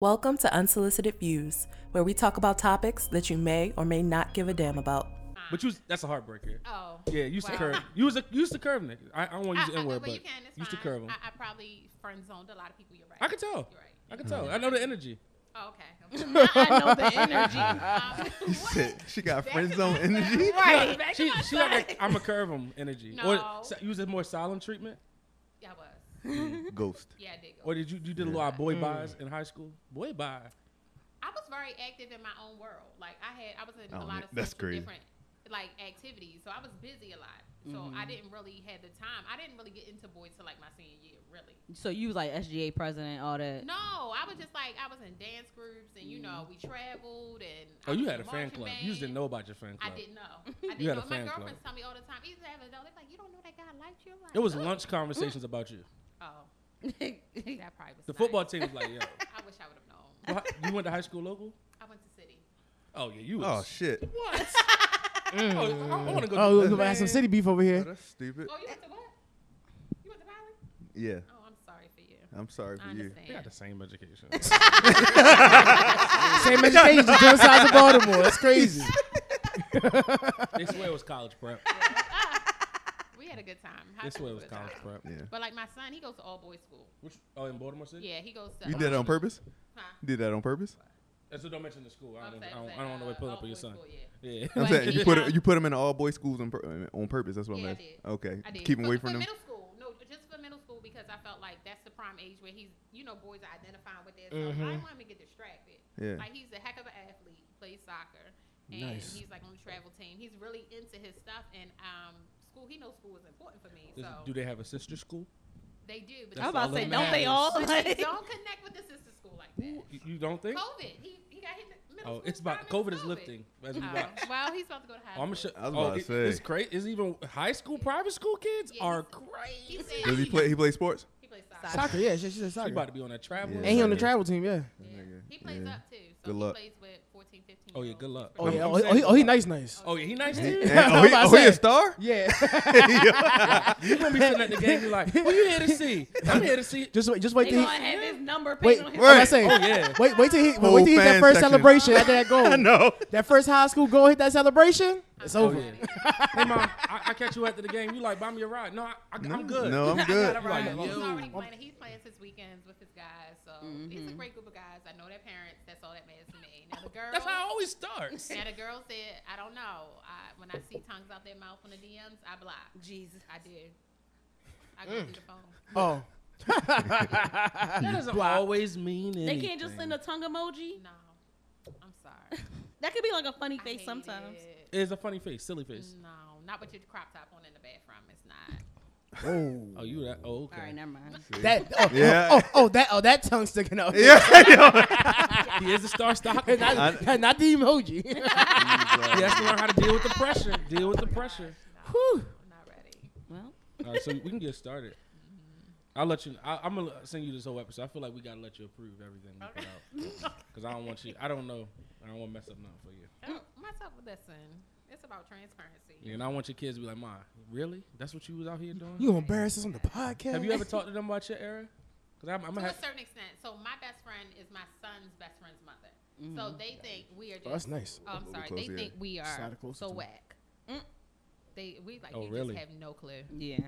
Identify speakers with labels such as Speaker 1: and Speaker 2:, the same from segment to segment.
Speaker 1: Welcome to Unsolicited Views, where we talk about topics that you may or may not give a damn about.
Speaker 2: But you, was- that's a heartbreaker.
Speaker 3: Oh.
Speaker 2: Yeah, used to
Speaker 3: wow.
Speaker 2: curve. You was a, you used to curve niggas. I, I don't want to use
Speaker 3: I,
Speaker 2: the
Speaker 3: I,
Speaker 2: N word,
Speaker 3: but
Speaker 2: but
Speaker 3: you can. It's
Speaker 2: used to
Speaker 3: fine.
Speaker 2: curve them.
Speaker 3: I, I probably friend zoned a lot of people. You're right.
Speaker 2: I, could tell.
Speaker 3: You're right.
Speaker 2: I could tell.
Speaker 4: Mm.
Speaker 2: I know the energy.
Speaker 3: Oh, okay. Now I know the energy. Um, what?
Speaker 5: Shit, she got
Speaker 3: Back
Speaker 5: friend
Speaker 3: to
Speaker 5: zone
Speaker 3: my side.
Speaker 5: energy.
Speaker 3: Right. Back
Speaker 2: She
Speaker 3: to my
Speaker 2: she like
Speaker 3: side.
Speaker 2: a, I'm a curve them energy.
Speaker 3: No.
Speaker 2: Or so- use a more solemn treatment.
Speaker 3: Yeah, I was.
Speaker 5: Ghost.
Speaker 3: Yeah, I did go.
Speaker 2: Or did you you did a lot of
Speaker 4: Mm.
Speaker 2: boy buys in high school? Boy buy.
Speaker 3: I was very active in my own world. Like I had, I was in
Speaker 5: Oh,
Speaker 3: a
Speaker 5: man,
Speaker 3: lot of
Speaker 5: that's
Speaker 3: social
Speaker 5: crazy.
Speaker 3: different like activities, so I was busy a lot. So
Speaker 2: Mm-hmm.
Speaker 3: I didn't really had the time. I didn't really get into boys till like my senior year, really.
Speaker 6: So you was like SGA president, all that.
Speaker 3: No, I was just like I was in dance groups, and you know we traveled and. I
Speaker 2: Mm-hmm. Oh, you
Speaker 3: was
Speaker 2: had a
Speaker 3: in
Speaker 2: fan
Speaker 3: marching
Speaker 2: club. You just didn't
Speaker 3: band.
Speaker 2: know about your fan
Speaker 3: I
Speaker 2: club.
Speaker 3: didn't know. I didn't
Speaker 2: had a
Speaker 3: know. My
Speaker 2: fan club.
Speaker 3: girlfriends tell me all the time. Either have a they're like, you don't know that guy liked you. I'm like,
Speaker 2: It was
Speaker 3: "Ugh."
Speaker 2: lunch conversations about you.
Speaker 3: Oh,
Speaker 6: That's
Speaker 3: that probably was.
Speaker 2: The
Speaker 3: nice.
Speaker 2: football team was like, yo,
Speaker 3: I wish I would have known.
Speaker 2: well, how- you went to high school local?
Speaker 3: I went to city.
Speaker 2: Oh yeah, you.
Speaker 5: Oh
Speaker 2: Was,
Speaker 5: shit.
Speaker 2: oh, I, want to go.
Speaker 4: Oh,
Speaker 2: to-
Speaker 4: we're gonna buy some
Speaker 2: Man.
Speaker 4: city beef over
Speaker 5: Oh,
Speaker 4: here.
Speaker 5: that's stupid.
Speaker 3: Oh, you went to what? You went to Valley?
Speaker 5: Yeah,
Speaker 3: Oh, I'm sorry for you.
Speaker 5: I'm sorry for
Speaker 3: I
Speaker 5: you.
Speaker 3: understand.
Speaker 2: They got the same education.
Speaker 4: Same education, different sides of Baltimore. It's crazy.
Speaker 2: they swear it was college prep.
Speaker 3: We had a good time. High
Speaker 2: They
Speaker 3: school
Speaker 2: swear it was
Speaker 3: a good
Speaker 2: college
Speaker 3: time.
Speaker 2: prep.
Speaker 5: Yeah.
Speaker 3: But like my son, he goes to all boys school.
Speaker 2: Which, oh, in Baltimore City.
Speaker 3: Yeah, he goes to.
Speaker 5: You did it on purpose?
Speaker 3: Huh?
Speaker 5: You did that on purpose?
Speaker 2: And so don't mention the school. I
Speaker 3: I'm
Speaker 2: don't,
Speaker 3: saying-
Speaker 2: I don't,
Speaker 3: saying,
Speaker 2: I don't want
Speaker 3: uh,
Speaker 2: to pull
Speaker 3: all
Speaker 2: up on your
Speaker 3: boys
Speaker 2: son.
Speaker 3: school, yeah.
Speaker 2: Yeah.
Speaker 5: I'm
Speaker 3: But
Speaker 5: saying
Speaker 3: he,
Speaker 5: you put
Speaker 3: um,
Speaker 5: it, you put them in all boys schools on, pur- on purpose. That's what I'm
Speaker 3: Yeah, I
Speaker 5: asking.
Speaker 3: did.
Speaker 5: Okay,
Speaker 3: I did.
Speaker 5: keep
Speaker 3: for,
Speaker 5: away
Speaker 3: for
Speaker 5: from them.
Speaker 3: middle school. No, just for middle school because I felt like that's the prime age where he's, you know, boys are identifying with their self.
Speaker 2: Mm-hmm.
Speaker 3: I didn't want him to get distracted.
Speaker 5: Yeah.
Speaker 3: Like he's a heck of an athlete, plays soccer, and
Speaker 2: Nice.
Speaker 3: he's like on the travel team. He's really into his stuff and um school. He knows school is important for me,
Speaker 2: Does-
Speaker 3: so
Speaker 2: do they have a sister school?
Speaker 3: they do. But
Speaker 2: That's
Speaker 6: I'm about to
Speaker 2: all
Speaker 6: say,
Speaker 2: that
Speaker 6: don't they all?
Speaker 3: but they
Speaker 6: Like,
Speaker 3: don't connect with the sister school like that.
Speaker 2: You- You don't think?
Speaker 3: COVID. He, he got hit. in Middle
Speaker 2: Oh,
Speaker 3: school
Speaker 2: it's about
Speaker 3: prime
Speaker 2: COVID
Speaker 3: and
Speaker 2: is lifting. As we
Speaker 3: Oh,
Speaker 2: watch.
Speaker 3: well, he's about to go to high
Speaker 2: Oh, I'm
Speaker 3: school.
Speaker 2: sure.
Speaker 5: I was about
Speaker 2: oh,
Speaker 5: to
Speaker 2: it- It's
Speaker 5: say.
Speaker 2: crazy. Is even high school private school kids
Speaker 3: Yeah,
Speaker 2: are
Speaker 3: he's-
Speaker 2: crazy.
Speaker 3: He said
Speaker 5: Does Oh, he play? He plays sports?
Speaker 3: He plays
Speaker 6: Soccer.
Speaker 4: Soccer, yeah, she, she said
Speaker 2: You
Speaker 4: soccer.
Speaker 2: about to be on that travel.
Speaker 5: Yeah.
Speaker 4: and he on the
Speaker 5: Yeah.
Speaker 4: travel team, yeah.
Speaker 3: Yeah.
Speaker 5: Nigga,
Speaker 3: He plays
Speaker 5: yeah.
Speaker 3: up too. So
Speaker 5: Good
Speaker 3: he
Speaker 5: luck.
Speaker 3: plays with 14, 15.
Speaker 2: Oh yeah,
Speaker 3: year
Speaker 2: good luck.
Speaker 4: Oh yeah,
Speaker 2: I'm
Speaker 4: oh, he-
Speaker 2: saying
Speaker 4: oh, he,
Speaker 2: good
Speaker 4: oh, he
Speaker 2: luck.
Speaker 4: nice, nice.
Speaker 2: Oh yeah, he nice
Speaker 5: And-
Speaker 2: too.
Speaker 5: and- oh, he,
Speaker 4: about
Speaker 5: oh,
Speaker 4: to
Speaker 5: he a
Speaker 4: say.
Speaker 5: star?
Speaker 4: Yeah,
Speaker 2: You gonna be sitting at the game you like, what you here to see? I'm here to see.
Speaker 4: just wait, just wait till
Speaker 6: gonna
Speaker 4: he,
Speaker 6: have his number
Speaker 4: wait.
Speaker 6: painted on his
Speaker 4: What I
Speaker 5: Right.
Speaker 4: say?
Speaker 2: Oh yeah.
Speaker 4: Wait, wait till he,
Speaker 5: Whole
Speaker 4: wait till he hit that
Speaker 5: fan
Speaker 4: first
Speaker 5: section.
Speaker 4: celebration after that goal.
Speaker 5: I know.
Speaker 4: That first high school goal hit that celebration. It's
Speaker 2: Oh
Speaker 4: over.
Speaker 2: yeah. Hey mom, I, I catch you after the game. You like buy me a ride? No, I, I, I'm good.
Speaker 5: No, I'm good.
Speaker 2: You like,
Speaker 3: He's
Speaker 2: yo.
Speaker 3: already playing. He plans his weekends with his guys, so he's
Speaker 5: Mm-hmm.
Speaker 3: a great group of guys. I know their parents. That's all that matters to me. Now the girls.
Speaker 2: That's how it always starts.
Speaker 3: now the girls said, I don't know. I, when I see tongues out their mouth on the DMs, I block.
Speaker 6: Jesus.
Speaker 3: I did. I
Speaker 2: mm.
Speaker 3: go through the phone.
Speaker 4: Oh,
Speaker 2: That doesn't always mean
Speaker 6: They
Speaker 2: anything.
Speaker 6: can't just send a tongue emoji.
Speaker 3: No, I'm sorry.
Speaker 6: That could be like a funny
Speaker 3: I
Speaker 6: face
Speaker 3: hate
Speaker 6: sometimes.
Speaker 3: it.
Speaker 2: It's a funny face, silly face.
Speaker 3: No, not with your crop top on in the bathroom. It's not.
Speaker 2: Oh, you that? Oh, okay.
Speaker 6: All right, never mind.
Speaker 4: that. Oh,
Speaker 5: Yeah.
Speaker 4: oh, oh, that. Oh, that tongue sticking out.
Speaker 5: Yeah.
Speaker 2: He is a star stock. He
Speaker 4: And not, not the emoji.
Speaker 2: has to learn how to deal with the pressure. Deal with the pressure.
Speaker 4: Whew.
Speaker 3: I'm not ready.
Speaker 6: Well,
Speaker 2: All right, so we can get started. I'll let you. I, I'm gonna send you this whole episode. I feel like we gotta let you approve everything we put out because I don't want you. I don't know. I don't want to mess up nothing for you.
Speaker 3: Oh, myself, listen. It's about transparency.
Speaker 2: Yeah, and I want your kids to be like, "Ma, really? That's what you was out here doing?
Speaker 4: You gonna embarrass us on the podcast?
Speaker 2: Have you ever talked to them about your era? Because I'm, I'm
Speaker 3: to
Speaker 2: gonna
Speaker 3: a
Speaker 2: have.
Speaker 3: certain extent. So my best friend is my son's best friend's mother. So they think we are just.
Speaker 4: Oh, that's nice.
Speaker 3: Oh, I'm
Speaker 5: Move
Speaker 3: sorry.
Speaker 5: closer
Speaker 3: They
Speaker 5: here.
Speaker 3: think we are
Speaker 4: Slide it closer
Speaker 3: so
Speaker 4: to me.
Speaker 3: whack. They we like
Speaker 2: Oh,
Speaker 3: you
Speaker 2: really?
Speaker 3: just have no clue.
Speaker 6: yeah.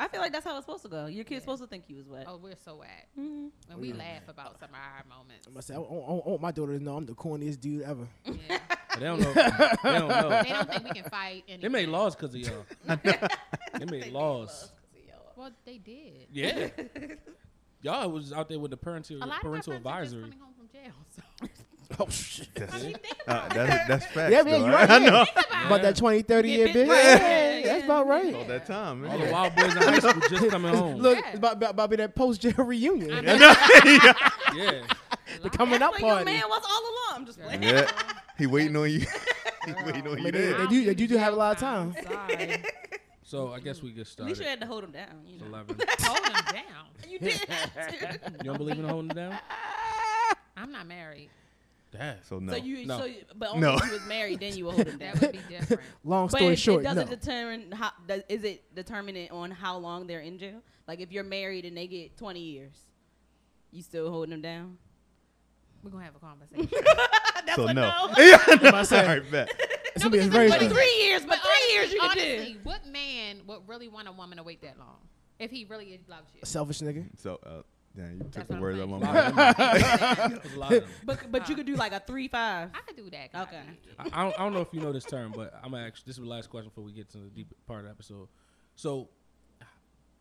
Speaker 6: I feel like that's how it's supposed to go. Your kid's supposed to think you was wet.
Speaker 3: Oh, we're so whack,
Speaker 6: Mhm.
Speaker 3: and we laugh about some of our moments.
Speaker 4: I said, I, want- I want I want my daughter to know I'm the corniest dude ever.
Speaker 3: Yeah.
Speaker 2: They don't know. they don't know.
Speaker 3: they don't think we can fight. Anything.
Speaker 2: They made laws because of y'all. they made laws.
Speaker 3: Well, they did.
Speaker 2: Yeah. Y'all was out there with the parental
Speaker 3: A lot
Speaker 2: parental
Speaker 3: of my friends are
Speaker 2: advisory.
Speaker 3: just coming home from jail. So
Speaker 4: Oh shit.
Speaker 5: That's,
Speaker 3: I mean, think
Speaker 5: uh,
Speaker 3: about it.
Speaker 5: that's, that's facts.
Speaker 4: Yeah, yeah,
Speaker 5: though,
Speaker 4: you
Speaker 5: right?
Speaker 4: right.
Speaker 5: I
Speaker 4: yeah.
Speaker 5: know.
Speaker 4: About that 20, 30 year
Speaker 3: Get bit
Speaker 4: bitch.
Speaker 3: right.
Speaker 4: Yeah,
Speaker 3: Yeah,
Speaker 4: That's about right.
Speaker 3: yeah.
Speaker 5: All that time.
Speaker 2: All
Speaker 5: Man.
Speaker 2: the wild boys in high school just Oh, coming home.
Speaker 4: Look,
Speaker 3: Yeah.
Speaker 4: it's about, about, about to be that post jail reunion.
Speaker 3: I
Speaker 4: That's
Speaker 2: Yeah.
Speaker 4: the coming out
Speaker 6: That's what your
Speaker 4: party.
Speaker 6: man was all along. I'm just playing.
Speaker 5: Yeah. He waiting on you. he waiting on
Speaker 4: I
Speaker 5: you
Speaker 4: mean, they,
Speaker 5: there.
Speaker 4: they do, they do, do have a lot of time.
Speaker 3: Sorry.
Speaker 2: So I guess we get
Speaker 6: At
Speaker 2: started.
Speaker 6: least you had to hold him down. You,
Speaker 2: It's
Speaker 6: know.
Speaker 2: Eleven.
Speaker 3: Hold them down.
Speaker 6: you did have to.
Speaker 2: You don't believe in holding it down?
Speaker 3: I'm not married.
Speaker 2: Damn.
Speaker 5: So no.
Speaker 6: So you,
Speaker 2: No.
Speaker 6: so you, but only
Speaker 5: No.
Speaker 6: if you was married, then you would hold him down.
Speaker 3: That would be different.
Speaker 4: Long
Speaker 6: But
Speaker 4: story
Speaker 6: it,
Speaker 4: short,
Speaker 6: it doesn't
Speaker 4: no.
Speaker 6: determine how does, is it determinant on how long they're in jail? Like if you're married and they get 20 years, you still holding them down?
Speaker 3: We're gonna have a conversation.
Speaker 6: That's
Speaker 5: so
Speaker 6: a
Speaker 5: no.
Speaker 6: no.
Speaker 5: Yeah, no.
Speaker 4: I said-
Speaker 5: All right, bet.
Speaker 4: It's gonna be a
Speaker 3: because
Speaker 4: very.
Speaker 3: it's
Speaker 6: But
Speaker 3: funny.
Speaker 4: But
Speaker 6: three years, but three years you can
Speaker 3: honestly,
Speaker 6: do.
Speaker 3: what man would really want a woman to wait that long if he really loves you?
Speaker 4: selfish nigga.
Speaker 5: So, uh, damn, you took
Speaker 3: That's
Speaker 5: the
Speaker 3: what I'm
Speaker 5: words out
Speaker 3: saying.
Speaker 5: of my
Speaker 2: A lot of
Speaker 5: mouth.
Speaker 2: them. There's a lot of them.
Speaker 6: But but you could do like a three five.
Speaker 3: I could do that. 'cause I
Speaker 6: Okay.
Speaker 3: did it.
Speaker 2: I, I don't, I don't know if you know this term, but I'm gonna ask. This is the last question before we get to the deep part of the episode. So,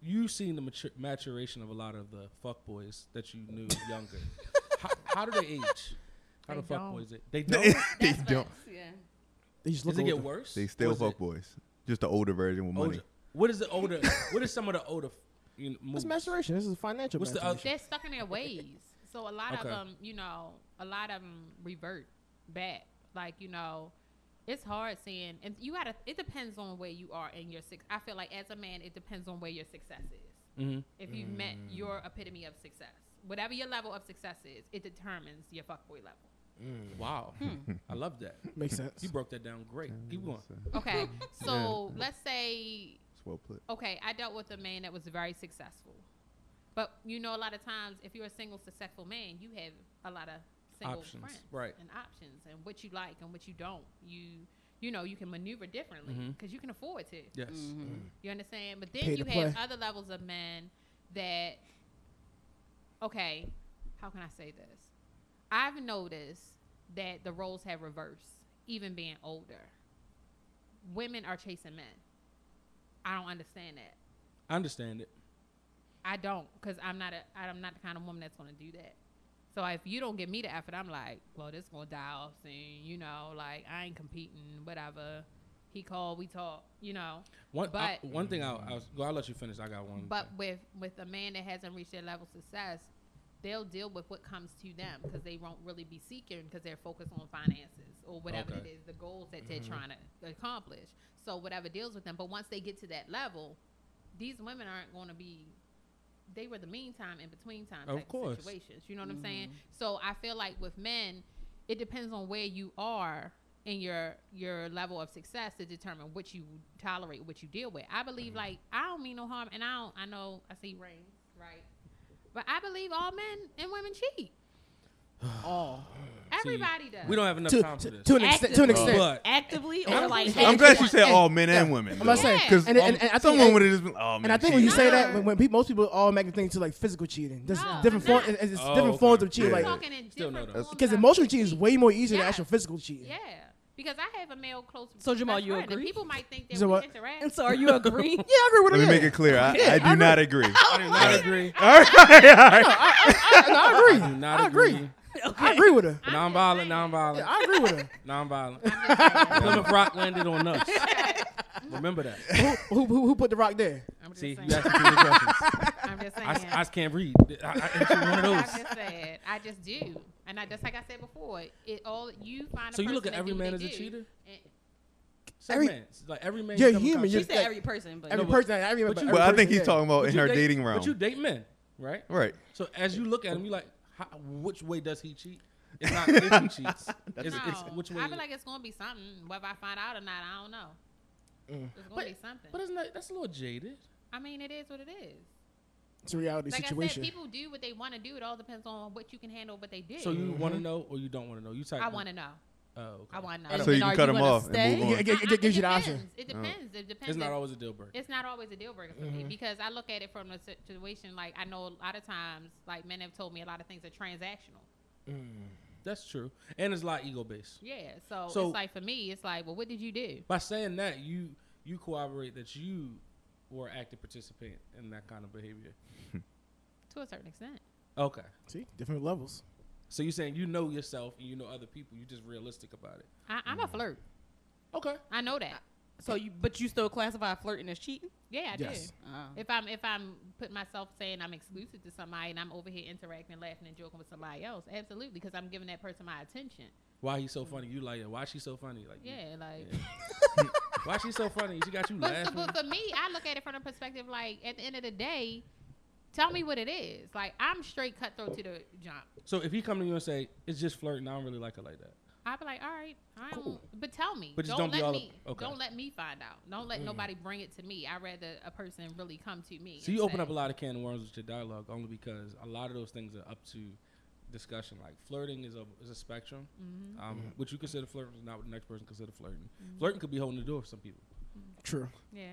Speaker 2: you've seen the matur- maturation of a lot of the fuck boys that you knew younger. how, how do they age? How
Speaker 3: They
Speaker 2: do fuck
Speaker 3: don't.
Speaker 2: boys? age? They don't.
Speaker 5: they they
Speaker 3: That's
Speaker 5: don't.
Speaker 3: facts.
Speaker 6: Yeah.
Speaker 4: They just look
Speaker 2: Does it get
Speaker 4: older.
Speaker 2: worse?
Speaker 5: They still
Speaker 2: Or is it
Speaker 5: fuck boys. Just the older version with money.
Speaker 2: older? What is the older? what is some of the older? You know,
Speaker 4: What's
Speaker 2: moves?
Speaker 4: maturation? This is financial.
Speaker 2: What's the other-
Speaker 4: maturation.
Speaker 3: They're stuck in their ways. So a lot of
Speaker 2: Okay.
Speaker 3: them, you know, a lot of them revert back. Like you know, it's hard seeing, and you gotta. It depends on where you are in your six. I feel like as a man, it depends on where your success is.
Speaker 2: Mhm.
Speaker 3: If you met your epitome of success, whatever your level of success is, it determines your fuckboy level.
Speaker 2: Wow,
Speaker 3: Hmm.
Speaker 2: I love that.
Speaker 4: Makes sense.
Speaker 2: You broke that down great. Keep going.
Speaker 3: Okay, so let's say
Speaker 5: It's well put.
Speaker 3: okay, I dealt with a man that was very successful. But you know, a lot of times, if you're a single successful man, you have a lot of single
Speaker 2: Options,
Speaker 3: friends
Speaker 2: right.
Speaker 3: and options, and what you like and what you don't. You you know you can maneuver differently
Speaker 2: Mhm.
Speaker 3: because you can afford to.
Speaker 2: Yes.
Speaker 3: You understand? But
Speaker 4: Pay
Speaker 3: then you
Speaker 4: to
Speaker 3: have
Speaker 4: play.
Speaker 3: other levels of men that okay, how can I say this? I've noticed that the roles have reversed, even being older. Women are chasing men. I don't understand that.
Speaker 2: I understand it.
Speaker 3: I don't, cause I'm not a I'm not the kind of woman that's gonna do that. So if you don't give me the effort, I'm like, well, this gonna die off soon, you know. Like I ain't competing, whatever. He called, we talked, you know.
Speaker 2: One, I-
Speaker 3: But-
Speaker 2: one thing I'll, I'll, well, I'll let you finish. I got one.
Speaker 3: But
Speaker 2: thing.
Speaker 3: with with a man that hasn't reached their level of success, they'll deal with what comes to them because they won't really be seeking because they're focused on finances or whatever
Speaker 2: Okay.
Speaker 3: it is, the goals that they're trying to accomplish. So whatever deals with them. But once they get to that level, these women aren't going to be. They were the meantime in between time
Speaker 2: Of
Speaker 3: type of
Speaker 2: course.
Speaker 3: situations. You know what I'm saying?
Speaker 6: Mm-hmm.
Speaker 3: So I feel like with men, it depends on where you are in your your level of success to determine what you tolerate, what you deal with. I believe
Speaker 6: Mm-hmm.
Speaker 3: like I don't mean no harm, and I don't. I know I see rings, right? But I believe all men and women cheat.
Speaker 6: All.
Speaker 2: See,
Speaker 3: Everybody does.
Speaker 2: we don't have enough
Speaker 4: To,
Speaker 2: time for
Speaker 4: to,
Speaker 2: this.
Speaker 4: to an extent. To an
Speaker 6: Actively.
Speaker 4: extent.
Speaker 2: but
Speaker 6: Actively or
Speaker 2: I'm-
Speaker 6: like
Speaker 5: I'm
Speaker 6: half
Speaker 5: glad
Speaker 6: and
Speaker 5: you
Speaker 6: one?
Speaker 5: said all men and
Speaker 4: Yeah.
Speaker 5: women.
Speaker 4: I'm about to
Speaker 5: though.
Speaker 4: say,
Speaker 3: Yeah.
Speaker 4: and, and,
Speaker 5: Um,
Speaker 4: and I think,
Speaker 5: someone would
Speaker 4: and,
Speaker 5: have just been, oh man.
Speaker 4: I think when you
Speaker 5: shit.
Speaker 4: say
Speaker 3: cheating.
Speaker 4: that, when, when people, most people all make things to like physical cheating. There's
Speaker 3: No,
Speaker 4: different
Speaker 3: I'm
Speaker 4: forms,
Speaker 3: not.
Speaker 4: it's, it's
Speaker 2: Oh,
Speaker 4: different forms
Speaker 2: okay.
Speaker 4: of cheating.
Speaker 3: I'm
Speaker 5: Yeah.
Speaker 4: Like,
Speaker 3: talking in
Speaker 2: Still know
Speaker 3: different
Speaker 2: that.
Speaker 3: forms
Speaker 4: because
Speaker 3: of
Speaker 4: emotional cheating is
Speaker 3: cheat.
Speaker 4: way more easy than actual
Speaker 3: Yes.
Speaker 4: physical cheating.
Speaker 3: Yeah, because I have a male close.
Speaker 6: So, Jamal,
Speaker 3: best
Speaker 6: you
Speaker 3: friend, and
Speaker 6: agree?
Speaker 3: People might think that
Speaker 4: You said
Speaker 3: we
Speaker 4: what?
Speaker 3: interact.
Speaker 6: And so are you agreeing?
Speaker 4: Yeah, I agree with
Speaker 5: Let me
Speaker 4: her.
Speaker 5: make it clear. I, I do not agree.
Speaker 2: I do not agree.
Speaker 5: All right, all right.
Speaker 4: I
Speaker 2: I do
Speaker 4: agree.
Speaker 2: not
Speaker 4: I
Speaker 2: agree.
Speaker 4: agree. I agree with her.
Speaker 3: I'm just
Speaker 2: Nonviolent,
Speaker 3: saying.
Speaker 4: Yeah,
Speaker 2: nonviolent,
Speaker 4: I agree with her.
Speaker 2: nonviolent.
Speaker 3: I'm just saying.
Speaker 2: Plymouth Rock landed on us. Remember that.
Speaker 4: who, who, who, who put the rock there?
Speaker 3: I'm just
Speaker 2: See,
Speaker 3: saying.
Speaker 2: you asked me too many questions.
Speaker 3: I'm just saying.
Speaker 2: I, s- I s- can't read. I, I, it's one of
Speaker 3: I
Speaker 2: those.
Speaker 3: just said, I just do, and I just like I said before, it all you find. A
Speaker 2: So you look
Speaker 3: person
Speaker 2: at
Speaker 3: that
Speaker 2: every
Speaker 3: do
Speaker 2: man
Speaker 3: what
Speaker 2: as
Speaker 3: they
Speaker 2: a
Speaker 3: do,
Speaker 2: cheater?
Speaker 3: and-
Speaker 2: Some
Speaker 4: Every-
Speaker 2: men. Like every man.
Speaker 4: You're
Speaker 2: you come in
Speaker 4: human,
Speaker 2: contact
Speaker 4: you're-
Speaker 6: She said every person, but
Speaker 4: Every
Speaker 2: but-
Speaker 4: person, every,
Speaker 2: but
Speaker 4: every
Speaker 2: you-
Speaker 4: person.
Speaker 5: Well, I think he's
Speaker 4: yeah.
Speaker 5: talking about
Speaker 2: with.
Speaker 5: Oh, in
Speaker 2: You
Speaker 5: her
Speaker 2: date-
Speaker 5: dating round.
Speaker 2: But you date men, right?
Speaker 5: right.
Speaker 2: So as you look at him, you like, how, which way does he cheat? It's not if he cheats. It's, it's
Speaker 3: No,
Speaker 2: which way.
Speaker 3: I feel like it's gonna be something. Whether I find out or not, I don't know.
Speaker 4: Mm.
Speaker 3: It's gonna
Speaker 2: But-
Speaker 3: be something.
Speaker 2: but it's not, that's a little jaded.
Speaker 3: I mean, it is what it is.
Speaker 4: It's a reality
Speaker 3: Like
Speaker 4: situation.
Speaker 3: I said, people do what they want to do. It all depends on what you can handle, what they did.
Speaker 2: So you want to know or you don't want to know? You type.
Speaker 3: I want to know.
Speaker 2: Oh, okay.
Speaker 3: I want to
Speaker 2: I
Speaker 3: know.
Speaker 2: don't-
Speaker 5: So you
Speaker 6: And
Speaker 5: can
Speaker 6: are
Speaker 5: cut
Speaker 6: you
Speaker 5: him
Speaker 6: gonna
Speaker 5: off and
Speaker 6: stay?
Speaker 5: move
Speaker 4: It-
Speaker 5: on.
Speaker 4: it- it, it gives you the
Speaker 3: depends.
Speaker 4: option. Oh.
Speaker 3: It depends. It depends.
Speaker 2: It's not
Speaker 3: if-
Speaker 2: always a deal breaker.
Speaker 3: it's not always a deal breaker for
Speaker 4: Mm-hmm.
Speaker 3: me because I look at it from a situation like I know a lot of times like men have told me a lot of things are transactional.
Speaker 2: That's true, and it's a lot ego based.
Speaker 3: Yeah, so,
Speaker 2: So-
Speaker 3: it's like for me, it's like, well, what did you do?
Speaker 2: By saying that, you you corroborate that you were an active participant in that kind of behavior.
Speaker 3: To a certain extent,
Speaker 2: Okay,
Speaker 4: See, different levels.
Speaker 2: so you're saying you know yourself and you know other people. You're just realistic about it.
Speaker 3: I, I'm a flirt.
Speaker 2: Okay,
Speaker 3: I know that.
Speaker 6: So you, but you still classify flirting as cheating?
Speaker 3: Yeah, I
Speaker 4: Yes.
Speaker 3: do.
Speaker 6: Uh-uh.
Speaker 3: If I'm if I'm putting myself saying I'm exclusive to somebody and I'm over here interacting, laughing, and joking with somebody else, absolutely, because I'm giving that person my attention.
Speaker 2: why he's so funny? You like it. Why she so funny? Like you-
Speaker 3: Yeah, like.
Speaker 2: Why she so funny? She got you
Speaker 3: But, so-
Speaker 2: laughing.
Speaker 3: but for me, I look at it from the perspective like at the end of the day, tell me what it is. Like I'm straight cutthroat to the jump.
Speaker 2: So if he come to you and say it's just flirting, I don't really like her like that.
Speaker 3: I'd be like, all right, I don't. But tell me.
Speaker 2: But just
Speaker 3: don't,
Speaker 2: don't be
Speaker 3: let
Speaker 2: all
Speaker 3: me.
Speaker 2: up- okay. Mm.
Speaker 3: Don't let me find out. Don't let nobody bring it to me. I'd rather a person really come to me.
Speaker 2: So
Speaker 3: and
Speaker 2: you open
Speaker 3: say-
Speaker 2: up a lot of can of worms with your dialogue, only because a lot of those things are up to discussion. Like flirting is a is a spectrum. Um,
Speaker 4: Mm-hmm.
Speaker 2: What you consider flirting is not what the next person consider flirting. Flirting could be holding the door for some people.
Speaker 4: True.
Speaker 3: Yeah.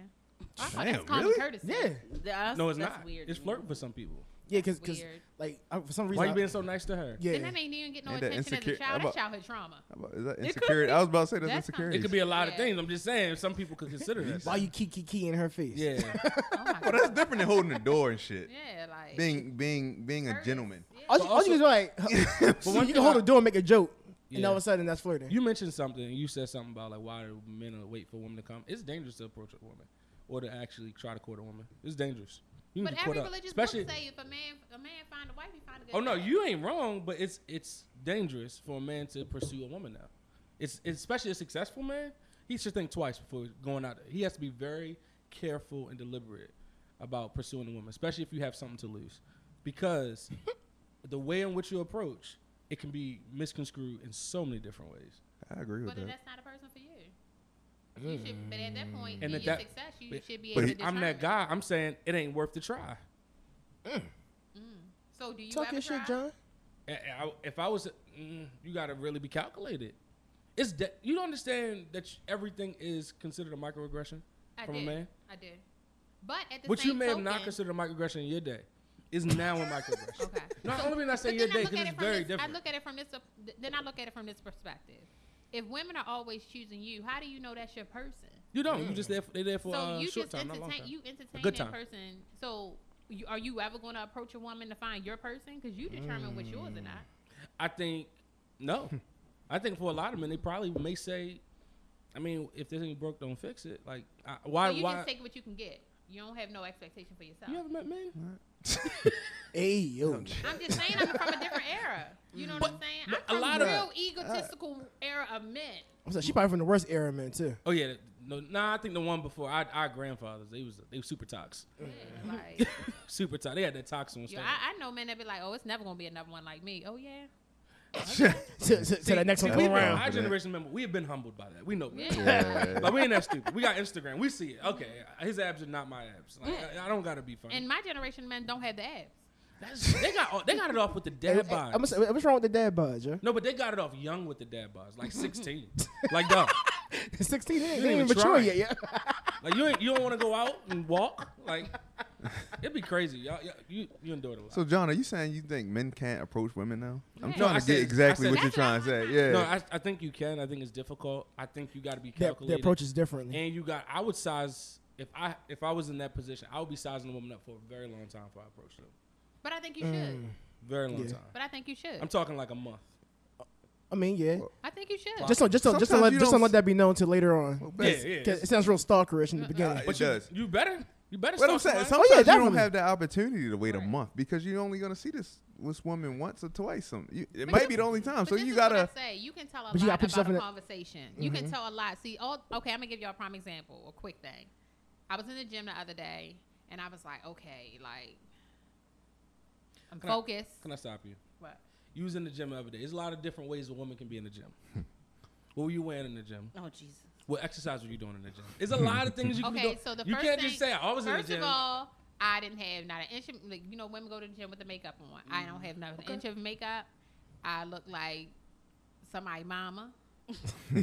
Speaker 3: I thought
Speaker 5: Damn,
Speaker 3: that's common
Speaker 5: really?
Speaker 3: courtesy.
Speaker 4: Yeah.
Speaker 6: That's,
Speaker 2: no, it's
Speaker 6: that's
Speaker 2: not.
Speaker 6: Weird.
Speaker 2: it's
Speaker 6: to me.
Speaker 2: flirting for some people.
Speaker 4: Yeah, because
Speaker 3: Weird.
Speaker 4: like I, for some reason
Speaker 2: Why
Speaker 4: I-
Speaker 2: you being so nice to her?
Speaker 4: yeah.
Speaker 3: And that ain't even get no
Speaker 5: And that
Speaker 3: attention
Speaker 5: insecure-
Speaker 3: as a child.
Speaker 5: I'm a-
Speaker 3: That's childhood trauma.
Speaker 5: How about- Is that
Speaker 3: It could
Speaker 5: insecurity?
Speaker 3: be.
Speaker 5: I was about to say that's,
Speaker 3: That's not-
Speaker 5: insecurity.
Speaker 2: It could be a lot of
Speaker 3: Yeah.
Speaker 2: things. I'm just saying some people could consider that.
Speaker 4: Why you keep key key in her face?
Speaker 2: Yeah.
Speaker 3: Oh my
Speaker 5: well,
Speaker 3: God.
Speaker 5: that's different than holding the door and shit.
Speaker 3: Yeah, like
Speaker 5: Being being being a
Speaker 3: courtesy.
Speaker 5: gentleman.
Speaker 4: All
Speaker 3: Yeah.
Speaker 4: you,
Speaker 2: But
Speaker 4: all you
Speaker 2: also-
Speaker 4: can do like, see,
Speaker 2: one thing
Speaker 4: you can hold
Speaker 2: I-
Speaker 4: the door and make a joke, and
Speaker 2: Yeah.
Speaker 4: all of a sudden that's flirting.
Speaker 2: You mentioned something. You said something about like why do men wait for women to come? It's dangerous to approach a woman or to actually try to court a woman. It's dangerous. You need
Speaker 3: But
Speaker 2: to
Speaker 3: every
Speaker 2: court up.
Speaker 3: religious
Speaker 2: Especially,
Speaker 3: book say if a man a man find a wife, he find a good.
Speaker 2: oh no,
Speaker 3: man.
Speaker 2: you ain't wrong, but it's it's dangerous for a man to pursue a woman now. It's, it's especially a successful man. He should think twice before going out. He has to be very careful and deliberate about pursuing a woman, especially if you have something to lose, because the way in which you approach it can be misconstrued in so many different ways.
Speaker 5: I agree with
Speaker 3: But then
Speaker 5: that.
Speaker 3: that's not a person for you. You should, but at that point,
Speaker 2: Mm. And
Speaker 3: in
Speaker 2: at
Speaker 3: your
Speaker 2: that-
Speaker 3: success, you
Speaker 2: but-
Speaker 3: should be
Speaker 5: but
Speaker 3: able to
Speaker 5: he-
Speaker 2: I'm that guy.
Speaker 3: determine.
Speaker 2: I'm saying it ain't worth the try.
Speaker 3: So do you
Speaker 4: Talk
Speaker 3: ever
Speaker 4: your shit,
Speaker 3: try?
Speaker 4: John.
Speaker 2: I- I- if I was, mm, you gotta really be calculated. It's de- you don't understand that you- everything is considered a microaggression
Speaker 3: I
Speaker 2: from
Speaker 3: did.
Speaker 2: a man.
Speaker 3: I did. But at the
Speaker 2: What
Speaker 3: same
Speaker 2: you may
Speaker 3: token,
Speaker 2: have not considered a microaggression in your day is now a microaggression.
Speaker 3: Okay.
Speaker 2: No, I only mean I say
Speaker 3: But
Speaker 2: your
Speaker 3: then I
Speaker 2: day
Speaker 3: look
Speaker 2: because
Speaker 3: at
Speaker 2: it's
Speaker 3: it from
Speaker 2: very
Speaker 3: this- I
Speaker 2: different.
Speaker 3: look at it from this. Then I look at it from this perspective. If women are always choosing you, how do you know that's your person?
Speaker 2: you don't. You just there. For, they there for
Speaker 3: so
Speaker 2: uh,
Speaker 3: you
Speaker 2: short
Speaker 3: just
Speaker 2: time, not long
Speaker 3: entertain.
Speaker 2: time.
Speaker 3: You entertain
Speaker 2: good
Speaker 3: that
Speaker 2: time.
Speaker 3: person. So you, are you ever going to approach a woman to find your person? Because you determine what's yours or not.
Speaker 2: Mm. I think no. I think for a lot of men, they probably may say, I mean, if this ain't broke, don't fix it. Like, I, why?
Speaker 3: so you
Speaker 2: why?
Speaker 3: just take what you can get. You don't have no expectation for yourself.
Speaker 2: you ever met men?
Speaker 4: Hey yo,
Speaker 3: I'm just saying I'm from a different era. You know what I'm saying? I'm
Speaker 2: a
Speaker 3: from a
Speaker 2: lot of-
Speaker 3: real egotistical era of men.
Speaker 4: I'm sorry, she probably from the worst era, man, too.
Speaker 2: Oh yeah, no, nah. I think the one before our, our grandfathers, they was they was super tox,
Speaker 3: Yeah, like,
Speaker 2: super tox. They had that tox on
Speaker 3: yo,
Speaker 2: stage.
Speaker 3: I, I know men that be like, oh, it's never gonna be another one like me. Oh yeah,
Speaker 4: To, to, to the next one
Speaker 2: we
Speaker 4: come around.
Speaker 2: Our generation member, we have been humbled by that. We know
Speaker 3: yeah.
Speaker 2: that. Like we ain't that stupid. We got Instagram. We see it. Okay, his abs are not my abs. Like, I, I don't gotta be funny.
Speaker 3: And my generation of men don't have the abs.
Speaker 2: That's, they got all- they got it off with the
Speaker 4: Hey,
Speaker 2: dad
Speaker 4: hey,
Speaker 2: bod.
Speaker 4: I'm gonna say, what's wrong with the dad bod, Joe?
Speaker 2: No, but they got it off young with the dad bods, like sixteen. like dog,
Speaker 4: 16, they ain't,
Speaker 2: You
Speaker 4: they ain't
Speaker 2: ain't
Speaker 4: even
Speaker 2: even
Speaker 4: mature
Speaker 2: trying.
Speaker 4: yet. Yeah.
Speaker 2: like you ain't, you don't want to go out and walk. Like it'd be crazy. Y'all, y'all you you endure it a lot.
Speaker 5: So John, are you saying you think men can't approach women now? I'm
Speaker 3: Yeah.
Speaker 5: trying
Speaker 2: No, I
Speaker 5: to
Speaker 2: said-
Speaker 5: get exactly
Speaker 2: I said-
Speaker 5: what you're
Speaker 3: That's what
Speaker 5: trying
Speaker 3: I'm
Speaker 5: to say.
Speaker 3: saying.
Speaker 5: Yeah. Uh,
Speaker 2: no, I, I think you can. I think it's difficult. I think you got to be
Speaker 4: Their,
Speaker 2: calculated.
Speaker 4: their approach is differently.
Speaker 2: and you got I would size if I if I was in that position, I would be sizing a woman up for a very long time before I approached them.
Speaker 3: But I think you should.
Speaker 2: Very long
Speaker 4: Yeah.
Speaker 2: time.
Speaker 3: But I think you should.
Speaker 2: I'm talking like a month.
Speaker 4: I mean, yeah.
Speaker 3: I think you should.
Speaker 4: Just so, just so, just to
Speaker 5: Sometimes
Speaker 4: let,
Speaker 5: you
Speaker 4: just to
Speaker 5: don't
Speaker 4: let
Speaker 5: s-
Speaker 4: that be known till later on.
Speaker 5: Well,
Speaker 2: Yeah, yeah.
Speaker 4: 'Cause It sounds real stalkerish in the beginning.
Speaker 5: But
Speaker 2: But
Speaker 5: it
Speaker 2: you,
Speaker 5: does.
Speaker 2: you better you better.
Speaker 5: What I'm
Speaker 2: start
Speaker 5: saying,
Speaker 2: somewhere.
Speaker 5: sometimes
Speaker 4: yeah,
Speaker 5: you don't
Speaker 4: definitely.
Speaker 5: have the opportunity to wait a
Speaker 3: Right.
Speaker 5: month because you're only gonna see this this woman once or twice. Some you, it
Speaker 3: But
Speaker 5: might
Speaker 3: this-
Speaker 5: be the only time.
Speaker 3: But
Speaker 5: So
Speaker 3: this
Speaker 5: you
Speaker 3: is what
Speaker 5: gotta.
Speaker 3: I say you can tell a
Speaker 4: But you
Speaker 3: lot
Speaker 4: gotta put yourself
Speaker 3: about
Speaker 4: in
Speaker 3: a
Speaker 4: a-
Speaker 3: conversation. You can tell a lot. See, all okay. I'm gonna give y'all a prime example, a quick thing. I was in the gym the other day, and I was like, okay, like I'm
Speaker 2: Can I-
Speaker 3: focused.
Speaker 2: Can I stop you?
Speaker 3: What?
Speaker 2: You was in the gym the other day. There's a lot of different ways a woman can be in the gym.
Speaker 4: Hmm.
Speaker 2: what were you wearing in the gym?
Speaker 6: Oh Jesus.
Speaker 2: What exercise were you doing in the gym? There's a lot of things you can
Speaker 3: Okay,
Speaker 2: do.
Speaker 3: so the
Speaker 2: you
Speaker 3: first
Speaker 2: can't
Speaker 3: thing,
Speaker 2: just say I was in the
Speaker 3: first
Speaker 2: gym.
Speaker 3: of all, I didn't have not an inch. Of, like you know, women go to the gym with the makeup on. I
Speaker 2: Mm-hmm.
Speaker 3: don't have not an inch of makeup. I look like somebody mama.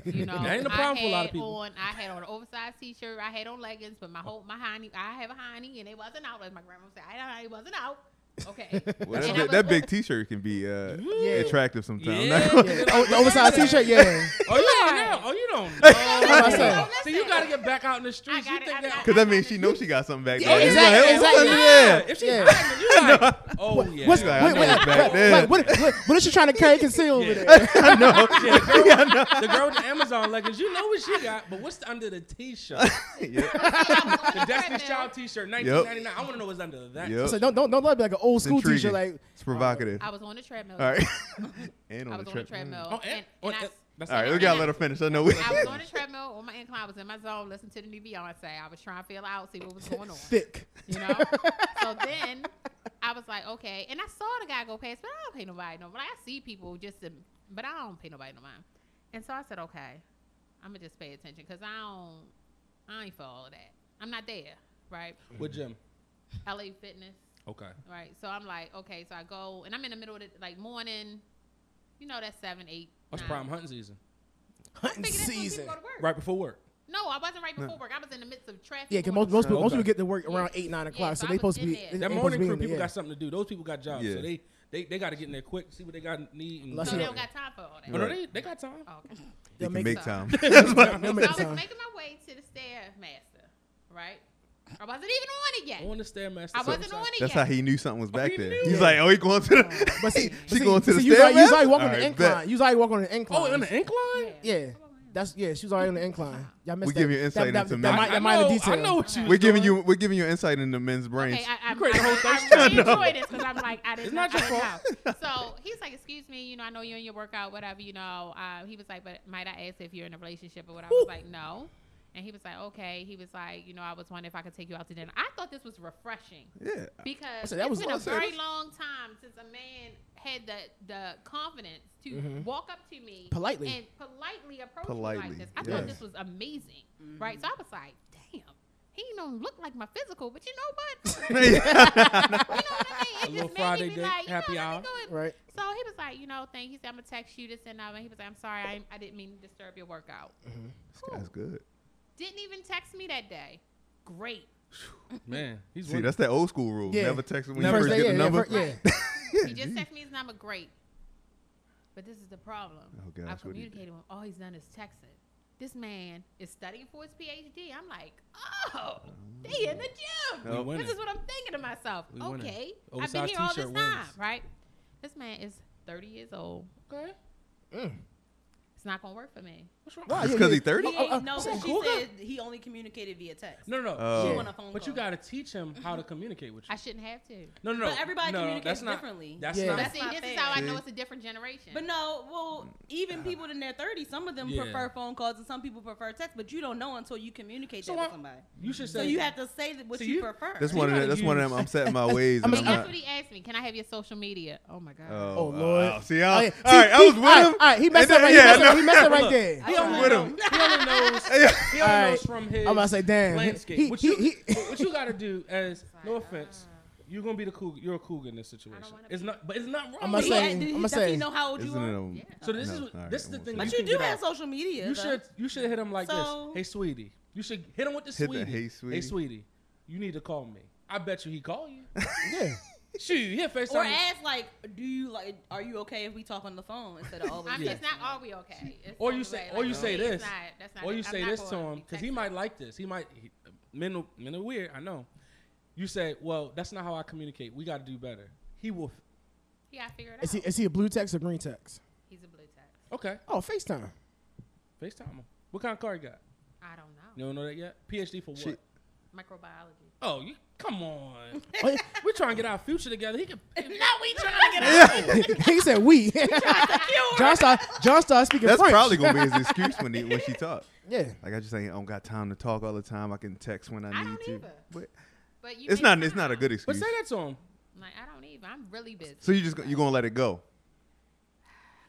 Speaker 3: you know,
Speaker 2: That ain't a problem
Speaker 3: I
Speaker 2: for a lot of
Speaker 3: had
Speaker 2: people.
Speaker 3: On, I had on an oversized t-shirt. I had on leggings, but my whole my hiney, I have a hiney, and it wasn't out. As my grandma said, I don't, it wasn't out. Okay, And
Speaker 5: Well, that,
Speaker 3: I
Speaker 5: big,
Speaker 3: was
Speaker 5: that big
Speaker 3: on-
Speaker 5: T-shirt can be uh,
Speaker 2: Yeah.
Speaker 5: attractive sometimes.
Speaker 2: Yeah.
Speaker 4: Yeah. Oh, the oversized T-shirt, yeah.
Speaker 2: Oh, you don't know. Oh, you don't know.
Speaker 4: I said.
Speaker 2: so you gotta get back out in the streets.
Speaker 3: I
Speaker 2: You
Speaker 3: got it.
Speaker 2: think
Speaker 3: I
Speaker 2: that
Speaker 3: got it.
Speaker 5: Because that means she knows she got something back
Speaker 4: Yeah,
Speaker 5: there. She's
Speaker 4: exactly,
Speaker 5: like, hey, what's
Speaker 4: exactly.
Speaker 5: under there?
Speaker 2: If she
Speaker 4: Yeah.
Speaker 2: hiding, you like, oh yeah.
Speaker 4: What's,
Speaker 5: She's like,
Speaker 4: wait,
Speaker 5: I know
Speaker 4: wait,
Speaker 5: it's back
Speaker 4: wait,
Speaker 5: there.
Speaker 4: what, what, what is she trying to carry conceal over
Speaker 2: Yeah.
Speaker 4: there?
Speaker 2: Yeah, the, girl, the girl with the Amazon leggings, you know what she got, but what's under the T-shirt?
Speaker 5: Yeah.
Speaker 2: The Destiny's Child T-shirt, 1999. I want to know what's under that.
Speaker 5: Yep.
Speaker 4: So don't don't don't let it be like an old
Speaker 5: It's
Speaker 4: school T-shirt.
Speaker 5: intriguing.
Speaker 4: Like
Speaker 5: It's provocative.
Speaker 3: I was on the treadmill.
Speaker 5: All right. and
Speaker 3: I was
Speaker 5: on the
Speaker 3: on the
Speaker 5: trip.
Speaker 3: treadmill.
Speaker 2: Oh, and,
Speaker 3: and,
Speaker 2: oh,
Speaker 3: and I,
Speaker 2: and- that's
Speaker 5: All right, we
Speaker 3: and
Speaker 5: gotta
Speaker 3: I-
Speaker 5: let her finish. I know. We,
Speaker 3: I was on the treadmill on my incline. I was in my zone, listening to the new Beyonce. I was trying to feel out, see what was going on.
Speaker 4: thick.
Speaker 3: You know? so then I was like, okay. And I saw the guy go past, but I don't pay nobody no mind. Like, I see people just, to, but I don't pay nobody no mind. And so I said, okay, I'm gonna just pay attention because I don't, I ain't for all of that. I'm not there, right?
Speaker 2: With Jim.
Speaker 3: LA Fitness.
Speaker 2: Okay.
Speaker 3: right? So I'm like, okay, so I go and I'm in the middle of the, like morning, you know, that's seven, eight.
Speaker 2: That's
Speaker 3: nine.
Speaker 2: prime hunting season.
Speaker 4: Hunting
Speaker 3: Thinking that's when people
Speaker 4: season.
Speaker 3: go to work.
Speaker 2: Right before work.
Speaker 3: No, I wasn't right before work. I was in the midst of traffic.
Speaker 4: Yeah, because
Speaker 3: going
Speaker 4: most
Speaker 3: to
Speaker 4: most, people,
Speaker 2: Okay.
Speaker 4: most people get to work around
Speaker 3: Yeah.
Speaker 4: eight nine
Speaker 3: Yeah,
Speaker 4: o'clock,
Speaker 3: so
Speaker 4: so
Speaker 3: I
Speaker 4: they
Speaker 3: was
Speaker 4: supposed to
Speaker 3: in
Speaker 4: be.
Speaker 3: there.
Speaker 4: they
Speaker 3: That
Speaker 2: That
Speaker 4: supposed
Speaker 2: morning
Speaker 4: to be
Speaker 2: crew
Speaker 4: in there,
Speaker 2: people
Speaker 4: yeah.
Speaker 2: got something to do. Those people got jobs, so
Speaker 5: Yeah.
Speaker 2: they they, they got to get in there quick, see what they got need. And
Speaker 4: Unless
Speaker 3: So
Speaker 4: you-
Speaker 3: they don't got time for all that.
Speaker 2: Oh, no,
Speaker 5: Right.
Speaker 2: they, they got time.
Speaker 3: Oh, okay.
Speaker 4: They'll
Speaker 5: You can
Speaker 4: make
Speaker 5: make
Speaker 3: it.
Speaker 5: time.
Speaker 4: They'll
Speaker 3: So I
Speaker 4: make
Speaker 3: was
Speaker 4: time.
Speaker 3: making my way to the stairmaster, right? I wasn't even on it yet.
Speaker 2: On the stairmaster.
Speaker 3: I wasn't
Speaker 2: so-
Speaker 3: on it
Speaker 5: That's how
Speaker 3: yet.
Speaker 5: he knew something was back
Speaker 2: he
Speaker 5: there.
Speaker 2: knew
Speaker 5: He's
Speaker 4: it.
Speaker 5: like, oh, he going to the.
Speaker 4: But see,
Speaker 5: she
Speaker 4: but
Speaker 5: going to the
Speaker 4: see, you right- You
Speaker 5: stairmaster?
Speaker 4: already walking on
Speaker 5: All
Speaker 4: the
Speaker 5: right,
Speaker 4: incline.
Speaker 5: bet.
Speaker 4: You already walking on the incline.
Speaker 2: Oh, on the incline.
Speaker 4: Yeah, that's yeah. She was already on the incline. Y'all missed
Speaker 5: We
Speaker 4: that.
Speaker 5: give you
Speaker 4: That-
Speaker 5: insight
Speaker 4: that,
Speaker 5: into
Speaker 4: that,
Speaker 5: men.
Speaker 4: mi-
Speaker 2: I
Speaker 4: that minor
Speaker 2: know-
Speaker 4: detail.
Speaker 2: I know what you.
Speaker 5: We're giving
Speaker 2: doing.
Speaker 5: you we're giving you insight into men's brains.
Speaker 3: Okay, I, I,
Speaker 2: created a
Speaker 3: I,
Speaker 2: whole
Speaker 3: I,
Speaker 2: thirst
Speaker 3: really
Speaker 2: trap.
Speaker 3: enjoy this because I'm like, I didn't,
Speaker 2: It's
Speaker 3: know,
Speaker 2: not your
Speaker 3: I didn't know. So he's like, excuse me, you know, I know you're in your workout, whatever, you know. Uh, he was like, but might I ask if you're in a relationship or whatever? I was like, no. And he was like, okay. He was like, you know, I was wondering if I could take you out to dinner. I thought this was refreshing
Speaker 5: Yeah.
Speaker 3: because
Speaker 4: said, that
Speaker 3: it's
Speaker 4: was-
Speaker 3: been
Speaker 4: I
Speaker 3: a
Speaker 4: said,
Speaker 3: very
Speaker 4: this-
Speaker 3: long time since a man had the the confidence to walk up to me
Speaker 4: Mm-hmm. Politely.
Speaker 3: and politely approach me
Speaker 5: Politely,
Speaker 3: like this. I thought
Speaker 5: yes.
Speaker 3: this was amazing, right? So I was like, damn. He don't look like my physical, but you know what? you know what I
Speaker 2: A
Speaker 3: mean? It
Speaker 2: little
Speaker 3: just made
Speaker 2: Friday
Speaker 3: me be
Speaker 2: date,
Speaker 3: like, you
Speaker 2: happy
Speaker 3: know, let me
Speaker 2: hour.
Speaker 3: go and-
Speaker 4: Right.
Speaker 3: So he was like, you know, thank you. He said, I'm gonna text you this and that. And he was like, I'm sorry, I, I didn't mean to disturb your workout.
Speaker 5: This guy's good.
Speaker 3: Didn't even text me that day. Great.
Speaker 2: Man, he's
Speaker 5: See,
Speaker 2: working.
Speaker 5: that's that old school rule.
Speaker 4: Yeah.
Speaker 5: Never text when
Speaker 2: Never
Speaker 5: you first
Speaker 2: say
Speaker 5: get
Speaker 4: yeah,
Speaker 5: the
Speaker 4: yeah,
Speaker 5: number.
Speaker 4: fir- yeah.
Speaker 5: Yeah,
Speaker 3: He just
Speaker 5: gee.
Speaker 3: texted me his number. Great. But this is the problem.
Speaker 5: Oh, gosh,
Speaker 3: I've
Speaker 5: what he did.
Speaker 3: communicated with him. All he's done is texting. This man is studying for his PhD. I'm like, oh, they in the gym.
Speaker 5: oh.
Speaker 2: We winning.
Speaker 3: This is what I'm thinking to myself.
Speaker 2: We winning.
Speaker 3: okay. I've been
Speaker 2: Oversized
Speaker 3: here all this
Speaker 2: t-shirt
Speaker 3: time,
Speaker 2: wins.
Speaker 3: right? This man is 30 years old. Okay.
Speaker 2: Mm.
Speaker 3: It's not going to work for me.
Speaker 2: What's wrong?
Speaker 4: Why?
Speaker 5: It's
Speaker 4: Yeah,
Speaker 5: because
Speaker 4: yeah.
Speaker 5: he thirty.
Speaker 6: He ain't,
Speaker 4: uh,
Speaker 6: no,
Speaker 4: uh,
Speaker 6: she
Speaker 2: cool guy.
Speaker 6: said he only communicated via text.
Speaker 2: No, no, no.
Speaker 5: Oh.
Speaker 6: She want a phone
Speaker 2: But you
Speaker 6: call.
Speaker 2: gotta teach him how to communicate with
Speaker 3: I
Speaker 2: you.
Speaker 3: shouldn't have to.
Speaker 2: No, no, no.
Speaker 6: But everybody
Speaker 2: no,
Speaker 6: communicates
Speaker 2: that's not,
Speaker 6: differently.
Speaker 2: That's
Speaker 4: Yeah.
Speaker 2: not.
Speaker 3: But
Speaker 6: That's
Speaker 3: see,
Speaker 6: not
Speaker 3: this is
Speaker 6: fair.
Speaker 3: how I know
Speaker 5: See?
Speaker 3: it's a different generation.
Speaker 6: But no, well, even people in their 30s, some of them
Speaker 2: Uh, Yeah.
Speaker 6: prefer phone calls and some people prefer text, but you don't know until you communicate
Speaker 2: So
Speaker 6: that
Speaker 2: I-
Speaker 6: with somebody.
Speaker 2: you should say.
Speaker 6: So you have to say that what
Speaker 2: So
Speaker 6: you,
Speaker 2: you-
Speaker 6: prefer.
Speaker 5: That's one of them. That's one of them. I'm setting my ways.
Speaker 4: I'm
Speaker 5: and
Speaker 4: a-
Speaker 3: and
Speaker 5: I'm
Speaker 3: that's
Speaker 5: not.
Speaker 3: what he asked me. Can I have your social media? Oh my God.
Speaker 4: Oh, Lord.
Speaker 5: wow. See,
Speaker 4: Oh,
Speaker 5: I,
Speaker 4: yeah.
Speaker 5: all right, I
Speaker 4: See,
Speaker 5: was with
Speaker 4: all right,
Speaker 5: him.
Speaker 4: All right, he messed
Speaker 5: And
Speaker 4: up right
Speaker 5: then-
Speaker 4: there.
Speaker 5: yeah,
Speaker 4: He messed up right
Speaker 2: Look.
Speaker 4: there.
Speaker 6: I
Speaker 2: He
Speaker 6: don't
Speaker 2: only
Speaker 6: know.
Speaker 5: with him.
Speaker 2: He only knows. He only
Speaker 4: Alright.
Speaker 2: knows from his.
Speaker 4: I'm about to say, damn, he-
Speaker 2: Landscape.
Speaker 4: he-
Speaker 2: what
Speaker 4: he-
Speaker 2: you
Speaker 4: he-
Speaker 2: what you gotta do as no offense,
Speaker 6: uh,
Speaker 2: you're gonna be the cool. You're a cougar in this situation.
Speaker 3: wanna
Speaker 2: It's not, but it's not wrong.
Speaker 4: I'm
Speaker 6: But
Speaker 4: gonna
Speaker 6: he
Speaker 4: say-
Speaker 6: had- did he-
Speaker 4: I'ma
Speaker 6: does he
Speaker 4: say-
Speaker 6: know how old you
Speaker 5: Isn't
Speaker 6: are?
Speaker 5: it a-
Speaker 2: So this
Speaker 5: No,
Speaker 2: is
Speaker 5: all right,
Speaker 2: this is the
Speaker 5: I'm
Speaker 2: thing.
Speaker 5: with
Speaker 6: But
Speaker 2: you
Speaker 6: you
Speaker 2: can
Speaker 6: do
Speaker 2: get
Speaker 6: have
Speaker 2: off.
Speaker 6: social media.
Speaker 2: You
Speaker 6: though.
Speaker 2: should you should hit him like
Speaker 6: So-
Speaker 2: this. Hey sweetie, you should hit him with the
Speaker 5: Hit the
Speaker 2: sweetie.
Speaker 5: hey, sweetie.
Speaker 2: Hey sweetie, you need to call me. I bet you he call you.
Speaker 4: Yeah.
Speaker 2: Shoot, yeah, FaceTime.
Speaker 6: Or
Speaker 2: me.
Speaker 6: ask like, do you like? Are you okay if we talk on the phone instead of always?
Speaker 3: I'm,
Speaker 2: Yeah.
Speaker 3: It's not all we okay. It's
Speaker 2: Or
Speaker 3: some
Speaker 2: you
Speaker 3: way,
Speaker 2: say,
Speaker 3: like,
Speaker 2: or you
Speaker 3: it's
Speaker 2: say this,
Speaker 3: not- that's not
Speaker 2: or
Speaker 3: it.
Speaker 2: you
Speaker 3: I'm
Speaker 2: say
Speaker 3: not
Speaker 2: this
Speaker 3: going
Speaker 2: to him because he
Speaker 3: texting.
Speaker 2: might like this. He might he, men are- men are weird. I know. You say, well, that's not how I communicate. We got to do better. He will.
Speaker 3: He got figured out.
Speaker 4: Is he is he a blue text or green text?
Speaker 3: He's a blue text.
Speaker 2: Okay,
Speaker 4: Oh, Facetime.
Speaker 2: Facetime him. What kind of car he got?
Speaker 3: I don't know.
Speaker 2: You don't know that yet. PhD for what?
Speaker 5: Shit.
Speaker 3: Microbiology.
Speaker 2: Oh, you come on.
Speaker 4: Oh, yeah.
Speaker 2: We're trying to get our future together. He can.
Speaker 3: no, we trying to get out.
Speaker 4: he said we. John started John started speaking
Speaker 5: That's
Speaker 4: French.
Speaker 5: probably gonna be his excuse when he when she talk.
Speaker 4: yeah.
Speaker 5: Like I just ain't I don't got time to talk all the time. I can text when I need
Speaker 3: I don't
Speaker 5: to.
Speaker 3: either.
Speaker 5: But
Speaker 3: But you
Speaker 5: it's
Speaker 3: make
Speaker 5: not it's not a
Speaker 3: time.
Speaker 5: good
Speaker 2: But
Speaker 5: excuse.
Speaker 2: say that to him.
Speaker 3: Like I don't even. I'm really busy.
Speaker 5: So you just go- you gonna let it go?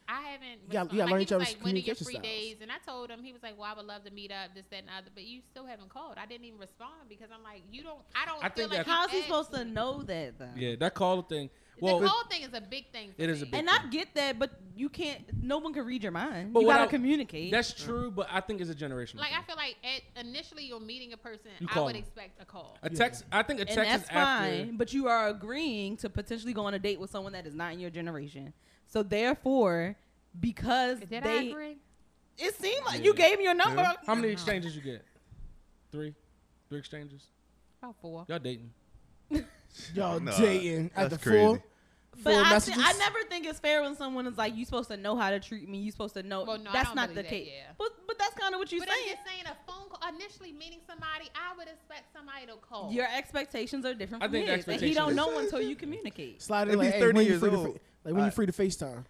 Speaker 3: I haven't.
Speaker 4: You gotta- you gotta
Speaker 3: like,
Speaker 4: learn
Speaker 3: he
Speaker 4: each
Speaker 3: was
Speaker 4: other's
Speaker 3: like, when are your
Speaker 4: communication
Speaker 3: free
Speaker 4: styles.
Speaker 3: days? And I told him he was like, "Well, I would love to meet up, this, that, and the other." But you still haven't called. I didn't even respond because I'm like, you don't. I don't
Speaker 2: I
Speaker 3: feel
Speaker 2: think that's-
Speaker 3: like
Speaker 6: How's he
Speaker 3: asked
Speaker 6: supposed to
Speaker 3: me.
Speaker 6: know that though?
Speaker 2: Yeah, that call thing. Well,
Speaker 3: the whole thing is a big thing. For
Speaker 2: It is a
Speaker 3: me.
Speaker 2: big
Speaker 6: And I get that, but you can't. No one can read your mind.
Speaker 2: But
Speaker 6: you
Speaker 2: what
Speaker 6: gotta
Speaker 2: I-
Speaker 6: communicate.
Speaker 2: that's true. But I think it's a generational.
Speaker 3: Like
Speaker 2: thing.
Speaker 3: I feel like at initially you're meeting a person,
Speaker 2: You
Speaker 3: I
Speaker 2: call
Speaker 3: would
Speaker 2: them.
Speaker 3: expect a call.
Speaker 2: a text. I think a
Speaker 6: and
Speaker 2: text
Speaker 6: that's
Speaker 2: is after.
Speaker 6: fine. But you are agreeing to potentially go on a date with someone that is not in your generation. So therefore, because
Speaker 3: Did I
Speaker 6: they,
Speaker 3: agree?
Speaker 6: it seemed like
Speaker 2: Yeah.
Speaker 6: you gave me your number.
Speaker 5: Yeah.
Speaker 2: How many exchanges you get? Three, three exchanges.
Speaker 3: About four.
Speaker 2: Y'all dating?
Speaker 4: Y'all
Speaker 5: Nah,
Speaker 4: dating at the
Speaker 5: that's
Speaker 4: full
Speaker 5: crazy.
Speaker 6: But
Speaker 4: full
Speaker 6: I, thi-
Speaker 4: messages.
Speaker 6: I never think it's fair when someone is like, "You supposed to know how to treat me. You supposed to know."
Speaker 3: Well, no, I
Speaker 6: that's
Speaker 3: don't
Speaker 6: not
Speaker 3: believe
Speaker 6: the
Speaker 3: that,
Speaker 6: case.
Speaker 3: yeah.
Speaker 6: But but that's kind of what you're
Speaker 3: But I'm
Speaker 6: saying.
Speaker 3: just saying, a phone call. Initially meeting somebody, I would expect somebody to call.
Speaker 6: Your expectations are different.
Speaker 2: I
Speaker 6: From
Speaker 2: think
Speaker 6: his, and he
Speaker 2: expectations
Speaker 6: don't
Speaker 2: is-
Speaker 6: know until you communicate.
Speaker 4: Slide
Speaker 5: If
Speaker 4: in like,
Speaker 5: he's
Speaker 4: hey,
Speaker 5: 30
Speaker 4: when you
Speaker 5: years
Speaker 4: free to
Speaker 5: old,
Speaker 4: free, like when you
Speaker 5: I-
Speaker 4: free to Facetime.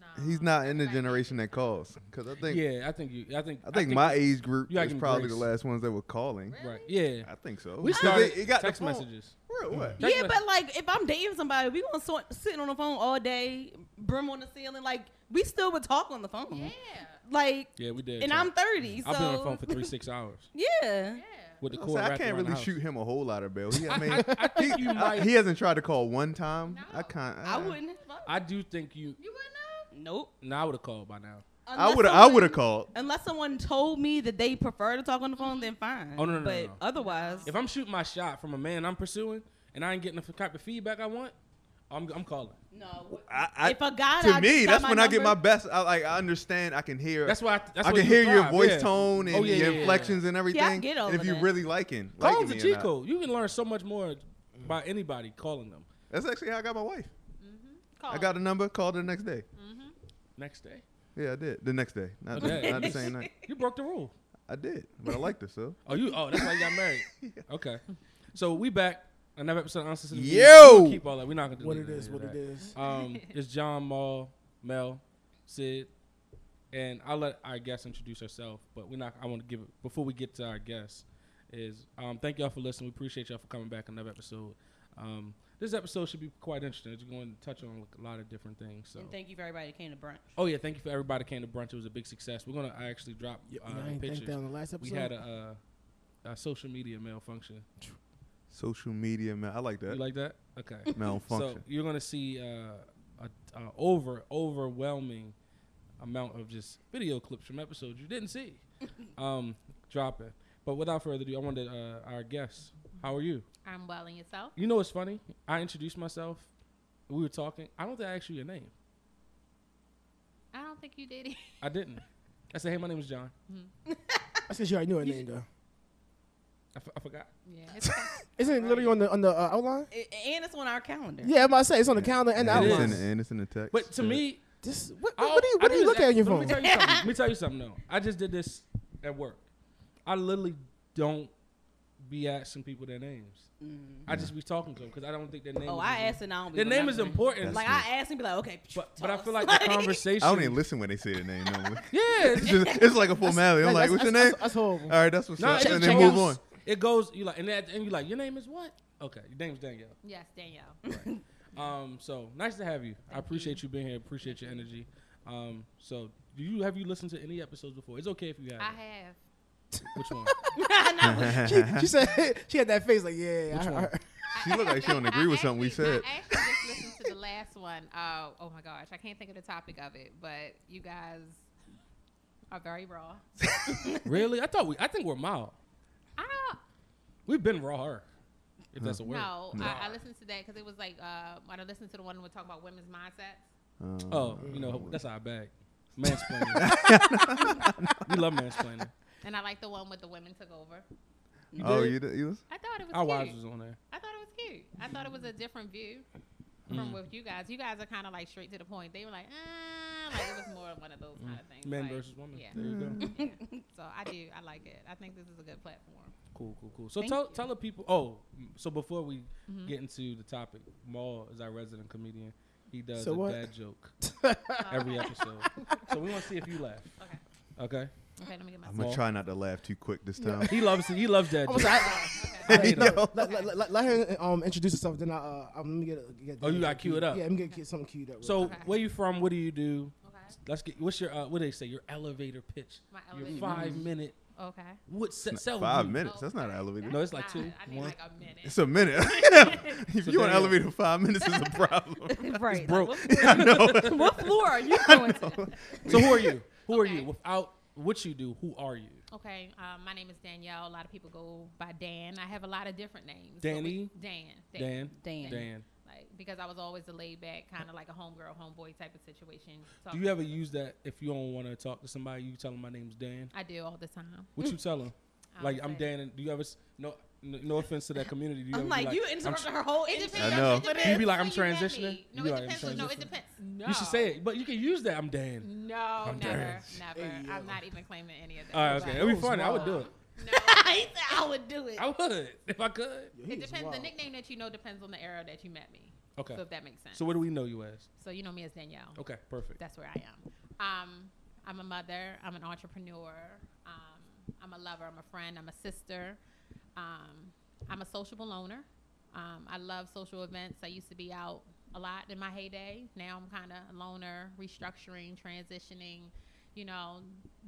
Speaker 3: No.
Speaker 5: He's not in the
Speaker 3: Right.
Speaker 5: generation that calls because I think
Speaker 2: Yeah, I think you. I think.
Speaker 5: I think my age group
Speaker 2: you gotta
Speaker 5: is
Speaker 2: give me
Speaker 5: probably the
Speaker 2: grace.
Speaker 5: last ones that were calling.
Speaker 2: Right. Yeah.
Speaker 5: I think so.
Speaker 2: We
Speaker 5: 'Cause
Speaker 2: started.
Speaker 5: it- it got the
Speaker 2: text
Speaker 5: phone-
Speaker 2: messages.
Speaker 5: Real what?
Speaker 2: Text
Speaker 6: yeah,
Speaker 2: mess-
Speaker 6: but like if I'm dating somebody, we gonna so- sitting on the phone all day, brim on the ceiling. Like we still would talk on the phone.
Speaker 3: Yeah.
Speaker 6: Like,
Speaker 5: Mm-hmm.
Speaker 2: Yeah, we did.
Speaker 6: and
Speaker 2: talk.
Speaker 6: I'm 30, so
Speaker 2: I've been on the phone for three six hours.
Speaker 6: yeah.
Speaker 3: Yeah.
Speaker 2: with the
Speaker 5: I,
Speaker 2: cord.
Speaker 5: said, I
Speaker 2: wrapped
Speaker 5: can't
Speaker 2: around the
Speaker 5: really
Speaker 2: house.
Speaker 5: shoot him a whole lot of bail. He, I mean,
Speaker 2: I think
Speaker 5: he,
Speaker 2: you
Speaker 5: I-
Speaker 2: might.
Speaker 5: he hasn't tried to call one time.
Speaker 3: No.
Speaker 5: I can't.
Speaker 6: I wouldn't. Fuck.
Speaker 2: I do think you.
Speaker 3: You wouldn't know.
Speaker 6: Nope.
Speaker 2: No, I would have called by now.
Speaker 5: I
Speaker 6: Unless
Speaker 5: would. I
Speaker 6: someone-
Speaker 5: would have called.
Speaker 6: Unless someone told me that they prefer to talk on the phone, then fine.
Speaker 2: Oh, no, no, no,
Speaker 6: But
Speaker 2: no.
Speaker 6: otherwise,
Speaker 2: If I'm shooting my shot from a man I'm pursuing and I ain't getting the f- type of feedback I want, I'm I'm calling.
Speaker 6: no.
Speaker 5: I, I,
Speaker 6: if a guy
Speaker 5: to
Speaker 6: I
Speaker 5: me,
Speaker 6: got
Speaker 5: that's when I get my
Speaker 6: number-
Speaker 5: best. I like. I understand. I can hear.
Speaker 2: That's why. I, that's
Speaker 5: I
Speaker 2: why
Speaker 5: can
Speaker 2: you
Speaker 5: hear your
Speaker 2: thrive,
Speaker 5: voice
Speaker 2: yeah.
Speaker 5: tone and
Speaker 2: Oh, yeah,
Speaker 5: your
Speaker 2: yeah, yeah.
Speaker 5: inflections and everything.
Speaker 6: get all
Speaker 5: and if
Speaker 6: of
Speaker 5: you
Speaker 6: that.
Speaker 5: really liking, liking
Speaker 2: Calling's a
Speaker 5: me or
Speaker 2: cheat
Speaker 5: not.
Speaker 2: code. You can learn so much more by anybody calling them.
Speaker 5: That's actually how I got my wife.
Speaker 3: Call
Speaker 5: I got a number. Called her the next day.
Speaker 2: Next day,
Speaker 5: Yeah, I did. The next day, not
Speaker 2: Okay.
Speaker 5: the, not the same night.
Speaker 2: you broke the rule.
Speaker 5: I did, but I liked her so.
Speaker 2: Oh, you. Oh, that's why you got married. Okay, so we back another episode of Answers. to the Media.
Speaker 5: Yo!
Speaker 2: We'll keep all that. We're not gonna do
Speaker 4: What it
Speaker 2: any of
Speaker 4: is,
Speaker 2: that.
Speaker 4: what it is.
Speaker 2: Um, it's John Maul, Mel, Sid, and I'll let our guest introduce herself. But we're not. I want to give it before we get to our guest. Is um, thank y'all for listening. We appreciate y'all for coming back another episode. Um, this episode should be quite interesting. It's going to touch on a lot of different things. So
Speaker 6: And thank you for everybody that came to brunch.
Speaker 2: Oh yeah, thank you for everybody that came to brunch. It was a big success. We're gonna actually drop
Speaker 4: Yep,
Speaker 2: uh,
Speaker 4: and I ain't thanked
Speaker 2: pictures.
Speaker 4: down the last
Speaker 2: We
Speaker 4: episode.
Speaker 2: had a, uh, a social media malfunction.
Speaker 5: Social media, man. I like
Speaker 2: You
Speaker 5: that
Speaker 2: like that? Okay. so
Speaker 5: malfunction.
Speaker 2: you're gonna see uh, a, a over overwhelming amount of just video clips from episodes you didn't see um, dropping. But without further ado, I wanted uh, our guests. How are you?
Speaker 3: I'm well in yourself.
Speaker 2: You know what's funny? I introduced myself. We were talking. I don't think I asked you your name.
Speaker 3: I don't think you did it.
Speaker 2: I didn't. I said, "Hey, my name is John."
Speaker 4: That's because you already knew her name, though.
Speaker 2: I, f- I forgot.
Speaker 3: Yeah. It's okay.
Speaker 4: Isn't it literally on the on the uh, outline?
Speaker 6: A- and it's on our calendar.
Speaker 4: Yeah, I'm about to say it's on the calendar and the
Speaker 2: It
Speaker 5: it's
Speaker 2: is.
Speaker 5: in
Speaker 4: outline.
Speaker 5: the and it's in the text.
Speaker 2: But to
Speaker 5: Yeah.
Speaker 2: me,
Speaker 4: This, what, what,
Speaker 2: I'll-
Speaker 4: what do you,
Speaker 2: I
Speaker 4: what do
Speaker 2: did
Speaker 4: you
Speaker 2: this
Speaker 4: look at on your
Speaker 2: at- Let
Speaker 4: phone?
Speaker 2: me tell you something. let me tell you something. though. I just did this at work. I literally don't be asking people their names.
Speaker 4: Mm.
Speaker 2: I just be talking to them because I don't think their name.
Speaker 6: Oh,
Speaker 2: is
Speaker 6: I
Speaker 2: important.
Speaker 6: asked and I don't. be
Speaker 2: Their name is
Speaker 6: remembering.
Speaker 2: important.
Speaker 5: That's
Speaker 6: Like
Speaker 5: good.
Speaker 6: I asked and be like, okay.
Speaker 2: but but I
Speaker 6: toss.
Speaker 2: feel like the conversation.
Speaker 5: I don't even listen when they say the name. normally.
Speaker 2: Yeah,
Speaker 5: it's,
Speaker 2: it's-
Speaker 5: just, it's like a formality. I'm like,
Speaker 4: That's-
Speaker 5: what's your
Speaker 4: that's-
Speaker 5: name? Uh,
Speaker 4: That's, that's horrible.
Speaker 5: All right, that's what's
Speaker 2: nah,
Speaker 5: up.
Speaker 2: it
Speaker 5: And
Speaker 2: just
Speaker 5: then move on.
Speaker 2: goes- It goes. You like and at the end you like your name is what? Okay, your name's Danielle.
Speaker 3: yes, Danielle.
Speaker 2: Um, so nice to have you. I appreciate you. being here. Appreciate your energy. Um, so do you have you listened to any episodes before? It's okay if you have.
Speaker 3: I have.
Speaker 2: Which one?
Speaker 4: she, she said she had that face like, yeah. I,
Speaker 2: one?
Speaker 4: I,
Speaker 5: She looked like she don't agree
Speaker 3: I
Speaker 5: with something we
Speaker 3: actually-
Speaker 5: said.
Speaker 3: I actually just listened to the last one. Uh, oh my gosh, I can't think of the topic of it, but you guys are very raw.
Speaker 2: really? I thought we. I think we're mild.
Speaker 3: I don't
Speaker 2: We've been raw, if that's a word.
Speaker 3: know.
Speaker 2: Raw.
Speaker 3: I, I listened to that because it was like uh, when I listened to the one we talk about women's mindsets.
Speaker 5: Um,
Speaker 2: Oh, you know that's our bag. Mansplaining. we love mansplaining.
Speaker 3: And I like the one with the women took over.
Speaker 5: oh,
Speaker 2: did?
Speaker 5: you did, you listen?
Speaker 3: I thought it was
Speaker 2: Our
Speaker 3: cute.
Speaker 2: wives was on there.
Speaker 3: I thought it was cute. I thought it was a different view
Speaker 2: Mm.
Speaker 3: from with you guys. You guys are kind of like straight to the point. They were like, ah, like it was more of one of those kind of things.
Speaker 2: Mm. Man
Speaker 3: like,
Speaker 2: versus woman.
Speaker 3: Yeah. Mm-hmm.
Speaker 2: There you go.
Speaker 3: yeah. So I do. I like it. I think this is a good platform.
Speaker 2: Cool, cool, cool. So
Speaker 6: Thank
Speaker 2: tell
Speaker 6: you.
Speaker 2: tell the people. Oh, m- so before we
Speaker 3: Mm-hmm.
Speaker 2: get into the topic, Maul is our resident comedian. He does
Speaker 4: So
Speaker 2: a
Speaker 4: what?
Speaker 2: dad joke every episode. so we want to see if you laugh.
Speaker 3: Okay.
Speaker 2: Okay.
Speaker 3: Okay, let me get my.
Speaker 5: I'm going
Speaker 2: Well-
Speaker 5: to try not to laugh too quick this time.
Speaker 2: He loves he loves dad
Speaker 4: I'm
Speaker 2: jokes.
Speaker 4: sorry,
Speaker 3: Okay.
Speaker 4: I, I,
Speaker 2: Yo.
Speaker 4: no, let, let, let, let her um, introduce herself. Then I, uh, I'm gonna get, a- get
Speaker 2: Oh, you gotta cue it up.
Speaker 4: Yeah, I'm gonna get something queued up.
Speaker 2: So
Speaker 3: Okay.
Speaker 2: where you from? What do you do?
Speaker 3: Okay.
Speaker 2: Let's get. What's your uh, what do they say? Your elevator pitch.
Speaker 3: My
Speaker 2: your
Speaker 3: elevator
Speaker 2: five minute.
Speaker 3: Okay.
Speaker 2: What se- sell
Speaker 5: Five
Speaker 2: you.
Speaker 5: minutes. That's not an elevator.
Speaker 2: No, it's
Speaker 3: That's
Speaker 2: like
Speaker 3: not-
Speaker 2: two,
Speaker 3: I need
Speaker 2: one.
Speaker 3: like a minute.
Speaker 5: It's a minute. if
Speaker 2: So
Speaker 5: you want
Speaker 2: Daniel-
Speaker 5: elevator five minutes, is a problem.
Speaker 6: right. like,
Speaker 2: broke.
Speaker 6: what, floor, what floor are you going to?
Speaker 2: So who are you? Who are you?
Speaker 3: Okay.
Speaker 2: Without what you do, who are you?
Speaker 3: Okay. Um, my name is Danielle. A lot of people go by Dan. I have a lot of different names. but
Speaker 2: Danny?
Speaker 3: we- Dan. Dan.
Speaker 2: Dan.
Speaker 6: Dan.
Speaker 2: Dan.
Speaker 3: Like because I was always a laid back, kind of like a homegirl, homeboy type of situation. So
Speaker 2: Do you ever use that if you don't want to talk to somebody? You tell them my name's Dan.
Speaker 3: I do all the time.
Speaker 2: What you tell them?
Speaker 3: Mm. I
Speaker 2: Like
Speaker 3: would
Speaker 2: I'm
Speaker 3: say-
Speaker 2: Dan. And do you ever? s- No, no, no offense to that community. Do you
Speaker 6: I'm
Speaker 2: ever
Speaker 6: like,
Speaker 2: be
Speaker 6: you
Speaker 2: I'm
Speaker 6: interrupted
Speaker 2: tr-
Speaker 6: her whole
Speaker 3: It
Speaker 6: interview.
Speaker 3: depends.
Speaker 5: I know.
Speaker 3: It depends
Speaker 2: You be like,
Speaker 3: who
Speaker 2: I'm
Speaker 3: you met
Speaker 2: transitioning?
Speaker 3: me. No,
Speaker 2: You
Speaker 3: it
Speaker 2: like, I'm
Speaker 3: depends. who- No, it
Speaker 2: transitioning?
Speaker 3: depends. No.
Speaker 2: You should say it, but you can use that. I'm Dan.
Speaker 3: No, never, never. I'm not even claiming any of that.
Speaker 2: All right, okay. It'd be funny. I would do it.
Speaker 3: No,
Speaker 6: He said, I would do it.
Speaker 2: I would if I could.
Speaker 3: it depends. The nickname that you know depends on the era that you met me.
Speaker 2: Okay.
Speaker 3: So if that makes sense.
Speaker 2: So
Speaker 3: So,
Speaker 2: what do we know you as?
Speaker 3: you know me as Danielle.
Speaker 2: Okay, perfect.
Speaker 3: That's where I am. Um, I'm a mother. I'm an entrepreneur. Um, I'm a lover. I'm a friend. I'm a sister. Um, I'm a sociable loner. Um, I love social events. I used to be out a lot in my heyday. Now I'm kind of a loner, restructuring, transitioning, you know,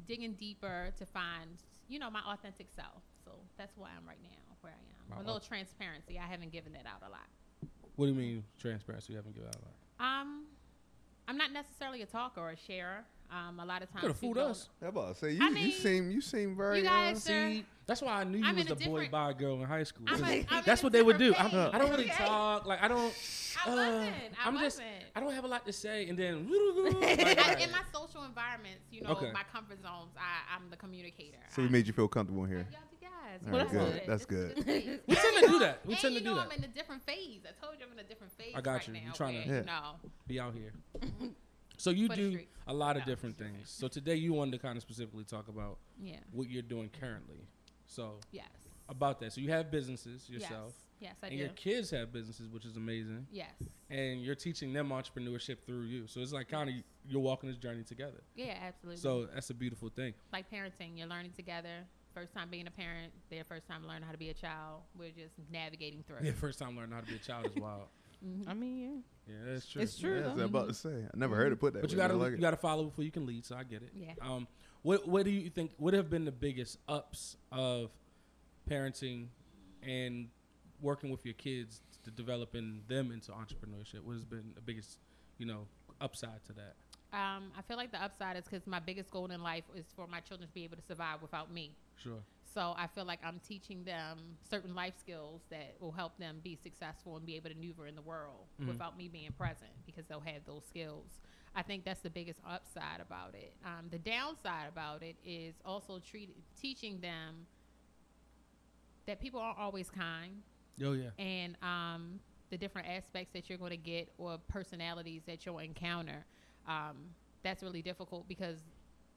Speaker 3: digging deeper to find, you know, my authentic self. So that's why I'm right now where I am.
Speaker 2: Wow.
Speaker 3: A little transparency. I haven't given it out a lot.
Speaker 2: What do you mean transparency? You haven't given out.
Speaker 3: Um, I'm not necessarily a talker or a sharer. Um, a lot of times
Speaker 2: Could have
Speaker 3: people
Speaker 2: fooled
Speaker 3: don't-
Speaker 2: us.
Speaker 5: I'm about to say you,
Speaker 3: I
Speaker 5: you
Speaker 3: mean,
Speaker 5: seem you seem very
Speaker 3: You guys,
Speaker 5: uh,
Speaker 3: sir.
Speaker 2: That's why I knew you
Speaker 3: I'm
Speaker 2: was
Speaker 3: in a
Speaker 2: the boy
Speaker 3: different-
Speaker 2: by girl in high school.
Speaker 3: I'm a-
Speaker 2: 'Cause
Speaker 3: I'm in
Speaker 2: that's
Speaker 3: a
Speaker 2: what they would do.
Speaker 3: different
Speaker 2: I'm, I don't really
Speaker 3: phase, okay?
Speaker 2: talk. Like I don't.
Speaker 3: I
Speaker 2: uh,
Speaker 3: wasn't. I
Speaker 2: I'm
Speaker 3: wasn't.
Speaker 2: just. I don't have a lot to say, and then.
Speaker 3: I,
Speaker 2: like,
Speaker 3: in my social environments, you know,
Speaker 2: Okay.
Speaker 3: my comfort zones, I, I'm the communicator.
Speaker 5: So we
Speaker 3: I-
Speaker 5: made you feel comfortable in
Speaker 3: I-
Speaker 5: here.
Speaker 3: y'all the guys.
Speaker 5: All
Speaker 3: we
Speaker 6: right,
Speaker 3: got
Speaker 6: good.
Speaker 3: it.
Speaker 5: That's
Speaker 3: This is
Speaker 6: good.
Speaker 3: phase.
Speaker 2: we tend to do that. We
Speaker 3: And
Speaker 2: tend to
Speaker 3: you know
Speaker 2: do that.
Speaker 3: I'm in a different phase. I told you I'm in a different phase.
Speaker 2: I got
Speaker 3: right
Speaker 2: you.
Speaker 3: Now,
Speaker 2: You tryna-
Speaker 3: where,
Speaker 5: Yeah.
Speaker 3: No.
Speaker 2: Be out here. So you
Speaker 3: For the
Speaker 2: do
Speaker 3: streets.
Speaker 2: a lot of
Speaker 3: No,
Speaker 2: different
Speaker 3: excuse me.
Speaker 2: things. So today you wanted to kind of specifically talk about
Speaker 3: Yeah.
Speaker 2: what you're doing currently. So
Speaker 3: Yes.
Speaker 2: about that. So you have businesses yourself,
Speaker 3: Yes, yes I
Speaker 2: and
Speaker 3: do.
Speaker 2: your kids have businesses, which is amazing.
Speaker 3: Yes.
Speaker 2: And you're teaching them entrepreneurship through you. So it's like kind of you're walking this journey together.
Speaker 3: Yeah, absolutely.
Speaker 2: So that's a beautiful thing.
Speaker 3: like parenting, you're learning together. First time being a parent, their first time learning how to be a child. We're just navigating through.
Speaker 2: Yeah, first time learning how to be a child is wild.
Speaker 6: I mean,
Speaker 2: Yeah, that's true.
Speaker 6: yeah, it's
Speaker 5: Yeah,
Speaker 6: true.
Speaker 5: that's what
Speaker 6: though.
Speaker 5: I'm about to say. I never heard it put that.
Speaker 2: But you
Speaker 5: way. I
Speaker 2: gotta
Speaker 5: like
Speaker 2: you
Speaker 5: it.
Speaker 2: gotta follow before you can lead. So I get it.
Speaker 3: Yeah.
Speaker 2: Um, what what do you think? What have been the biggest ups of parenting and working with your kids to developing them into entrepreneurship? What has been the biggest you know upside to that?
Speaker 3: Um, I feel like the upside is because my biggest goal in life is for my children to be able to survive without me.
Speaker 2: Sure.
Speaker 3: So I feel like I'm teaching them certain life skills that will help them be successful and be able to maneuver in the world
Speaker 2: Mhm.
Speaker 3: without me being present because they'll have those skills. I think that's the biggest upside about it. Um, the downside about it is also treat, teaching them that people aren't always kind
Speaker 2: Oh yeah.
Speaker 3: and um, the different aspects that you're going to get or personalities that you'll encounter. Um, that's really difficult because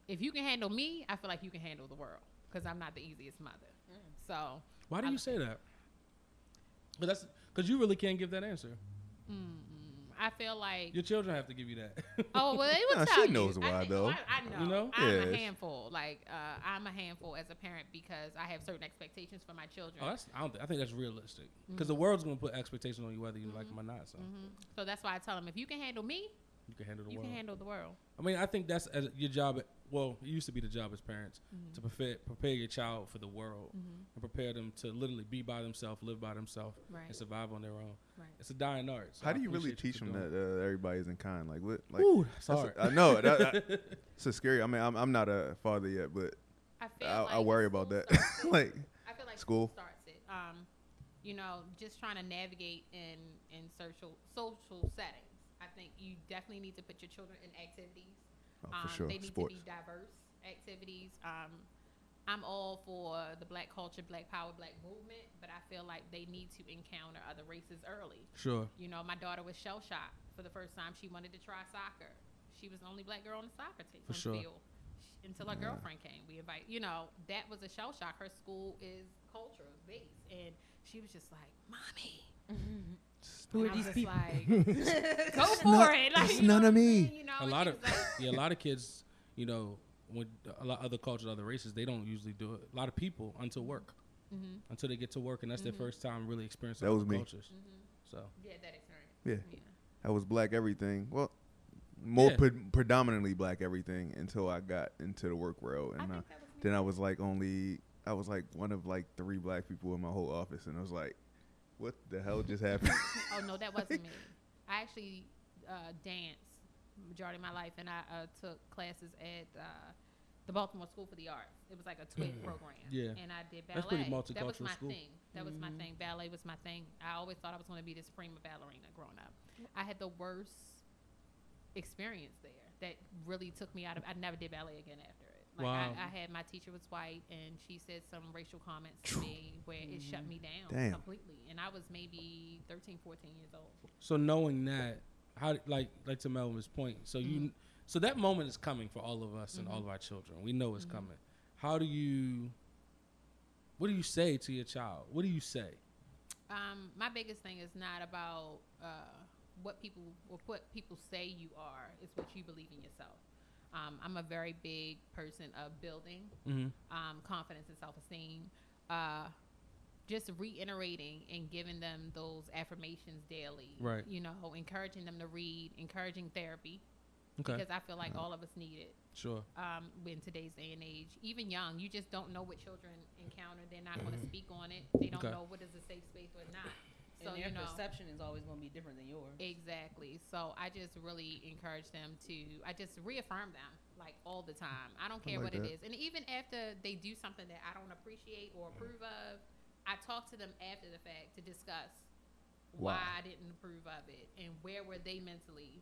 Speaker 3: if you can handle me, I feel like you can handle the world because I'm not the easiest mother. So,
Speaker 2: Why do
Speaker 3: I-
Speaker 2: you say that? But that's because you really can't give that answer.
Speaker 3: mm, I feel like
Speaker 2: Your children have to give you that.
Speaker 3: oh well, it would
Speaker 5: Nah, she
Speaker 3: tell
Speaker 5: knows
Speaker 3: you.
Speaker 5: why,
Speaker 3: I, think-
Speaker 5: though.
Speaker 3: I, I know.
Speaker 2: You know?
Speaker 3: I'm a
Speaker 5: Yes.
Speaker 3: handful. Like uh, I'm a handful as a parent because I have certain expectations for my children.
Speaker 2: oh, that's, I don't. Think, I think that's realistic because
Speaker 3: Mm-hmm.
Speaker 2: the world's gonna put expectations on you whether you like them or not. So
Speaker 3: Mhm. So that's why I tell them if you can handle me,
Speaker 2: you can handle the
Speaker 3: you
Speaker 2: world.
Speaker 3: can handle the world.
Speaker 2: I mean, I think that's as your job. At, well, it used to be the job as parents
Speaker 3: Mm-hmm.
Speaker 2: to prepare prepare your child for the world and prepare them to literally be by themselves, live by themselves,
Speaker 3: Right.
Speaker 2: and survive on their own.
Speaker 3: Right.
Speaker 2: It's a dying art. so
Speaker 5: How
Speaker 2: I
Speaker 5: do you really
Speaker 2: appreciate
Speaker 5: teach
Speaker 2: for
Speaker 5: them
Speaker 2: doing
Speaker 5: that uh, everybody isn't kind? Like what?
Speaker 2: it.
Speaker 5: Like
Speaker 2: Ooh,
Speaker 5: that's-
Speaker 2: sorry.
Speaker 5: I know that, that, it's so scary. I mean, I'm, I'm not a father yet, but
Speaker 3: I feel
Speaker 5: I,
Speaker 3: like
Speaker 5: I worry
Speaker 3: school
Speaker 5: about that.
Speaker 3: starts it.
Speaker 5: like oh,
Speaker 3: I feel like
Speaker 5: School.
Speaker 3: school starts it. Um, you know, just trying to navigate in in social social settings. I think you definitely need to put your children in activities.
Speaker 5: oh,
Speaker 3: um,
Speaker 5: for sure,
Speaker 3: They need
Speaker 5: sports.
Speaker 3: to be diverse activities. Um, I'm all for the black culture, black power, black movement, but I feel like they need to encounter other races early.
Speaker 2: sure.
Speaker 3: You know, my daughter was shell shocked for the first time. She wanted to try soccer. She was the only black girl on the soccer team
Speaker 2: For
Speaker 3: on the
Speaker 2: sure.
Speaker 3: field Sh- until her girlfriend came. We invite, you know, that was a shell shock. Her school is cultural based, and she was just like, "Mommy."
Speaker 6: Who
Speaker 3: And
Speaker 6: are
Speaker 3: I was
Speaker 6: these
Speaker 3: just
Speaker 6: people?
Speaker 3: Like, Go for it! Like,
Speaker 5: it's
Speaker 3: you know
Speaker 5: none
Speaker 3: what
Speaker 5: of
Speaker 3: I'm
Speaker 5: me.
Speaker 3: saying? You know,
Speaker 2: a
Speaker 3: and
Speaker 2: lot
Speaker 3: she
Speaker 2: of
Speaker 3: was like-
Speaker 2: yeah, a lot of kids, you know, when a lot other cultures, other races, they don't usually do it. A lot of people until work,
Speaker 3: Mhm.
Speaker 2: until they get to work, and that's
Speaker 3: Mm-hmm.
Speaker 2: their first time really experiencing
Speaker 5: That
Speaker 2: other
Speaker 5: was me.
Speaker 2: cultures. So
Speaker 3: yeah, that experience.
Speaker 5: Yeah.
Speaker 3: yeah.
Speaker 5: I was black everything. Well, more
Speaker 2: Yeah.
Speaker 5: pre- predominantly black everything until I got into the work world,
Speaker 3: I
Speaker 5: and uh
Speaker 3: think that was me.
Speaker 5: then I was like only I was like one of like three black people in my whole office, and I was like, what the hell just happened?
Speaker 3: Oh no, that wasn't me. I actually uh, danced majority of my life, and I uh, took classes at uh, the Baltimore School for the Arts. It was like a twig program.
Speaker 2: Mm. Yeah.
Speaker 3: and I did ballet.
Speaker 2: That's pretty
Speaker 3: That was
Speaker 2: multicultural
Speaker 3: my
Speaker 2: school. Mm-hmm.
Speaker 3: thing. That was my thing. Ballet was my thing. I always thought I was going to be this prima ballerina growing up. I had the worst experience there. That really took me out of. I never did ballet again after it. Like
Speaker 2: Wow.
Speaker 3: I, I had my teacher was white, and she said some racial comments to me where it shut me down
Speaker 5: Damn.
Speaker 3: completely. And I was maybe 13, 14 years old.
Speaker 2: So knowing that, how like like to Melvin's point, so you so that moment is coming for all of us and all of our children. We know it's coming. How do you? What do you say to your child? What do you say?
Speaker 3: Um, my biggest thing is not about uh, what people or what people say you are; it's what you believe in yourself. Um, I'm a very big person of building
Speaker 2: Mm-hmm.
Speaker 3: um, confidence and self-esteem. Uh, just reiterating and giving them those affirmations daily.
Speaker 2: Right.
Speaker 3: You know, encouraging them to read, encouraging therapy.
Speaker 2: Okay. Uh-huh.
Speaker 3: because I feel like all of us need it.
Speaker 2: Sure.
Speaker 3: um, in today's day and age, even young, you just don't know what children encounter. They're not going to speak on it. They don't
Speaker 2: Okay.
Speaker 3: know what is a safe space or not. So
Speaker 6: and
Speaker 3: you
Speaker 6: their
Speaker 3: know
Speaker 6: perception is always going to be different than yours.
Speaker 3: exactly. So I just really encourage them to. I just reaffirm them like all the time. I don't care
Speaker 5: like
Speaker 3: what
Speaker 5: that.
Speaker 3: it is, and even after they do something that I don't appreciate or approve of, I talk to them after the fact to discuss why,
Speaker 5: Why.
Speaker 3: I didn't approve of it and where were they mentally.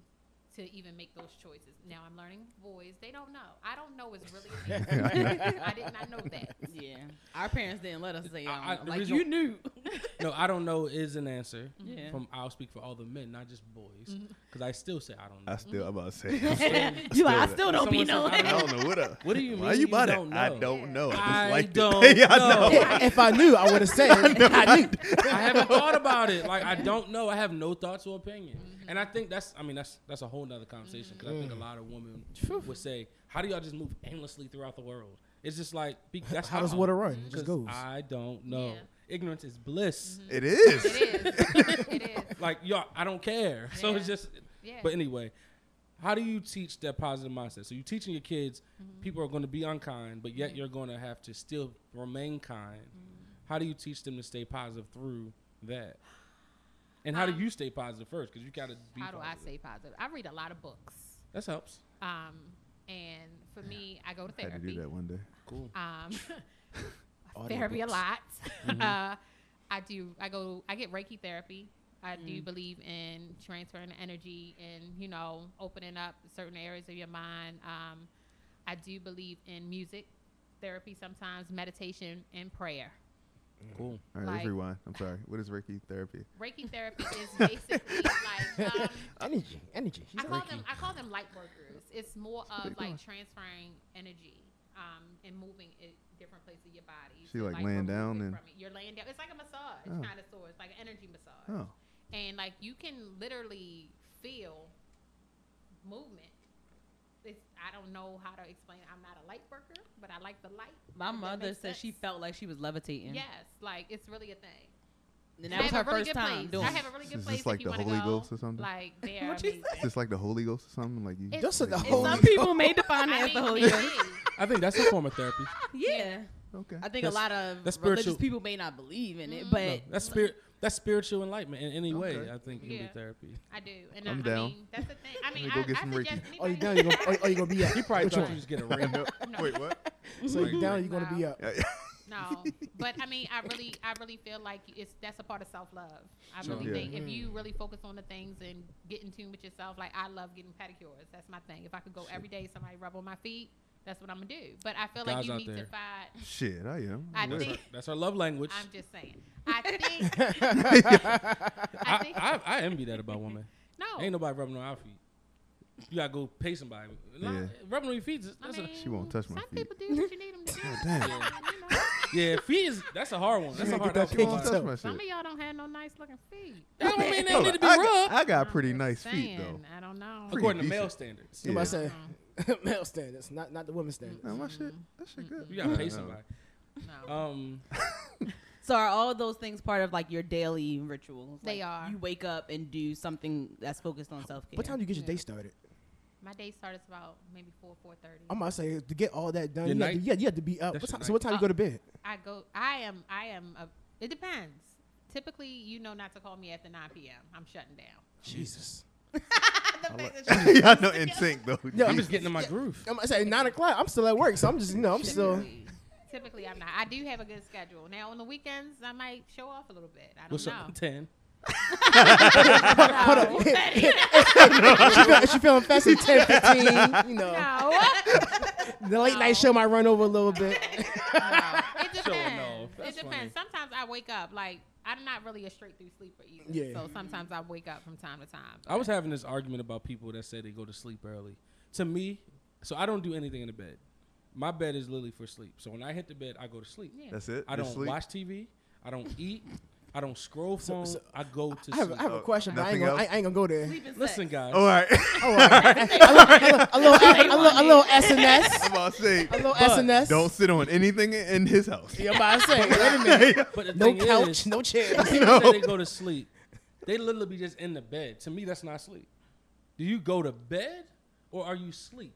Speaker 3: To even make those choices. Now I'm learning boys. They don't know. I don't know is really. a thing. I did not know that.
Speaker 6: yeah, our parents didn't let us say.
Speaker 2: I-
Speaker 6: I,
Speaker 2: I-
Speaker 6: don't
Speaker 2: the
Speaker 6: know. like
Speaker 2: reason-
Speaker 6: you knew.
Speaker 2: No, I don't know is an answer.
Speaker 6: Yeah.
Speaker 2: From I'll speak for all the men, not just boys, because I still say I don't know.
Speaker 5: I still I'm about to say. I
Speaker 6: you like, I
Speaker 5: still-
Speaker 6: still don't be
Speaker 2: Someone
Speaker 6: no.
Speaker 2: said,
Speaker 5: I don't know what. A,
Speaker 2: What do you
Speaker 5: why
Speaker 2: mean
Speaker 5: you
Speaker 2: you
Speaker 5: buy that?
Speaker 2: don't
Speaker 5: I
Speaker 2: know?
Speaker 5: don't know. I just
Speaker 2: I
Speaker 5: liked it.
Speaker 2: don't
Speaker 5: yeah, I
Speaker 2: know.
Speaker 5: know.
Speaker 4: if I knew, I would have said it. I knew.
Speaker 2: I haven't thought about it. Like I don't know. I have no thoughts or opinion. And I think that's. I mean, that's that's a whole nother conversation because I think
Speaker 4: Mm.
Speaker 2: a lot of women would say, "How do y'all just move aimlessly throughout the world?" It's just like be, that's
Speaker 4: How does water run? It just
Speaker 2: 'Cause
Speaker 4: goes.
Speaker 2: I don't know.
Speaker 3: Yeah.
Speaker 2: Ignorance is bliss.
Speaker 5: It
Speaker 3: It
Speaker 5: is.
Speaker 3: is. it is.
Speaker 2: Like y'all, I don't care. So it's
Speaker 3: Mm-hmm. Yeah.
Speaker 2: just.
Speaker 3: Yeah.
Speaker 2: But anyway, how do you teach that positive mindset? So you're teaching your kids
Speaker 3: Mm-hmm.
Speaker 2: people are going to be unkind, but yet you're going to have to still remain kind.
Speaker 3: Mm-hmm.
Speaker 2: How do you teach them to stay positive through that? And how do you stay positive first? Because you got to be.
Speaker 3: Um, How do I
Speaker 2: positive.
Speaker 3: stay positive? I read a lot of books.
Speaker 2: That helps.
Speaker 3: Um, and for me, I go to
Speaker 5: Had to do
Speaker 3: therapy.
Speaker 5: that one day.
Speaker 2: Cool.
Speaker 3: Um, therapy a lot.
Speaker 5: Mm-hmm.
Speaker 3: Uh, I do. I go. I get Reiki therapy. I do believe in transferring the energy and you know opening up certain areas of your mind. Um, I do believe in music therapy sometimes, meditation and prayer.
Speaker 2: Cool.
Speaker 5: All right,
Speaker 3: Like-
Speaker 5: let's rewind. I'm sorry. What is Reiki therapy?
Speaker 3: Reiki therapy is basically like um,
Speaker 4: Energy, energy. She's
Speaker 3: I call
Speaker 4: Reiki.
Speaker 3: them I call them light workers. It's more of
Speaker 4: they
Speaker 3: like
Speaker 4: doing.
Speaker 3: transferring energy um, and moving it different places of your body.
Speaker 5: She,
Speaker 3: to,
Speaker 5: like, laying
Speaker 3: remove
Speaker 5: down
Speaker 3: it
Speaker 5: and-
Speaker 3: from it. you're laying down. It's like a massage,
Speaker 5: Oh.
Speaker 3: kind of sort. It's like an energy massage,
Speaker 5: Oh,
Speaker 3: and like you can literally feel movement. It's, I don't know how to explain. it. I'm not a light worker, but I like the light.
Speaker 6: My
Speaker 3: if that
Speaker 6: mother
Speaker 3: makes
Speaker 6: said she
Speaker 3: sense.
Speaker 6: felt like she was levitating.
Speaker 3: Yes, like it's really a thing.
Speaker 6: and
Speaker 3: I
Speaker 6: that was her
Speaker 3: have a really
Speaker 6: first
Speaker 3: good
Speaker 6: time
Speaker 3: place.
Speaker 6: doing.
Speaker 3: I
Speaker 6: it.
Speaker 3: have a really good
Speaker 5: Is this
Speaker 3: place.
Speaker 5: like
Speaker 3: if you
Speaker 5: the
Speaker 3: wanna
Speaker 5: Holy
Speaker 3: go.
Speaker 5: Ghost or something?
Speaker 3: Like they are
Speaker 6: What'd you
Speaker 3: amazing.
Speaker 5: it's just like the Holy Ghost or something. Like you.
Speaker 3: It's-
Speaker 4: Just said the
Speaker 5: it's
Speaker 4: whole.
Speaker 6: Some people may define it
Speaker 3: I
Speaker 6: as the
Speaker 3: mean,
Speaker 6: Holy
Speaker 3: it
Speaker 6: Ghost.
Speaker 3: is.
Speaker 2: I think that's a form of therapy.
Speaker 6: Yeah,
Speaker 5: Okay.
Speaker 6: I think
Speaker 2: That's-
Speaker 6: a lot of
Speaker 2: that's spiritual.
Speaker 6: religious people may not believe in it, but
Speaker 2: No, that's spirit. That's spiritual enlightenment in any way.
Speaker 5: Okay.
Speaker 2: I think it can be
Speaker 3: Yeah.
Speaker 2: therapy.
Speaker 3: I do, and I,
Speaker 5: I'm down.
Speaker 3: I mean that's the thing. I mean,
Speaker 5: me go
Speaker 3: I,
Speaker 5: get
Speaker 3: I
Speaker 5: some Reiki.
Speaker 3: suggest
Speaker 4: Oh, you
Speaker 3: anybody.
Speaker 4: down? You gonna, oh, oh, you gonna be at?
Speaker 2: He probably
Speaker 4: Which
Speaker 2: thought
Speaker 4: one?
Speaker 2: you just get a ring.
Speaker 5: Wait, what?
Speaker 4: So you
Speaker 2: Like-
Speaker 4: down? You gonna be
Speaker 3: Wow.
Speaker 4: up?
Speaker 3: no, but I mean, I really, I really feel like it's that's a part of self love. I
Speaker 2: Sure. Mm-hmm.
Speaker 3: really
Speaker 5: Yeah.
Speaker 3: think if you really focus on the things and get in tune with yourself, like I love getting pedicures. That's my thing. If I could go every day, somebody rub on my feet, that's what I'm gonna do. But I feel like
Speaker 2: Guys
Speaker 3: you
Speaker 2: out
Speaker 3: need
Speaker 2: there.
Speaker 3: to find.
Speaker 5: Shit, I am.
Speaker 3: I
Speaker 2: That's her,
Speaker 3: think.
Speaker 2: that's her love language.
Speaker 3: I'm just saying. I think. I
Speaker 2: I,
Speaker 3: think Oh.
Speaker 2: I, I envy that about women.
Speaker 3: no.
Speaker 2: Ain't nobody rubbing on our feet. You gotta go pay somebody. Nah,
Speaker 5: Yeah.
Speaker 2: Rubbing on your feet, is-
Speaker 3: I
Speaker 2: that's a-
Speaker 3: mean,
Speaker 5: She won't touch my
Speaker 3: Some
Speaker 5: feet.
Speaker 3: people do what you need them to do.
Speaker 5: damn.
Speaker 3: You know,
Speaker 2: yeah, feet is that's a hard one. That's a
Speaker 4: gotta
Speaker 2: hard.
Speaker 4: get
Speaker 2: That's a
Speaker 4: that
Speaker 5: She
Speaker 2: hard
Speaker 5: won't
Speaker 4: Pinky
Speaker 5: touch
Speaker 4: toe.
Speaker 5: my
Speaker 3: Some
Speaker 5: shit.
Speaker 3: of y'all don't have no nice looking feet.
Speaker 2: That don't mean they need to be
Speaker 5: I
Speaker 2: rubbed.
Speaker 5: got, I got pretty
Speaker 3: I'm
Speaker 5: nice
Speaker 3: just
Speaker 5: feet though.
Speaker 3: saying, I don't know.
Speaker 5: Pretty
Speaker 2: According to
Speaker 5: decent.
Speaker 2: male standards,
Speaker 4: You
Speaker 5: Yeah.
Speaker 4: must say male standards, not not the women's standards.
Speaker 5: No, my shit, that shit good.
Speaker 2: you gotta
Speaker 5: No,
Speaker 2: pay
Speaker 5: no.
Speaker 2: somebody.
Speaker 3: No.
Speaker 2: Um,
Speaker 6: so are all those things part of like your daily rituals?
Speaker 3: They
Speaker 6: Like,
Speaker 3: are.
Speaker 6: You wake up and do something that's focused on self care.
Speaker 4: What time do you get your day started?
Speaker 3: My day starts about maybe four, four thirty.
Speaker 4: I'm about to say to get all that done.
Speaker 2: Your
Speaker 4: You have to,
Speaker 2: night?
Speaker 4: yeah, you have to be up.
Speaker 2: That's
Speaker 4: What
Speaker 2: your Oh.
Speaker 4: time, so what time you go to bed?
Speaker 3: I go. I am. I am. A, it depends. Typically, you know not to call me after nine p.m. I'm shutting down.
Speaker 4: Jesus.
Speaker 3: the fact that you-
Speaker 5: Y'all know in sync though.
Speaker 4: Yeah,
Speaker 2: I'm just getting in my groove.
Speaker 4: I'm about to say nine o'clock. I'm still at work, so I'm just you know I'm still.
Speaker 3: typically, typically, I'm not. I do have a good schedule. Now on the weekends, I might show off a little bit. I don't
Speaker 2: What's
Speaker 3: know.
Speaker 2: up? Ten.
Speaker 4: Hold
Speaker 3: Oh.
Speaker 4: up. she, feel, she feeling fancy 10, 15, you know.
Speaker 3: No,
Speaker 4: The late night show might run over a little bit.
Speaker 3: No. it
Speaker 2: Showing
Speaker 3: depends.
Speaker 2: off. That's
Speaker 3: It depends. Sometimes I wake up like I'm not really a straight through sleeper either.
Speaker 4: Yeah.
Speaker 3: So sometimes I wake up from time to time.
Speaker 2: I was having this argument about people that say they go to sleep early. To me, so I don't do anything in the bed. My bed is literally for sleep. So when I hit the bed, I go to sleep.
Speaker 3: Yeah.
Speaker 5: That's it.
Speaker 2: I
Speaker 5: Just
Speaker 2: don't
Speaker 5: sleep?
Speaker 2: watch TV. I don't eat. I don't scroll
Speaker 4: So-
Speaker 2: phones.
Speaker 4: so
Speaker 2: I go to
Speaker 4: I have,
Speaker 2: sleep.
Speaker 4: I have a
Speaker 5: Oh,
Speaker 4: question, but I
Speaker 5: nothing
Speaker 4: ain't, gonna, I,
Speaker 5: else?
Speaker 4: I ain't gonna go there.
Speaker 2: Listen, guys.
Speaker 5: All right.
Speaker 4: Oh, all right. a little, a little, a little, a little SNS.
Speaker 5: I'm about to say,
Speaker 4: A little SNS.
Speaker 5: don't sit on anything in his house.
Speaker 4: Yeah, I'm about to say, wait a minute.
Speaker 2: But the
Speaker 4: No
Speaker 2: thing
Speaker 4: couch,
Speaker 2: is,
Speaker 4: no chair.
Speaker 2: people that say they go to sleep. They literally be just in the bed. To me, that's not sleep. Do you go to bed or are you sleep?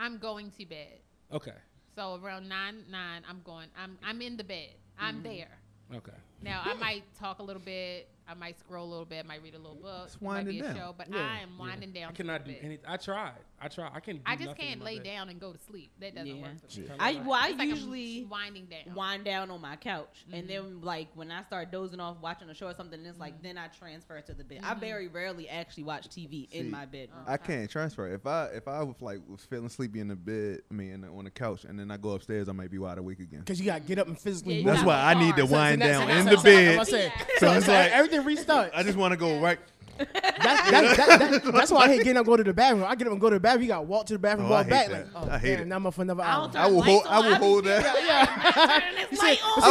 Speaker 3: I'm going to bed.
Speaker 2: Okay,
Speaker 3: So around nine nine, I'm going. I'm I'm in the bed. I'm
Speaker 6: Mm-hmm.
Speaker 3: there.
Speaker 2: okay.
Speaker 3: Now I might talk a little bit. I might scroll a little bit. Might read a little book.
Speaker 5: It's
Speaker 3: it might be
Speaker 5: winding
Speaker 3: a
Speaker 5: down.
Speaker 3: show, but
Speaker 4: Yeah.
Speaker 3: I am winding down.
Speaker 2: I
Speaker 3: to
Speaker 2: cannot
Speaker 3: the
Speaker 2: do
Speaker 3: bed.
Speaker 2: anything. I tried. I tried. I can. Do
Speaker 3: I just
Speaker 2: nothing in
Speaker 3: can't
Speaker 2: my
Speaker 3: lay
Speaker 2: bed.
Speaker 3: down and go to sleep. That doesn't
Speaker 6: Yeah.
Speaker 3: work for me.
Speaker 2: Turn
Speaker 6: I
Speaker 2: around.
Speaker 6: well, I
Speaker 3: It's like I'm
Speaker 6: usually
Speaker 3: winding down.
Speaker 6: wind down on my couch, and then like when I start dozing off watching a show or something, it's like then I transfer to the bed. I very rarely actually watch TV
Speaker 5: See,
Speaker 6: in my bedroom.
Speaker 5: I can't transfer. If I if I was like was feeling sleepy in the bed, I mean on the couch, and then I go upstairs, I might be wide awake again.
Speaker 4: Because you got to get up and physically
Speaker 3: Yeah, you
Speaker 4: move.
Speaker 5: That's
Speaker 3: gotta
Speaker 5: why
Speaker 3: go
Speaker 5: I need
Speaker 3: hard.
Speaker 5: to
Speaker 3: So- so
Speaker 5: wind
Speaker 4: that's-
Speaker 5: down
Speaker 4: that's
Speaker 5: in
Speaker 4: what
Speaker 5: the
Speaker 4: I'm saying.
Speaker 5: bed.
Speaker 4: That's what I'm saying.
Speaker 5: So
Speaker 4: So
Speaker 5: it's
Speaker 4: so
Speaker 5: like-
Speaker 4: everything restarts.
Speaker 5: I just want to go right.
Speaker 4: That, that, that, that, that's why I hate getting up go to the bathroom. I get up and go to the bathroom. You got to walk to the bathroom,
Speaker 5: Oh, I
Speaker 4: walk
Speaker 5: hate
Speaker 4: back.
Speaker 5: that.
Speaker 4: Like, oh,
Speaker 5: I hate
Speaker 4: damn,
Speaker 5: it.
Speaker 4: now I'm up for another
Speaker 3: I don't
Speaker 4: hour.
Speaker 3: turn
Speaker 5: I will
Speaker 3: lights
Speaker 5: hold.
Speaker 3: on. oh,
Speaker 5: I will
Speaker 3: be
Speaker 5: hold
Speaker 3: sitting
Speaker 5: that. I
Speaker 4: It's
Speaker 5: will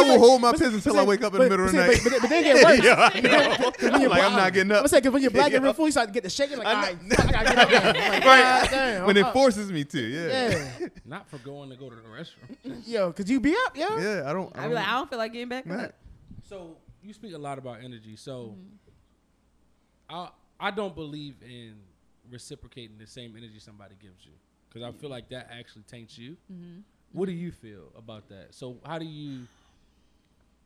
Speaker 4: like-
Speaker 5: hold my
Speaker 4: but-
Speaker 5: piss until
Speaker 4: but-
Speaker 5: I wake up in
Speaker 4: but-
Speaker 5: the middle of the
Speaker 4: but-
Speaker 5: night.
Speaker 4: But, but then it gets worse.
Speaker 5: Yeah, I know. I'm like I'm not getting
Speaker 4: I'm
Speaker 5: up.
Speaker 4: saying, 'cause when you're black and
Speaker 5: Yeah.
Speaker 4: real food, you start to get the shaking. Like, all
Speaker 5: I
Speaker 4: right, fuck, I gotta get up. there.
Speaker 5: Right.
Speaker 4: Like, God damn,
Speaker 5: When
Speaker 4: I'm
Speaker 5: it
Speaker 4: up.
Speaker 5: forces me to, yeah,
Speaker 4: Yeah.
Speaker 2: Not for going to go to the restroom.
Speaker 4: Yo, could you be up? Yo.
Speaker 5: yeah. I don't.
Speaker 6: I be like, I don't feel like getting back
Speaker 5: Right.
Speaker 6: up.
Speaker 2: So you speak a lot about energy. So
Speaker 3: Mm-hmm.
Speaker 2: I I don't believe in reciprocating the same energy somebody gives you because I feel like that actually taints you.
Speaker 3: Mm-hmm.
Speaker 2: What do you feel about that? So how do you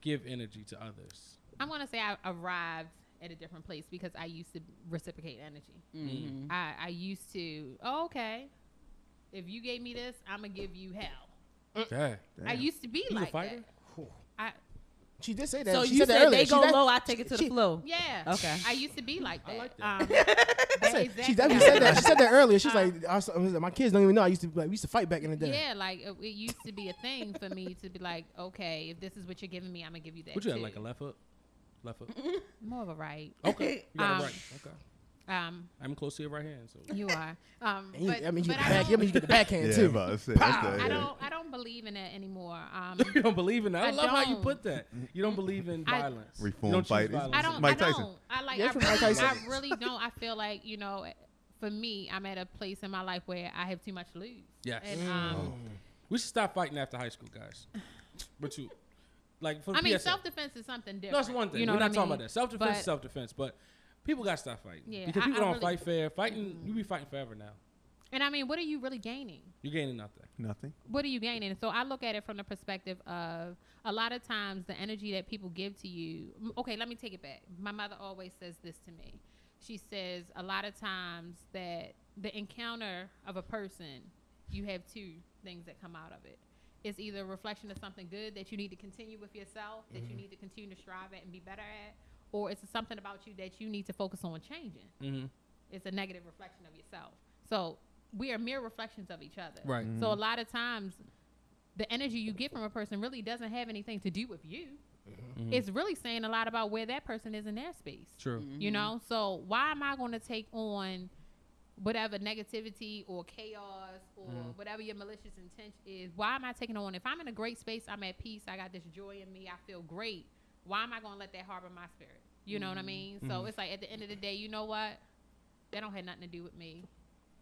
Speaker 2: give energy to others?
Speaker 3: I'm gonna say I arrived at a different place because I used to reciprocate energy.
Speaker 6: Mm-hmm.
Speaker 3: I, I used to. Oh, okay. If you gave me this, I'm gonna give you hell.
Speaker 2: Dang.
Speaker 3: I used to be
Speaker 2: You
Speaker 3: like
Speaker 2: a fighter? Whew.
Speaker 3: that. I,
Speaker 4: She did say that.
Speaker 6: So
Speaker 4: she
Speaker 6: you
Speaker 4: said,
Speaker 6: said,
Speaker 4: that earlier.
Speaker 6: they
Speaker 4: She
Speaker 6: go
Speaker 4: def-
Speaker 6: low, I take it to
Speaker 4: she-
Speaker 6: the flow.
Speaker 3: yeah.
Speaker 6: Okay.
Speaker 3: I used to be like that.
Speaker 2: I like
Speaker 3: Um,
Speaker 4: I
Speaker 3: that
Speaker 4: said- She
Speaker 3: exact-
Speaker 4: definitely
Speaker 3: yeah.
Speaker 4: said that. She said that earlier.
Speaker 2: Uh,
Speaker 4: She's like, I was- I was like, my kids don't even know. I used to like, we used to fight back in the day.
Speaker 3: Yeah, like it, it used to be a thing for me to be like, okay, if this is what you're giving me, I'm gonna give you that.
Speaker 2: Would you have
Speaker 3: too.
Speaker 2: like a left hook? Left hook.
Speaker 3: more of a right?
Speaker 2: Okay. You got a
Speaker 3: Um,
Speaker 2: right. Okay.
Speaker 3: Um,
Speaker 2: I'm close to your right hand. So
Speaker 3: you are. Um,
Speaker 4: And you-
Speaker 3: but,
Speaker 4: I mean, you
Speaker 3: but I
Speaker 4: get the back. I
Speaker 3: don't-
Speaker 4: mean, you get the backhand
Speaker 5: Yeah,
Speaker 4: too.
Speaker 5: about to say, that's the-
Speaker 3: I
Speaker 5: yeah.
Speaker 3: don't. I don't believe in that anymore. Um,
Speaker 2: you don't believe in that. I,
Speaker 3: I
Speaker 2: love how you
Speaker 3: don't.
Speaker 2: put that. You don't believe in
Speaker 3: I-
Speaker 2: violence. You
Speaker 5: Reform
Speaker 2: don't choose
Speaker 5: fighters.
Speaker 2: violence.
Speaker 3: I don't.
Speaker 5: Mike
Speaker 3: I
Speaker 5: Tyson.
Speaker 3: don't. I like.
Speaker 4: Yeah,
Speaker 3: I,
Speaker 4: from
Speaker 3: really,
Speaker 4: Mike
Speaker 3: I
Speaker 4: Tyson.
Speaker 3: really don't. I feel like you know, eh, for me, I'm at a place in my life where I have too much to lose.
Speaker 2: Yes.
Speaker 4: Mm.
Speaker 3: And, um,
Speaker 2: We should stop fighting after high school, guys. But you, like, for
Speaker 3: I mean,
Speaker 2: PSA,
Speaker 3: self defense is something different.
Speaker 2: that's one thing.
Speaker 3: You know
Speaker 2: We're
Speaker 3: what I
Speaker 2: not talking
Speaker 3: mean?
Speaker 2: about that. Self defense is
Speaker 3: But-
Speaker 2: self defense, but people got to stop fighting
Speaker 3: Yeah,
Speaker 2: because
Speaker 3: I-
Speaker 2: people
Speaker 3: I
Speaker 2: don't
Speaker 3: really-
Speaker 2: fight fair. Fighting, you be fighting forever now.
Speaker 3: And I mean, what are you really gaining?
Speaker 2: You're gaining nothing.
Speaker 5: Nothing.
Speaker 3: What are you gaining? So I look at it from the perspective of a lot of times the energy that people give to you. m- Okay, let me take it back. My mother always says this to me. She says a lot of times that the encounter of a person, you have two things that come out of it. It's either a reflection of something good that you need to continue with yourself, that you need to continue to strive at and be better at, or it's something about you that you need to focus on changing.
Speaker 2: Mm-hmm.
Speaker 3: It's a negative reflection of yourself. So we are mere reflections of each other.
Speaker 2: Right.
Speaker 3: So a lot of times, the energy you get from a person really doesn't have anything to do with you. It's really saying a lot about where that person is in their space.
Speaker 2: True.
Speaker 3: You know, so why am I going to take on whatever negativity or chaos or whatever your malicious intent is? Why am I taking on? If I'm in a great space, I'm at peace. I got this joy in me. I feel great. Why am I going to let that harbor my spirit? You know what I mean? So it's like at the end of the day, you know what? That don't have nothing to do with me.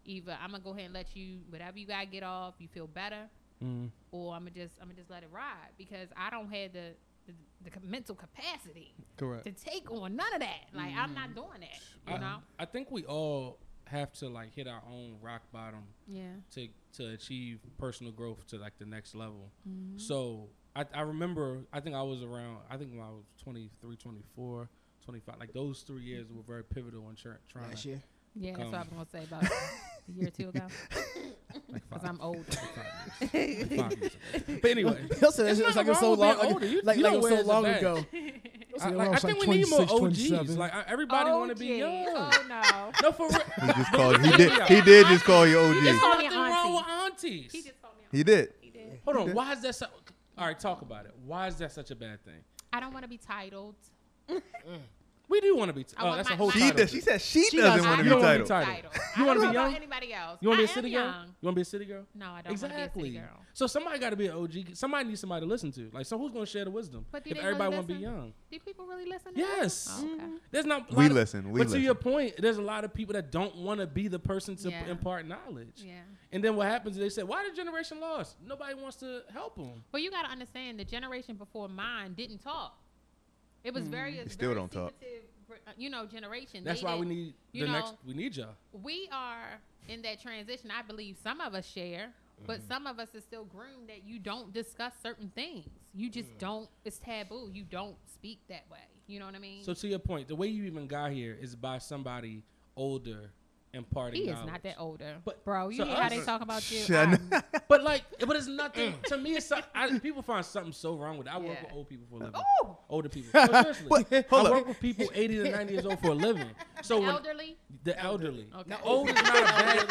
Speaker 3: Either I'm gonna go ahead and let you whatever you gotta get off. You feel better
Speaker 2: Mhm.
Speaker 3: or I'm gonna just I'm gonna just let it ride because I don't have the the, the ca- mental capacity
Speaker 2: Correct.
Speaker 3: to take on none of that. Like I'm not doing that. You
Speaker 2: I,
Speaker 3: know.
Speaker 2: I think we all have to like hit our own rock bottom
Speaker 3: Yeah.
Speaker 2: to to achieve personal growth to like the next level.
Speaker 3: Mm-hmm.
Speaker 2: So I, I remember I think I was around I think when I was 23, 24, 25 like those 3 years were very pivotal in tr- trying
Speaker 4: That
Speaker 2: to
Speaker 4: shit.
Speaker 3: Yeah, that's what I
Speaker 2: Um,
Speaker 3: was gonna say about a year or two ago.
Speaker 2: like
Speaker 3: Because I'm old.
Speaker 2: five years. Five years ago. But anyway,
Speaker 4: He'll say that
Speaker 2: There's
Speaker 4: shit. It's like
Speaker 2: nothing
Speaker 4: it was so
Speaker 2: wrong with
Speaker 4: long.
Speaker 2: being
Speaker 4: Like,
Speaker 2: older. You-
Speaker 4: like,
Speaker 2: you
Speaker 4: like
Speaker 2: know
Speaker 4: it was
Speaker 2: where
Speaker 4: so
Speaker 2: it's a
Speaker 4: long
Speaker 2: badge.
Speaker 4: ago.
Speaker 2: I,
Speaker 4: Yeah,
Speaker 2: like,
Speaker 4: when I
Speaker 2: I
Speaker 4: was
Speaker 2: think
Speaker 4: like
Speaker 2: we need more
Speaker 4: 26,
Speaker 2: OGs.
Speaker 4: 27.
Speaker 2: Like I- everybody want to be
Speaker 3: OG.
Speaker 2: young.
Speaker 3: Oh no.
Speaker 2: No, for real.
Speaker 5: He just called. He did. He did just call you
Speaker 3: He just
Speaker 5: OG.
Speaker 3: called me
Speaker 2: Nothing wrong with
Speaker 3: auntie.
Speaker 2: aunties.
Speaker 3: He just told me.
Speaker 5: He did.
Speaker 3: He did.
Speaker 2: Hold on. Why is that? So, all right, talk about it. Why is that such a bad thing?
Speaker 3: I don't want to be titled.
Speaker 2: We do want to be. T-
Speaker 3: I
Speaker 2: oh,
Speaker 3: want
Speaker 2: that's
Speaker 3: my-
Speaker 2: a whole
Speaker 3: my-
Speaker 5: She
Speaker 2: title.
Speaker 5: does, she said she,
Speaker 4: She
Speaker 5: doesn't
Speaker 4: does.
Speaker 5: want
Speaker 3: I
Speaker 5: to be
Speaker 2: don't wanna be
Speaker 5: titled.
Speaker 2: titled.
Speaker 3: You want to
Speaker 2: be
Speaker 3: be young?
Speaker 2: young?
Speaker 3: Anybody else?
Speaker 2: You want to
Speaker 3: I
Speaker 2: be a
Speaker 3: am
Speaker 2: city girl?
Speaker 3: young.
Speaker 2: You want to be a city girl?
Speaker 3: No, I don't want to be a
Speaker 2: Exactly.
Speaker 3: city girl.
Speaker 2: So somebody got to be an OG. Somebody needs somebody to listen to. Like, so who's going to share the wisdom?
Speaker 3: But do
Speaker 2: if
Speaker 3: they
Speaker 2: everybody
Speaker 3: really
Speaker 2: want to be
Speaker 3: listen?
Speaker 2: young,
Speaker 3: Do people really listen? To
Speaker 2: Yes.
Speaker 3: us? Oh, okay.
Speaker 2: there's not. a
Speaker 5: We
Speaker 2: lot of-
Speaker 5: listen, we
Speaker 2: but
Speaker 5: listen.
Speaker 2: to your point, there's a lot of people that don't want to be the person to
Speaker 3: Yeah.
Speaker 2: impart knowledge.
Speaker 3: Yeah.
Speaker 2: And then what happens is they say, "Why the generation lost? Nobody wants to help them."
Speaker 3: Well, you got to understand the generation before mine didn't talk. It was very.
Speaker 5: They still
Speaker 3: very
Speaker 5: don't talk.
Speaker 3: secretive uh, you know, generation.
Speaker 2: That's
Speaker 3: They
Speaker 2: why we
Speaker 3: didn't-
Speaker 2: need
Speaker 3: you
Speaker 2: the next.
Speaker 3: know-
Speaker 2: We need y'all.
Speaker 3: we are in that transition. I believe some of us share, but some of us is still groomed that you don't discuss certain things. You just don't. It's taboo. You don't speak that way. You know what I mean?
Speaker 2: So to your point, the way you even got here is by somebody older imparting
Speaker 3: he is
Speaker 2: knowledge.
Speaker 3: not that older,
Speaker 2: But-
Speaker 3: bro. You
Speaker 2: so
Speaker 3: hear how they
Speaker 2: us-
Speaker 3: talk about you?
Speaker 5: Shut
Speaker 3: I'm-
Speaker 2: But like, but it's nothing
Speaker 5: Mm.
Speaker 2: to me. It's some- I, people find something so wrong with. it. I work
Speaker 3: Yeah.
Speaker 2: with old people for a living.
Speaker 3: Ooh,
Speaker 2: Older people. No, seriously.
Speaker 5: But, Oh. hold
Speaker 2: I
Speaker 5: up.
Speaker 2: work with people eighty to ninety years old for a living. So when,
Speaker 3: elderly.
Speaker 2: the elderly.
Speaker 3: Okay.
Speaker 2: Now, old is not a bad.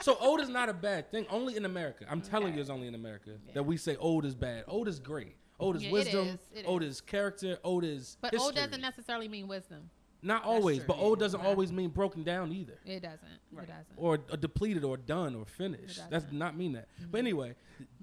Speaker 2: so old is not a bad thing. Only in America. I'm telling you, it's only in America that we say old is bad. Old is great. Old is
Speaker 3: Yeah, it
Speaker 2: wisdom.
Speaker 3: is. It
Speaker 2: Old
Speaker 3: is.
Speaker 2: is character. Old is
Speaker 3: But
Speaker 2: history.
Speaker 3: old doesn't necessarily mean wisdom.
Speaker 2: Not always,
Speaker 6: true.
Speaker 2: but old doesn't always mean broken down either,
Speaker 3: It doesn't. It doesn't.
Speaker 2: or, or depleted, or done, or finished. That's
Speaker 3: doesn't.
Speaker 2: not mean that. But
Speaker 3: Mm-hmm.
Speaker 2: anyway,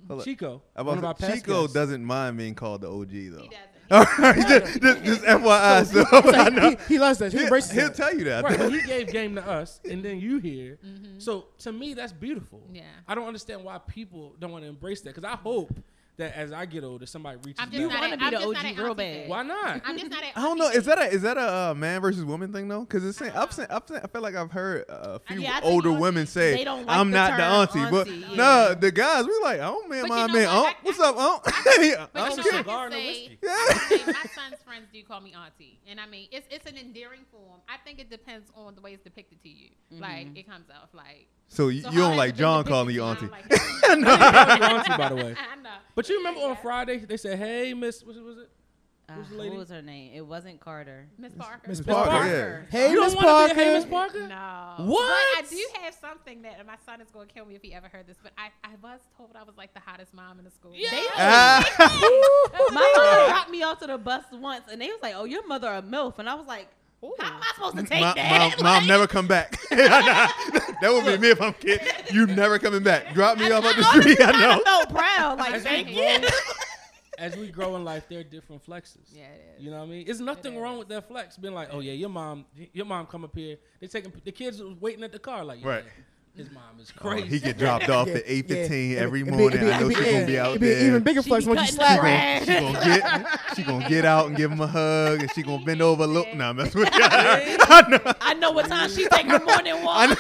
Speaker 5: Hold up.
Speaker 2: Chico,
Speaker 5: I'm
Speaker 2: one of
Speaker 5: about
Speaker 2: our
Speaker 5: to-
Speaker 2: past
Speaker 5: Chico
Speaker 2: guests-
Speaker 5: doesn't mind being called the OG though.
Speaker 3: he doesn't.
Speaker 5: All right, just, just, just FYI. So, I know.
Speaker 4: he, he loves that. He
Speaker 5: He'll,
Speaker 4: embraces
Speaker 5: he'll
Speaker 4: that.
Speaker 5: tell you that.
Speaker 2: Right, but he gave game to us, and then you here. So to me, that's beautiful.
Speaker 3: Mm-hmm. Yeah.
Speaker 2: I don't understand why people don't want to embrace that because I hope that as I get older, somebody reaches.
Speaker 3: I'm just
Speaker 2: out.
Speaker 3: not.
Speaker 6: wanna
Speaker 3: at-
Speaker 6: be
Speaker 3: I'm
Speaker 6: the
Speaker 3: just not
Speaker 6: OG
Speaker 3: at
Speaker 6: real
Speaker 3: auntie
Speaker 6: bad.
Speaker 3: phase.
Speaker 2: Why not?
Speaker 3: I'm just not. At
Speaker 5: I don't
Speaker 3: auntie
Speaker 5: know. Is
Speaker 3: phase.
Speaker 5: that a is that a uh, man versus woman thing though? Because it's I've seen, I've seen, I feel like I've heard uh, a few
Speaker 6: Yeah, I think
Speaker 5: older
Speaker 6: aunties,
Speaker 5: women say
Speaker 6: they don't like
Speaker 5: I'm
Speaker 6: the
Speaker 5: not the
Speaker 6: term
Speaker 5: auntie, but
Speaker 6: auntie,
Speaker 5: no,
Speaker 6: yeah.
Speaker 5: the guys we like I don't man,
Speaker 3: But you
Speaker 5: my
Speaker 3: know
Speaker 5: man,
Speaker 3: what?
Speaker 5: aunt.
Speaker 3: I-
Speaker 5: what's
Speaker 3: I-
Speaker 5: up, oh?" aunt?
Speaker 3: But
Speaker 5: I'm
Speaker 3: you know,
Speaker 2: scared. Cigar
Speaker 3: I
Speaker 5: kidding.
Speaker 2: and
Speaker 3: can
Speaker 2: a
Speaker 3: say,
Speaker 2: whiskey.
Speaker 3: I can say my son's friends do call me auntie, and I mean it's it's an endearing form. I think it depends on the way it's depicted to you. Like it comes off like
Speaker 5: So you,
Speaker 3: so
Speaker 5: you
Speaker 3: how
Speaker 5: don't
Speaker 3: has
Speaker 5: like
Speaker 3: it been
Speaker 5: John
Speaker 3: depicted
Speaker 5: calling
Speaker 3: to
Speaker 5: you
Speaker 3: I
Speaker 5: auntie?
Speaker 3: don't like it.
Speaker 2: I'm not auntie, by the way.
Speaker 3: I know.
Speaker 2: But you remember on Friday they said, "Hey, Miss, what was it?
Speaker 6: Uh,
Speaker 2: Who's the
Speaker 6: who
Speaker 2: lady?
Speaker 6: was her name? It wasn't Carter.
Speaker 3: Miss Parker.
Speaker 4: Miss
Speaker 2: Miss Parker.
Speaker 5: Parker,
Speaker 4: Hey,
Speaker 2: you don't
Speaker 4: Miss
Speaker 2: wanna
Speaker 4: Parker.
Speaker 2: Be a hey, Miss Parker.
Speaker 3: No.
Speaker 2: What?
Speaker 3: But I do have something that my son is going to kill me if he ever heard this. But I, I was told I was like the hottest mom in the school.
Speaker 6: They
Speaker 3: Yeah.
Speaker 5: Ah.
Speaker 6: My mom dropped me off to the bus once, and they was like, "Oh, your mother a milf," and I was like, "How am I supposed to take
Speaker 5: Mom, mom,
Speaker 6: that?"
Speaker 5: mom, never come back. that would be me if I'm kid. You never coming back. Drop me off on the street. I know.
Speaker 6: so proud. Like,
Speaker 2: As we
Speaker 6: thank you.
Speaker 2: grow, as we grow in life, there are different flexes.
Speaker 3: Yeah, it is.
Speaker 2: You know what I mean? It's nothing wrong with that flex. Being like, oh yeah, your mom, your mom come up here. They taking the kids was waiting at the car like, yeah,
Speaker 5: Right.
Speaker 2: His mom is
Speaker 5: Oh,
Speaker 2: crazy.
Speaker 5: he get dropped off at
Speaker 4: Yeah,
Speaker 5: eight fifteen
Speaker 4: yeah.
Speaker 5: every
Speaker 4: It'd be-
Speaker 5: morning.
Speaker 4: it'd be-
Speaker 5: I know
Speaker 4: it'd
Speaker 5: she's gonna be out
Speaker 4: it'd be
Speaker 5: there.
Speaker 4: an even bigger
Speaker 6: She
Speaker 4: flex
Speaker 6: be
Speaker 4: when you
Speaker 6: cutting the
Speaker 4: slap
Speaker 6: grass.
Speaker 4: her.
Speaker 5: She gonna get, she gonna get out and give him a hug, and she gonna bend over. a little. nah, mess with you. I know.
Speaker 6: I know what time she take her morning walk.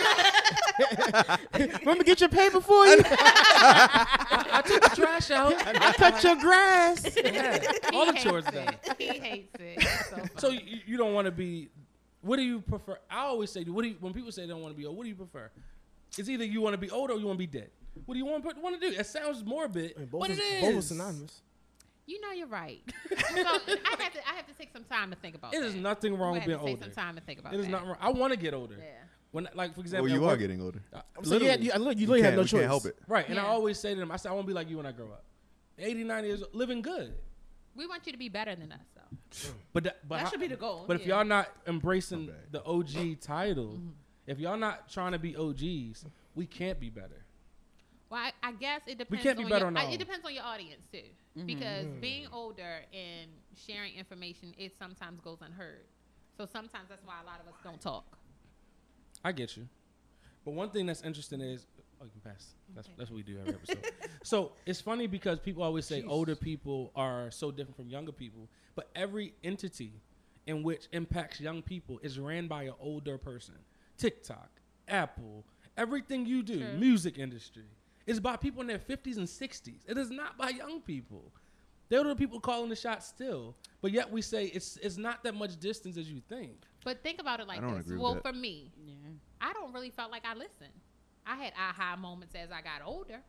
Speaker 4: Let me get your paper for you.
Speaker 2: I took the trash out.
Speaker 4: I cut your grass.
Speaker 2: Yeah,
Speaker 3: He
Speaker 2: all the
Speaker 3: hates
Speaker 2: chores
Speaker 3: it.
Speaker 2: done.
Speaker 3: He hates it. It's So,
Speaker 2: So
Speaker 3: funny.
Speaker 2: you, you don't want to be. What do you prefer? I always say, what do you, when people say they don't want to be old, what do you prefer? It's either you want to be old or you want to be dead. What do you want want to do? That sounds morbid, but it is.
Speaker 4: Both are synonymous.
Speaker 3: you know you're right. so I have to I have to take some time to think about.
Speaker 2: It is
Speaker 3: that.
Speaker 2: nothing wrong with
Speaker 3: I'm gonna
Speaker 2: being
Speaker 3: have to Take
Speaker 2: older.
Speaker 3: some time to think about
Speaker 2: It is
Speaker 3: that.
Speaker 2: not wrong. I want to get older.
Speaker 3: Yeah.
Speaker 2: When, like, for example,
Speaker 5: Well,
Speaker 2: at
Speaker 5: you are
Speaker 2: work-
Speaker 5: getting older.
Speaker 2: I-
Speaker 4: I'm saying, yeah,
Speaker 2: literally.
Speaker 4: you, I look- you
Speaker 5: You
Speaker 4: literally have
Speaker 5: can't-
Speaker 4: no
Speaker 5: we
Speaker 4: choice.
Speaker 5: Can't help it.
Speaker 2: Right. And I
Speaker 3: Yeah.
Speaker 2: always say to them, I said, I want to be like you when I grow up. 80, 90 years old, living good.
Speaker 3: We want you to be better than us, though.
Speaker 2: But that, but
Speaker 6: That
Speaker 2: how-
Speaker 6: should be the goal,
Speaker 2: But if
Speaker 6: yeah. Mm-hmm.
Speaker 2: y'all not embracing
Speaker 5: Okay.
Speaker 2: the OG title, if y'all not trying to be OGs, we can't be better.
Speaker 3: Well, I, I guess it depends.
Speaker 2: can't be
Speaker 3: on
Speaker 2: better
Speaker 3: your,
Speaker 2: on our
Speaker 3: I-
Speaker 2: own. Mm-hmm.
Speaker 3: It depends on your audience too, because being older and sharing information it sometimes goes unheard. So sometimes that's why a lot of us don't talk.
Speaker 2: I get you. But one thing that's interesting is oh, you can pass. That's that's what we do every episode. so it's funny because people always say older people are so different from younger people, but every entity in which impacts young people is ran by an older person. TikTok, Apple, everything you do, music industry, is by people in their fifties and sixties. It is not by young people. They're the people calling the shots still, but yet we say it's it's not that much distance as you think.
Speaker 3: But think about it like
Speaker 5: I don't
Speaker 3: this.
Speaker 5: agree with
Speaker 3: well,
Speaker 5: that.
Speaker 3: for me, I don't really felt like I listened. I had aha moments as I got older,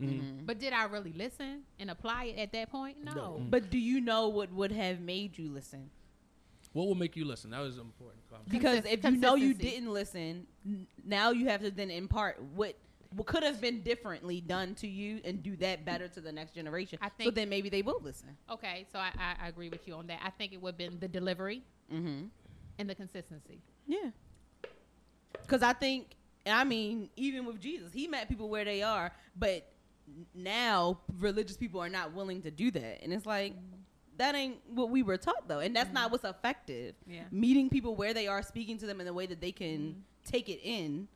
Speaker 2: Mm-hmm.
Speaker 3: but did I really listen and apply it at that point? No.
Speaker 6: But do you know what would have made you listen?
Speaker 2: What will make you listen? That was an important comment.
Speaker 6: Because
Speaker 3: Consist-
Speaker 6: if you know you
Speaker 3: consistency.
Speaker 6: didn't listen, n- now you have to then impart what what could have been differently done to you and do that better to the next generation.
Speaker 3: I
Speaker 6: so
Speaker 3: think-
Speaker 6: then maybe they will listen.
Speaker 3: Okay, so I, I, I agree with you on that. I think it would have been the delivery
Speaker 6: Mm-hmm.
Speaker 3: and the consistency.
Speaker 6: Yeah. Because I think, and I mean, even with Jesus, he met people where they are, but n- now religious people are not willing to do that. And it's like, that ain't what we were taught, though. And that's not what's effective.
Speaker 3: Yeah.
Speaker 6: Meeting people where they are, speaking to them in the way that they can take it in,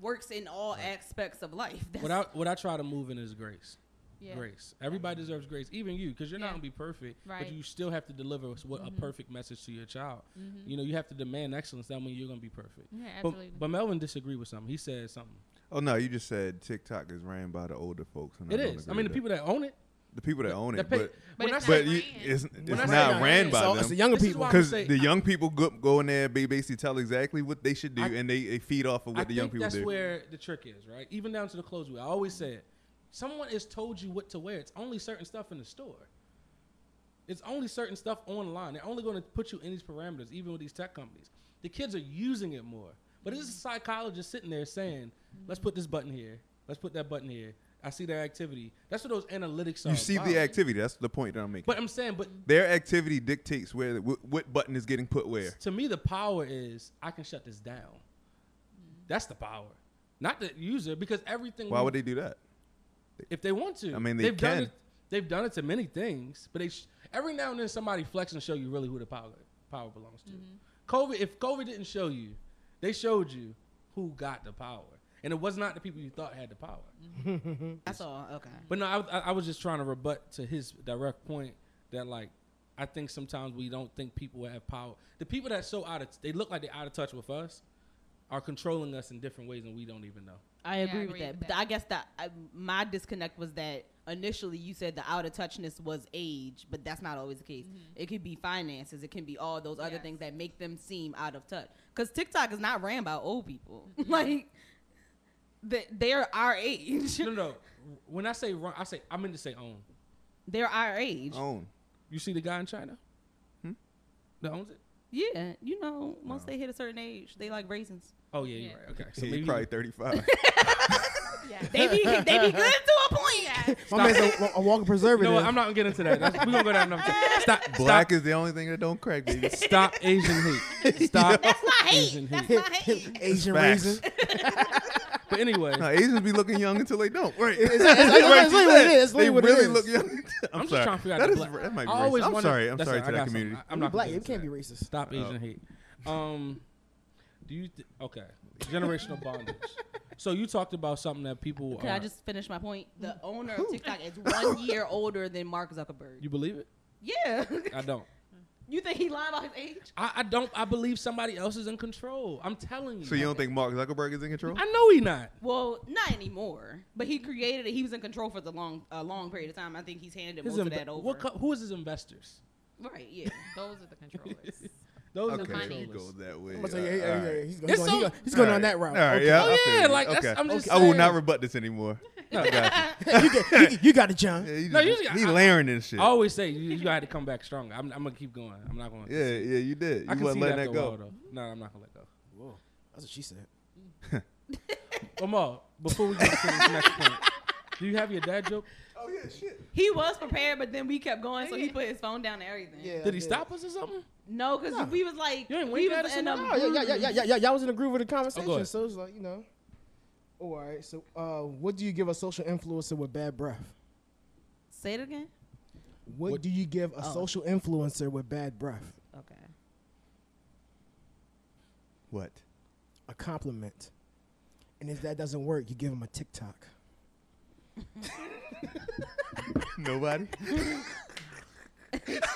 Speaker 6: works in all aspects of life. That's,
Speaker 2: What I what I try to move in is grace.
Speaker 3: Yeah.
Speaker 2: grace. Everybody deserves grace, even you, because you're
Speaker 3: Yeah.
Speaker 2: not gonna be perfect,
Speaker 3: Right. Mm-hmm.
Speaker 2: but you still have to deliver s- what a perfect message to your child. You know, you have to demand excellence. That means you're gonna be perfect.
Speaker 3: Yeah,
Speaker 2: But,
Speaker 3: Mm-hmm. absolutely.
Speaker 2: but Melvin disagreed with something. He said something.
Speaker 5: Oh no, you just said TikTok is ran by the older folks. And
Speaker 2: It
Speaker 5: don't
Speaker 2: is. I
Speaker 5: agree
Speaker 2: mean,
Speaker 5: with
Speaker 2: the people that own it.
Speaker 5: that. the people that own
Speaker 2: that
Speaker 5: it,
Speaker 2: pay-
Speaker 5: but
Speaker 3: But
Speaker 2: when I
Speaker 3: it's
Speaker 2: say
Speaker 3: not
Speaker 5: but you, it's, it's
Speaker 2: I
Speaker 5: not
Speaker 2: say not
Speaker 5: ran by
Speaker 4: so,
Speaker 5: them.
Speaker 4: It's the younger
Speaker 2: This is
Speaker 4: people.
Speaker 2: why I would
Speaker 5: Because
Speaker 2: say-
Speaker 5: the young people go, go in there, they basically tell exactly what they should do,
Speaker 2: I-
Speaker 5: and they, they feed off of
Speaker 2: I
Speaker 5: what the
Speaker 2: think
Speaker 5: young people
Speaker 2: that's
Speaker 5: do.
Speaker 2: where the trick is, right? Even down to the clothes. We I always say it. Someone has told you what to wear. It's only certain stuff in the store. It's only certain stuff online. They're only going to put you in these parameters, even with these tech companies. The kids are using it more. But it's a psychologist sitting there saying, let's put this button here. Let's put that button here. I see their activity. That's what those analytics are.
Speaker 5: you see
Speaker 2: about.
Speaker 5: the activity. That's the point that I'm making.
Speaker 2: But I'm saying, but
Speaker 5: Their activity dictates where what, what button is getting put where.
Speaker 2: to me, the power is I can shut this down. That's the power. Not the user, because everything.
Speaker 5: Why
Speaker 2: we-
Speaker 5: would they do that?
Speaker 2: if they want to.
Speaker 5: I mean, they
Speaker 2: have Done
Speaker 5: can.
Speaker 2: it, they've done it to many things, but they sh- every now and then somebody flex and show you really who the power power belongs to. COVID, if COVID didn't show you, they showed you who got the power, and it was not the people you thought had the power.
Speaker 6: That's all. Okay.
Speaker 2: But no, I, I, I was just trying to rebut to his direct point that like. I think sometimes we don't think people have power. The people that so out of they look like they're out of touch with us, are controlling us in different ways and we don't even know.
Speaker 6: I
Speaker 3: Yeah,
Speaker 6: agree, with that. But I guess that I, my disconnect was that initially you said the out of touchness was age, but that's not always the case. It could be finances, it can be all those other
Speaker 3: Yes.
Speaker 6: things that make them seem out of touch. Because TikTok is not ran by old people. like, they, they're our age.
Speaker 2: No, no. When I say wrong, I say I meant to say own.
Speaker 6: They're our age.
Speaker 5: Own.
Speaker 2: You see the guy in China? Hmm? That owns it?
Speaker 6: Yeah, you know, once they hit a certain age, they like raisins.
Speaker 2: Oh, yeah,
Speaker 3: Yeah.
Speaker 2: you're right. Okay. So
Speaker 5: So
Speaker 2: maybe
Speaker 5: probably 35.
Speaker 6: They be they be good to a point.
Speaker 4: My man's a, a walking
Speaker 2: You
Speaker 4: preservative.
Speaker 2: know what? I'm not going to get into that. That's, we're going to go down another time. Stop.
Speaker 5: Black
Speaker 2: Stop,
Speaker 5: is the only thing that don't crack, baby.
Speaker 2: stop Asian hate. Stop
Speaker 6: That's not
Speaker 2: Asian
Speaker 6: hate.
Speaker 2: hate.
Speaker 6: That's not hate.
Speaker 4: Asian
Speaker 5: Facts.
Speaker 4: raisin.
Speaker 2: But anyway,
Speaker 5: No, Asians be looking young until they don't. Right.
Speaker 4: It's, it's, it's, it's literally what it is. It's
Speaker 5: They
Speaker 4: literally what
Speaker 5: really
Speaker 4: it is.
Speaker 5: look young. until- I'm,
Speaker 2: I'm just
Speaker 5: sorry.
Speaker 2: trying to figure out
Speaker 5: That
Speaker 2: the
Speaker 5: is-
Speaker 2: black-
Speaker 5: that might
Speaker 2: I
Speaker 5: be
Speaker 2: always
Speaker 5: racist. I'm
Speaker 2: wanted-
Speaker 5: sorry. I'm
Speaker 2: that's
Speaker 5: sorry
Speaker 2: all right,
Speaker 5: to
Speaker 2: I got
Speaker 5: that
Speaker 2: something.
Speaker 5: community. Oh.
Speaker 2: I- I'm not
Speaker 4: black.
Speaker 2: black.
Speaker 4: You can't be racist.
Speaker 2: Stop Asian hate. Um, do you th- okay? Generational bondage. So you talked about something that people
Speaker 6: Can
Speaker 2: are,
Speaker 6: I just finish my point? The owner of TikTok is one year older than Mark Zuckerberg.
Speaker 2: You believe it?
Speaker 6: Yeah.
Speaker 2: I don't.
Speaker 6: you think he lied about his age?
Speaker 2: I, I don't. I believe somebody else is in control. I'm telling you.
Speaker 5: So you don't think Mark Zuckerberg is in control?
Speaker 2: I know he not.
Speaker 6: Well, not anymore. But he created it. He was in control for the long a long period of time. I think he's handed
Speaker 2: His
Speaker 6: most
Speaker 2: inv-
Speaker 6: of that over.
Speaker 2: What, co- who is his investors?
Speaker 6: right, yeah.
Speaker 3: Those are the controllers.
Speaker 2: Those are the
Speaker 5: Okay,
Speaker 3: Money.
Speaker 5: you
Speaker 2: controllers.
Speaker 5: go that way.
Speaker 4: I'm gonna say, yeah, yeah,
Speaker 5: All
Speaker 4: yeah,
Speaker 5: right.
Speaker 2: It's
Speaker 4: He's going, he's
Speaker 2: so-
Speaker 4: going, he's going
Speaker 5: All
Speaker 4: on
Speaker 5: right.
Speaker 4: that route.
Speaker 5: All right,
Speaker 4: Okay.
Speaker 5: yeah.
Speaker 2: Oh,
Speaker 5: I feel
Speaker 2: yeah,
Speaker 5: you.
Speaker 2: like, that's-
Speaker 5: Okay.
Speaker 2: I'm just
Speaker 5: I will not
Speaker 2: saying.
Speaker 5: rebut this anymore.
Speaker 2: No.
Speaker 5: I got
Speaker 4: you, get, you, you got it, John.
Speaker 5: you. Yeah, he
Speaker 2: No,
Speaker 5: just-
Speaker 2: you just-
Speaker 5: he
Speaker 2: I- Oh.
Speaker 5: layering this shit.
Speaker 2: I always say you, you got to come back stronger. I'm, I'm gonna keep going. I'm not going.
Speaker 5: Yeah, yeah, you did.
Speaker 2: I
Speaker 5: You
Speaker 2: can see
Speaker 5: wasn't
Speaker 2: that,
Speaker 5: letting that
Speaker 2: after a while,
Speaker 5: go.
Speaker 2: though. No, I'm not gonna let go.
Speaker 4: Whoa, that's what she said.
Speaker 2: Omar, before we get to this next point, do you have your dad joke?
Speaker 5: Oh yeah, shit.
Speaker 6: he was prepared, but then we kept going, so he put his phone down and everything.
Speaker 2: Did he stop us or something?
Speaker 6: No, because we was like,
Speaker 2: You ain't
Speaker 6: we
Speaker 2: wink at us
Speaker 6: was in a
Speaker 2: or
Speaker 4: No, yeah, yeah, yeah, yeah, yeah. Y'all was in the groove of the conversation,
Speaker 2: ahead.
Speaker 4: so it's like you know. All right. So, uh, what do you give a social influencer with bad breath?
Speaker 6: Say it again.
Speaker 4: What,
Speaker 2: What-
Speaker 4: do you give a
Speaker 6: Oh.
Speaker 4: social influencer with bad breath?
Speaker 6: Okay.
Speaker 5: What?
Speaker 4: A compliment. And if that doesn't work, you give them a TikTok.
Speaker 5: Nobody.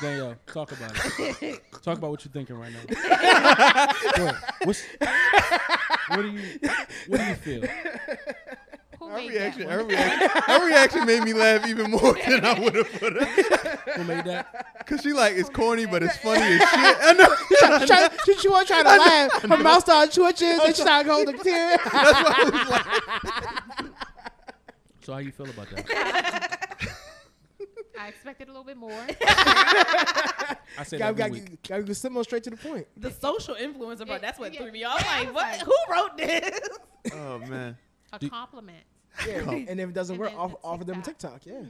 Speaker 2: Danielle, talk about it. Talk about what you're thinking right now. Go ahead. What's, what do you What do you feel?
Speaker 3: Who
Speaker 5: Her
Speaker 3: made that
Speaker 5: reaction,
Speaker 3: one?
Speaker 5: her reaction, her reaction made me laugh even more than I would have put up.
Speaker 2: Who made that?
Speaker 5: Cause she like it's corny, but it's funny as shit. I know.
Speaker 4: She try- she, she was trying to laugh. Her mouth started twitching. Then she started holding tears.
Speaker 2: So how you feel about that?
Speaker 3: I expected a little bit more.
Speaker 2: I said
Speaker 4: Gotta,
Speaker 2: every
Speaker 4: gotta,
Speaker 2: week.
Speaker 4: get- gotta get simple straight to the point.
Speaker 6: The social influencer, bro.
Speaker 3: Yeah,
Speaker 6: That's what
Speaker 3: yeah.
Speaker 6: threw me off. Like,
Speaker 3: Like-
Speaker 6: what? Who wrote this?
Speaker 5: Oh man.
Speaker 3: A
Speaker 2: Do-
Speaker 3: compliment.
Speaker 4: Yeah. And if it doesn't
Speaker 3: And
Speaker 4: work,
Speaker 3: then
Speaker 4: off,
Speaker 3: the
Speaker 4: offer them TikTok. Yeah.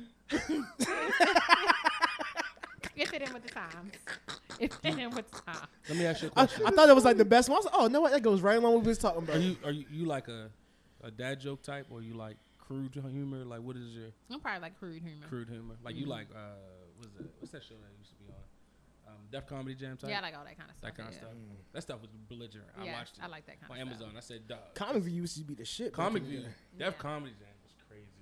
Speaker 3: If it in with the times. If it in with the times.
Speaker 2: Let me ask
Speaker 5: Uh,
Speaker 2: you a
Speaker 4: I,
Speaker 2: question.
Speaker 4: I thought that was like the best one. I was like, oh, no, what? That goes right along with what we was talking
Speaker 2: Are
Speaker 4: about.
Speaker 2: you Are you, you like a a dad joke type, or you like crude humor? Like what is your
Speaker 3: I'm probably like crude humor.
Speaker 2: crude humor. Like
Speaker 3: Mm-hmm.
Speaker 2: you like uh what's that what's that show that used to be on? Um Def Comedy Jam type?
Speaker 3: Yeah, I like all that kind of stuff.
Speaker 2: that kind of
Speaker 3: yeah.
Speaker 2: stuff.
Speaker 4: Mm.
Speaker 2: That stuff was belligerent.
Speaker 3: Yeah,
Speaker 2: I watched it
Speaker 3: I like that kind
Speaker 2: on
Speaker 3: of stuff.
Speaker 2: Amazon. I said dog.
Speaker 4: Comic View used to be the shit. back
Speaker 2: Comic
Speaker 4: in the
Speaker 2: View.
Speaker 4: day.
Speaker 2: Def
Speaker 3: Yeah.
Speaker 2: Comedy Jam was crazy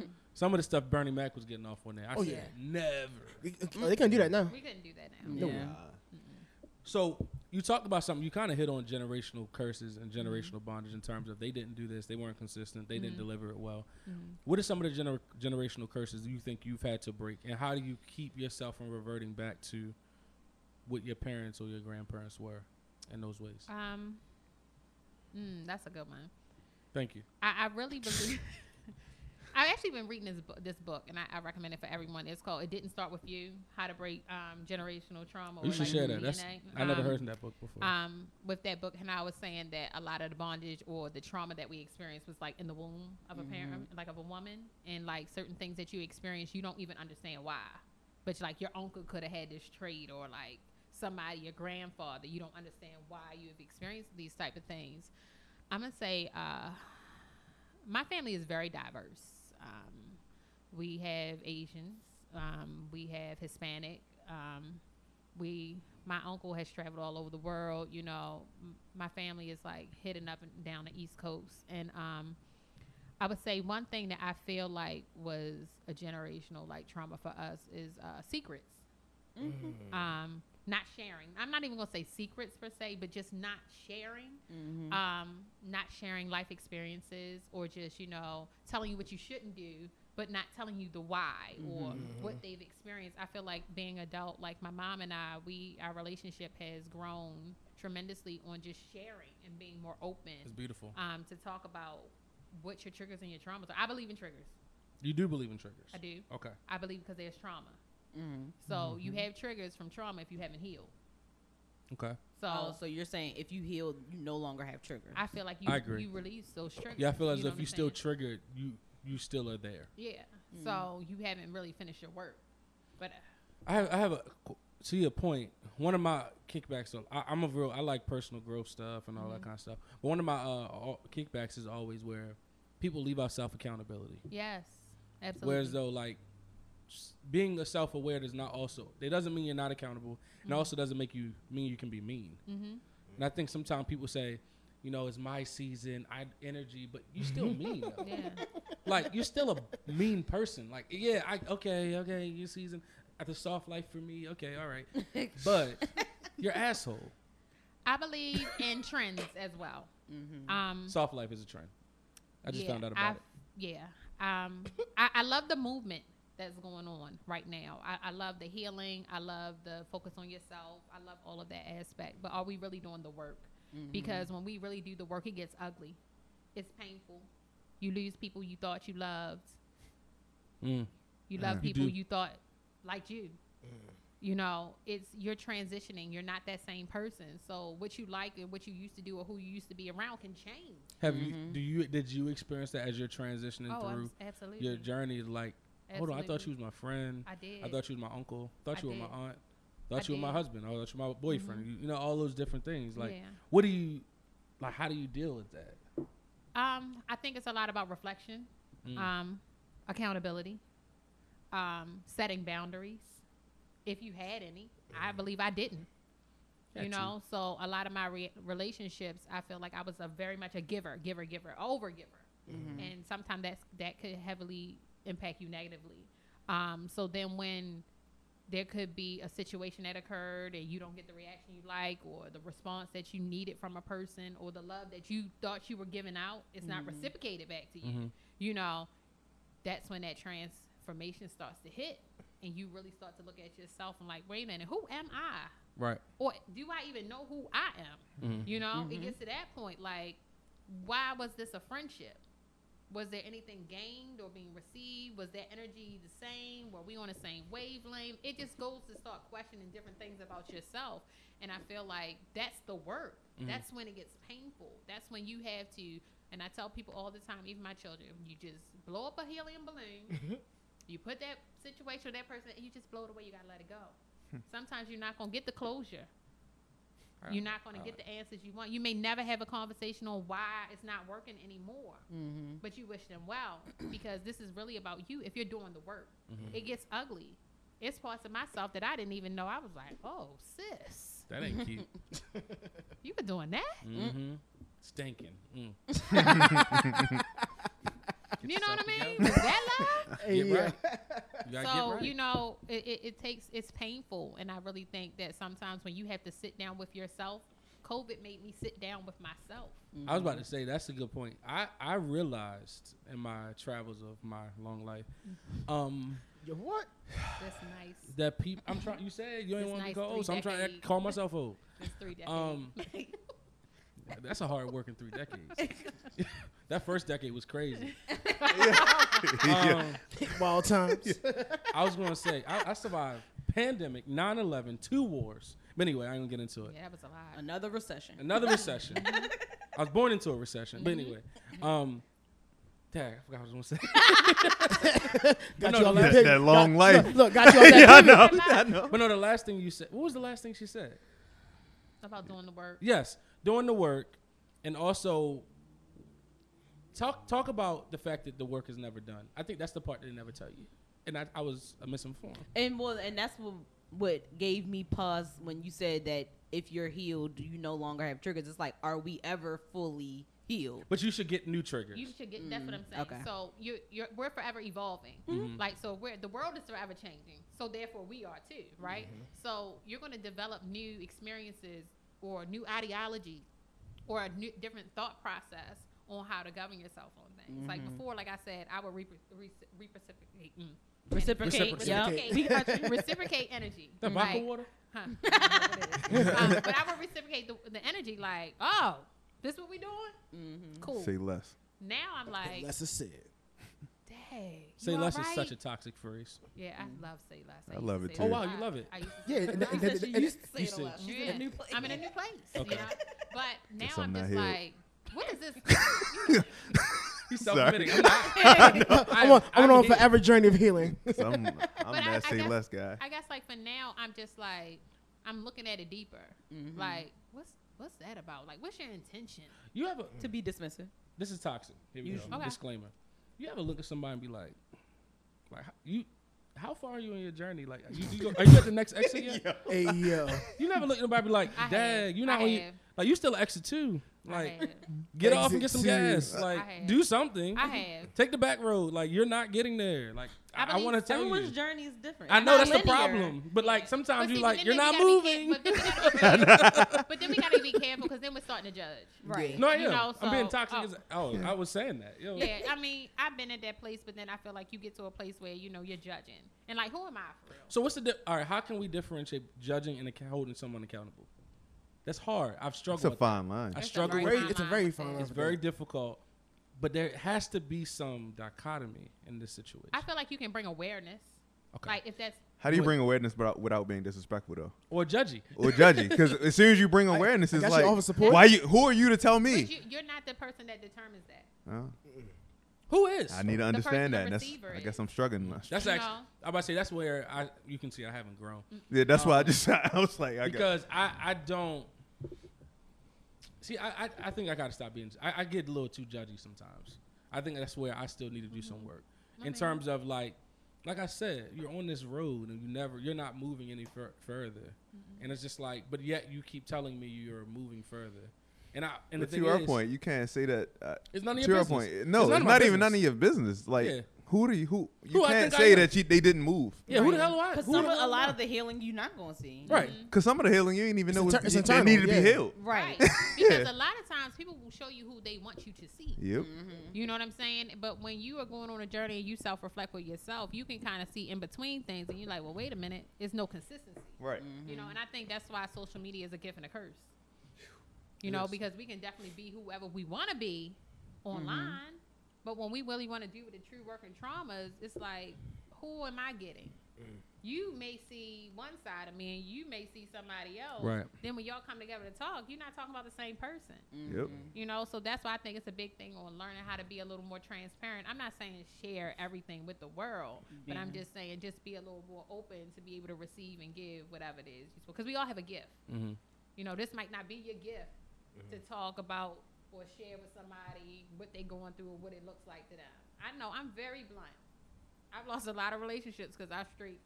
Speaker 2: though. Some of the stuff Bernie Mac was getting off on there. I
Speaker 4: Oh,
Speaker 2: said,
Speaker 4: yeah.
Speaker 2: never.
Speaker 4: Oh, they can't do that now.
Speaker 3: We couldn't do that now.
Speaker 6: No.
Speaker 4: Yeah.
Speaker 2: So you talked about something. You kind of hit on generational curses and generational
Speaker 3: Mm-hmm.
Speaker 2: bondage in terms of they didn't do this, they weren't consistent, they didn't deliver it well.
Speaker 3: Mm-hmm.
Speaker 2: What are some of the gener- generational curses you think you've had to break, and how do you keep yourself from reverting back to what your parents or your grandparents were in those ways?
Speaker 3: Um, mm, that's a good one.
Speaker 2: Thank you.
Speaker 3: I, I really believe. I've actually been reading this book, this book, and I, I recommend it for everyone. It's called "It Didn't Start with You: How to Break um, Generational Trauma."
Speaker 2: you
Speaker 3: or,
Speaker 2: should
Speaker 3: like,
Speaker 2: share
Speaker 3: the
Speaker 2: that. That's
Speaker 3: DNA.
Speaker 2: I never
Speaker 3: Um,
Speaker 2: heard that book before.
Speaker 3: um, with that book, and I was saying that a lot of the bondage or the trauma that we experience was like in the womb of a parent, like of a woman, and like certain things that you experience, you don't even understand why. But like your uncle could have had this trait, or like somebody, your grandfather, you don't understand why you've experienced these type of things. I'm gonna say, uh, my family is very diverse. Um, we have Asians, um, we have Hispanic. Um, we my uncle has traveled all over the world you know M- my family is like hitting up and down the east coast and um i would say one thing that i feel like was a generational like trauma for us is uh secrets um not sharing i'm not even gonna say secrets per se but just not sharing um not sharing life experiences or just you know telling you what you shouldn't do but not telling you the why or what they've experienced i feel like being adult like my mom and i we our relationship has grown tremendously on just sharing and being more open
Speaker 2: it's beautiful.
Speaker 3: um to talk about what your triggers and your traumas are i believe in triggers
Speaker 2: you do believe in triggers.
Speaker 3: i do
Speaker 2: Okay.
Speaker 3: i believe because there's trauma so
Speaker 2: Mm-hmm.
Speaker 3: you have triggers from trauma if you haven't healed
Speaker 2: Okay.
Speaker 3: so
Speaker 6: Oh, so you're saying if you heal, you no longer have triggers.
Speaker 3: I feel like you,
Speaker 2: I agree.
Speaker 3: you release those triggers.
Speaker 2: Yeah, I feel as
Speaker 3: know
Speaker 2: if
Speaker 3: what
Speaker 2: you
Speaker 3: I'm
Speaker 2: still
Speaker 3: saying?
Speaker 2: triggered, you you still are there.
Speaker 3: Yeah. So you haven't really finished your work. But uh,
Speaker 2: I have, I have a to your point. One of my kickbacks, so I, I'm a real. I like personal growth stuff and all that kind of stuff. But one of my uh, all, kickbacks is always where people leave out self accountability.
Speaker 3: yes, absolutely.
Speaker 2: Whereas though, like s- being a self aware does not also it doesn't mean you're not accountable, and it also doesn't make you mean you can be mean.
Speaker 3: Mhm.
Speaker 2: And I think sometimes people say, you know, it's my season, I energy, but you still mean. though.
Speaker 3: yeah.
Speaker 2: like you're still a mean person. Like yeah, I okay, okay, you season at the soft life for me. Okay, all right, but you're asshole.
Speaker 3: I believe in trends as well. Mm-hmm. Um,
Speaker 2: Soft life is a trend. I just
Speaker 3: yeah,
Speaker 2: found out about
Speaker 3: I've-
Speaker 2: it.
Speaker 3: Yeah. Um, I, I love the movement that's going on right now. I, I love the healing. I love the focus on yourself. I love all of that aspect. But are we really doing the work? Because when we really do the work, it gets ugly. It's painful. You lose people you thought you loved.
Speaker 2: Mm.
Speaker 3: You love
Speaker 5: Yeah.
Speaker 2: You do.
Speaker 3: people you thought liked you. Mm. You know, it's you're transitioning. You're not that same person. So what you like and what you used to do or who you used to be around can change.
Speaker 2: Have you? Do you? Did you experience that as you're transitioning
Speaker 3: Mm-hmm. oh,
Speaker 2: through
Speaker 3: abs- absolutely.
Speaker 2: your journey? Like, hold on, I thought you was my friend.
Speaker 3: I did.
Speaker 2: I thought you was my uncle. Thought
Speaker 3: I
Speaker 2: you were my
Speaker 3: did.
Speaker 2: aunt. Thought
Speaker 3: I
Speaker 2: you were my
Speaker 3: did. Mm-hmm.
Speaker 2: husband. I thought you were my boyfriend. You, you know all those different things. Like,
Speaker 3: Yeah.
Speaker 2: what do you? Like, how do you deal with that?
Speaker 3: Um, I think it's a lot about reflection,
Speaker 2: Mm.
Speaker 3: um, accountability, um, setting boundaries. If you had any, I believe I didn't.
Speaker 2: Mm. Got
Speaker 3: You know, so a lot of my re- relationships, I feel like I was a very much a giver, giver, giver, over giver,
Speaker 2: Mm-hmm.
Speaker 3: and sometimes that's that could heavily impact you negatively. Um, so then when there could be a situation that occurred and you don't get the reaction you like or the response that you needed from a person or the love that you thought you were giving out is
Speaker 2: Mm-hmm.
Speaker 3: not reciprocated back to you
Speaker 2: Mhm.
Speaker 3: you know that's when that transformation starts to hit and you really start to look at yourself and like wait a minute who am i
Speaker 2: Right.
Speaker 3: or do i even know who i am
Speaker 2: Mhm.
Speaker 3: you know it gets to that point like why was this a friendship was there anything gained or being received? Was that energy the same? Were we on the same wavelength? It just goes to start questioning different things about yourself. And I feel like that's the work. That's when it gets painful. That's when you have to, and I tell people all the time, even my children, you just blow up a helium balloon, you put that situation, that person, you just blow it away. You got to let it go. Sometimes you're not going to get the closure. You're not going to get the answers you want. You may never have a conversation on why it's not working anymore
Speaker 6: mm-hmm.
Speaker 3: but you wish them well because this is really about you if you're doing the work
Speaker 2: Mm-hmm.
Speaker 3: it gets ugly it's parts of myself that i didn't even know i was like oh sis
Speaker 2: That ain't cute.
Speaker 3: you were doing that
Speaker 2: mm-hmm. Stinking. Mm. Get
Speaker 3: You know what I
Speaker 2: yourself
Speaker 3: mean?
Speaker 2: together.
Speaker 3: Is that love?
Speaker 2: Get
Speaker 4: Yeah.
Speaker 2: right. You gotta
Speaker 3: so
Speaker 2: get right.
Speaker 3: you know it, it, it takes it's painful and i really think that sometimes when you have to sit down with yourself covid made me sit down with myself
Speaker 2: I was about to say that's a good point. I I realized in my travels of my long life, um,
Speaker 4: Yo, what?
Speaker 3: that's nice
Speaker 2: that people. I'm trying. You said you ain't
Speaker 3: It's
Speaker 2: want to
Speaker 3: nice
Speaker 2: be old, so I'm trying to
Speaker 3: three-decade.
Speaker 2: call myself old.
Speaker 3: that's three decades
Speaker 2: Um, that's a hard working three decades. that first decade was crazy.
Speaker 5: Yeah.
Speaker 2: Um,
Speaker 4: Wild times.
Speaker 2: I was gonna say I, I survived pandemic, 9/11, two wars. But anyway, I ain't gonna get into it.
Speaker 3: yeah that was a lot
Speaker 6: Another recession.
Speaker 2: Another recession. I was born into a recession. But anyway, um, dang, I forgot what I was gonna say.
Speaker 4: Got
Speaker 2: No,
Speaker 4: you
Speaker 2: no,
Speaker 4: on
Speaker 2: that-
Speaker 4: pivot.
Speaker 5: that long
Speaker 4: Got-
Speaker 5: life.
Speaker 4: Look, look, got you on
Speaker 5: yeah, I
Speaker 4: that.
Speaker 5: know. I know.
Speaker 2: But no, the last thing you said. What was the last thing she said?
Speaker 3: about doing the work
Speaker 2: Yes, doing the work, and also talk talk about the fact that the work is never done. I think that's the part they never tell you, and I, I was uh, misinformed.
Speaker 6: And well, and that's what what gave me pause when you said that if you're healed, you no longer have triggers. It's like, are we ever fully healed?
Speaker 2: But you should get new triggers.
Speaker 3: you should get that's what i'm saying
Speaker 6: okay.
Speaker 3: so you you're we're forever evolving
Speaker 2: Mm-hmm.
Speaker 3: like so we're the world is forever changing so therefore we are too right so you're going to develop new experiences or new ideology or a new different thought process on how to govern yourself on things like before like i said i would re- re- reciprocate mm.
Speaker 6: Reciprocate.
Speaker 2: Reciprocate.
Speaker 6: yeah.
Speaker 3: reciprocate, reciprocate energy
Speaker 2: the vodka
Speaker 3: Like,
Speaker 2: water.
Speaker 3: Huh. um, but I would reciprocate the, the energy, like, oh, this what we doing? Cool.
Speaker 5: Say less.
Speaker 3: now I'm like,
Speaker 4: That's a said.
Speaker 3: dang.
Speaker 2: Say
Speaker 3: you
Speaker 2: less
Speaker 3: alright?
Speaker 2: is such a toxic phrase.
Speaker 3: Yeah, I love say less.
Speaker 5: I
Speaker 3: used
Speaker 5: love
Speaker 3: to say
Speaker 5: it too.
Speaker 2: Oh
Speaker 3: a
Speaker 2: wow,
Speaker 3: lot.
Speaker 2: you love it.
Speaker 3: I used to
Speaker 4: Yeah,
Speaker 3: say
Speaker 4: and,
Speaker 3: less.
Speaker 4: and, and, and,
Speaker 2: You said-
Speaker 6: She's in
Speaker 3: Yeah.
Speaker 6: a new place.
Speaker 3: I'm in a new place.
Speaker 2: Okay.
Speaker 3: You know? But now
Speaker 5: I'm
Speaker 3: I'm
Speaker 5: not
Speaker 3: just
Speaker 5: here.
Speaker 3: like, what is this?
Speaker 2: He's
Speaker 5: Sorry.
Speaker 2: self-admitting. I'm not-
Speaker 4: I'm on, I'm
Speaker 2: I'm
Speaker 4: on a
Speaker 2: here.
Speaker 4: forever journey of healing.
Speaker 5: So I'm, I'm
Speaker 3: I-
Speaker 5: that
Speaker 3: I
Speaker 5: say
Speaker 3: guess-
Speaker 5: less guy.
Speaker 3: I guess like for now, I'm just like, I'm looking at it deeper. Like, what's what's that about? Like, what's your intention?
Speaker 2: You have a.
Speaker 6: To be dismissive.
Speaker 2: This is toxic. Here we
Speaker 6: Usually.
Speaker 2: go.
Speaker 3: Okay.
Speaker 2: Disclaimer. You ever look at somebody and be like, like how- you, how far are you in your journey? Like, you, you go, are you at the next exit yet?
Speaker 4: hey yo,
Speaker 2: You never look at nobody and be like,
Speaker 3: I have.
Speaker 2: dang, you not
Speaker 3: I
Speaker 2: on your,
Speaker 3: have.
Speaker 2: like you still at exit two.
Speaker 3: I
Speaker 2: Like,
Speaker 3: have.
Speaker 2: get off and get some
Speaker 4: Exit
Speaker 2: gas.
Speaker 4: two.
Speaker 3: I
Speaker 2: Like,
Speaker 3: have.
Speaker 2: do something.
Speaker 3: I have.
Speaker 2: Take the back road. Like, you're not getting there. Like, I, I
Speaker 6: believe
Speaker 2: want to tell
Speaker 6: everyone's
Speaker 2: you.
Speaker 6: journey is different.
Speaker 2: I
Speaker 6: It's
Speaker 2: know
Speaker 6: not
Speaker 2: that's the
Speaker 6: linear.
Speaker 2: problem, but like
Speaker 3: Yeah.
Speaker 2: sometimes
Speaker 3: But
Speaker 2: you
Speaker 3: see,
Speaker 2: like
Speaker 3: but
Speaker 2: you're
Speaker 3: then
Speaker 2: not
Speaker 3: we gotta be
Speaker 2: moving.
Speaker 3: care- but then we gotta be- but then we gotta be careful because then we're starting to judge.
Speaker 6: Right.
Speaker 2: no, I am.
Speaker 3: you know,
Speaker 2: I'm being
Speaker 3: so-
Speaker 2: toxic.
Speaker 3: oh.
Speaker 2: as- Oh, I was saying that. Yo.
Speaker 3: Yeah, I mean, I've been at that place, but then I feel like you get to a place where you know you're judging, and like, who am I for real?
Speaker 2: So what's the di- all right? How can we differentiate judging and acc- holding someone accountable? That's hard. I've
Speaker 5: It's
Speaker 2: struggled.
Speaker 5: a
Speaker 2: with that.
Speaker 5: fine line.
Speaker 2: I
Speaker 3: It's a
Speaker 2: struggle
Speaker 3: very
Speaker 2: with.
Speaker 4: Very-
Speaker 3: fine
Speaker 4: it's a
Speaker 3: line
Speaker 4: very
Speaker 3: with
Speaker 4: fine
Speaker 3: it.
Speaker 4: line.
Speaker 2: It's very difficult, but there has to be some dichotomy in this situation.
Speaker 3: I feel like you can bring awareness,
Speaker 2: Okay.
Speaker 3: like if that's
Speaker 5: How do you
Speaker 2: Wait.
Speaker 5: bring awareness without, without being disrespectful though,
Speaker 2: or judgy.
Speaker 5: or judgy? Because as soon as you bring awareness,
Speaker 4: I
Speaker 5: it's
Speaker 4: got you
Speaker 5: like,
Speaker 4: offer support.
Speaker 5: why you? Who are you to tell
Speaker 3: but
Speaker 5: me?
Speaker 3: you, you're not the person that determines that.
Speaker 5: Huh?
Speaker 2: Who is?
Speaker 5: I need to
Speaker 3: person,
Speaker 5: understand
Speaker 3: the
Speaker 5: that. and That's,
Speaker 3: receiver
Speaker 5: I
Speaker 3: is-
Speaker 5: guess I'm struggling.
Speaker 2: That's
Speaker 3: You
Speaker 2: actually.
Speaker 3: know?
Speaker 2: I'm about to say that's where I. You can see I haven't grown
Speaker 5: yeah, that's why I just I was like, I got,
Speaker 2: because I I don't. See, I, I, I think I gotta stop being. I, I get a little too judgy sometimes. I think that's where I still need to do some work in
Speaker 3: man.
Speaker 2: terms of like, like I said, you're on this road and you never, you're not moving any fur- further, and it's just like, but yet you keep telling me you're moving further, and I and
Speaker 5: but
Speaker 2: the thing
Speaker 5: to our
Speaker 2: is,
Speaker 5: point, you can't say that. Uh,
Speaker 2: It's none of
Speaker 5: to
Speaker 2: your
Speaker 5: our
Speaker 2: business.
Speaker 5: point, no,
Speaker 2: It's
Speaker 5: it's,
Speaker 2: none of my
Speaker 5: not even
Speaker 2: business.
Speaker 5: none of your business. Like,
Speaker 2: Yeah.
Speaker 5: who do you who you
Speaker 2: Who I
Speaker 5: can't
Speaker 2: think I
Speaker 5: say
Speaker 2: am.
Speaker 5: that you they didn't move?
Speaker 2: yeah, who the hell do I?
Speaker 6: Because
Speaker 2: who the
Speaker 6: some of-
Speaker 2: hell
Speaker 6: a
Speaker 2: am
Speaker 6: lot
Speaker 2: I?
Speaker 6: of the healing you're not going to see.
Speaker 2: right.
Speaker 5: Because some of the healing you ain't even know was
Speaker 4: It's inter- it's
Speaker 5: it- it
Speaker 4: internal,
Speaker 5: needed to
Speaker 4: yeah.
Speaker 5: be healed.
Speaker 6: Right.
Speaker 3: Because a lot of times people will show you who they want you to see.
Speaker 2: Mm-hmm.
Speaker 5: Yep.
Speaker 3: You know what I'm saying? But when you are going on a journey and you self reflect with yourself, you can kind of see in between things and you're like, well, wait a minute, it's no consistency.
Speaker 5: Right.
Speaker 3: You know, and I think that's why social media is a gift and a curse. You know, because we can definitely be whoever we want to be online, but when we really want to deal with the true work and traumas, it's like, who am I getting? You may see one side of me and you may see somebody else.
Speaker 2: Right.
Speaker 3: Then when y'all come together to talk, you're not talking about the same person.
Speaker 5: Yep.
Speaker 3: You know, so that's why I think it's a big thing on learning how to be a little more transparent. I'm not saying share everything with the world, but I'm
Speaker 6: Yeah.
Speaker 3: just saying just be a little more open to be able to receive and give whatever it is. Because we all have a gift.
Speaker 6: Mm-hmm.
Speaker 2: Mhm.
Speaker 3: You know, this might not be your gift to talk about or share with somebody what they're going through or what it looks like to them. I know I'm very blunt. I've lost a lot of relationships because I straight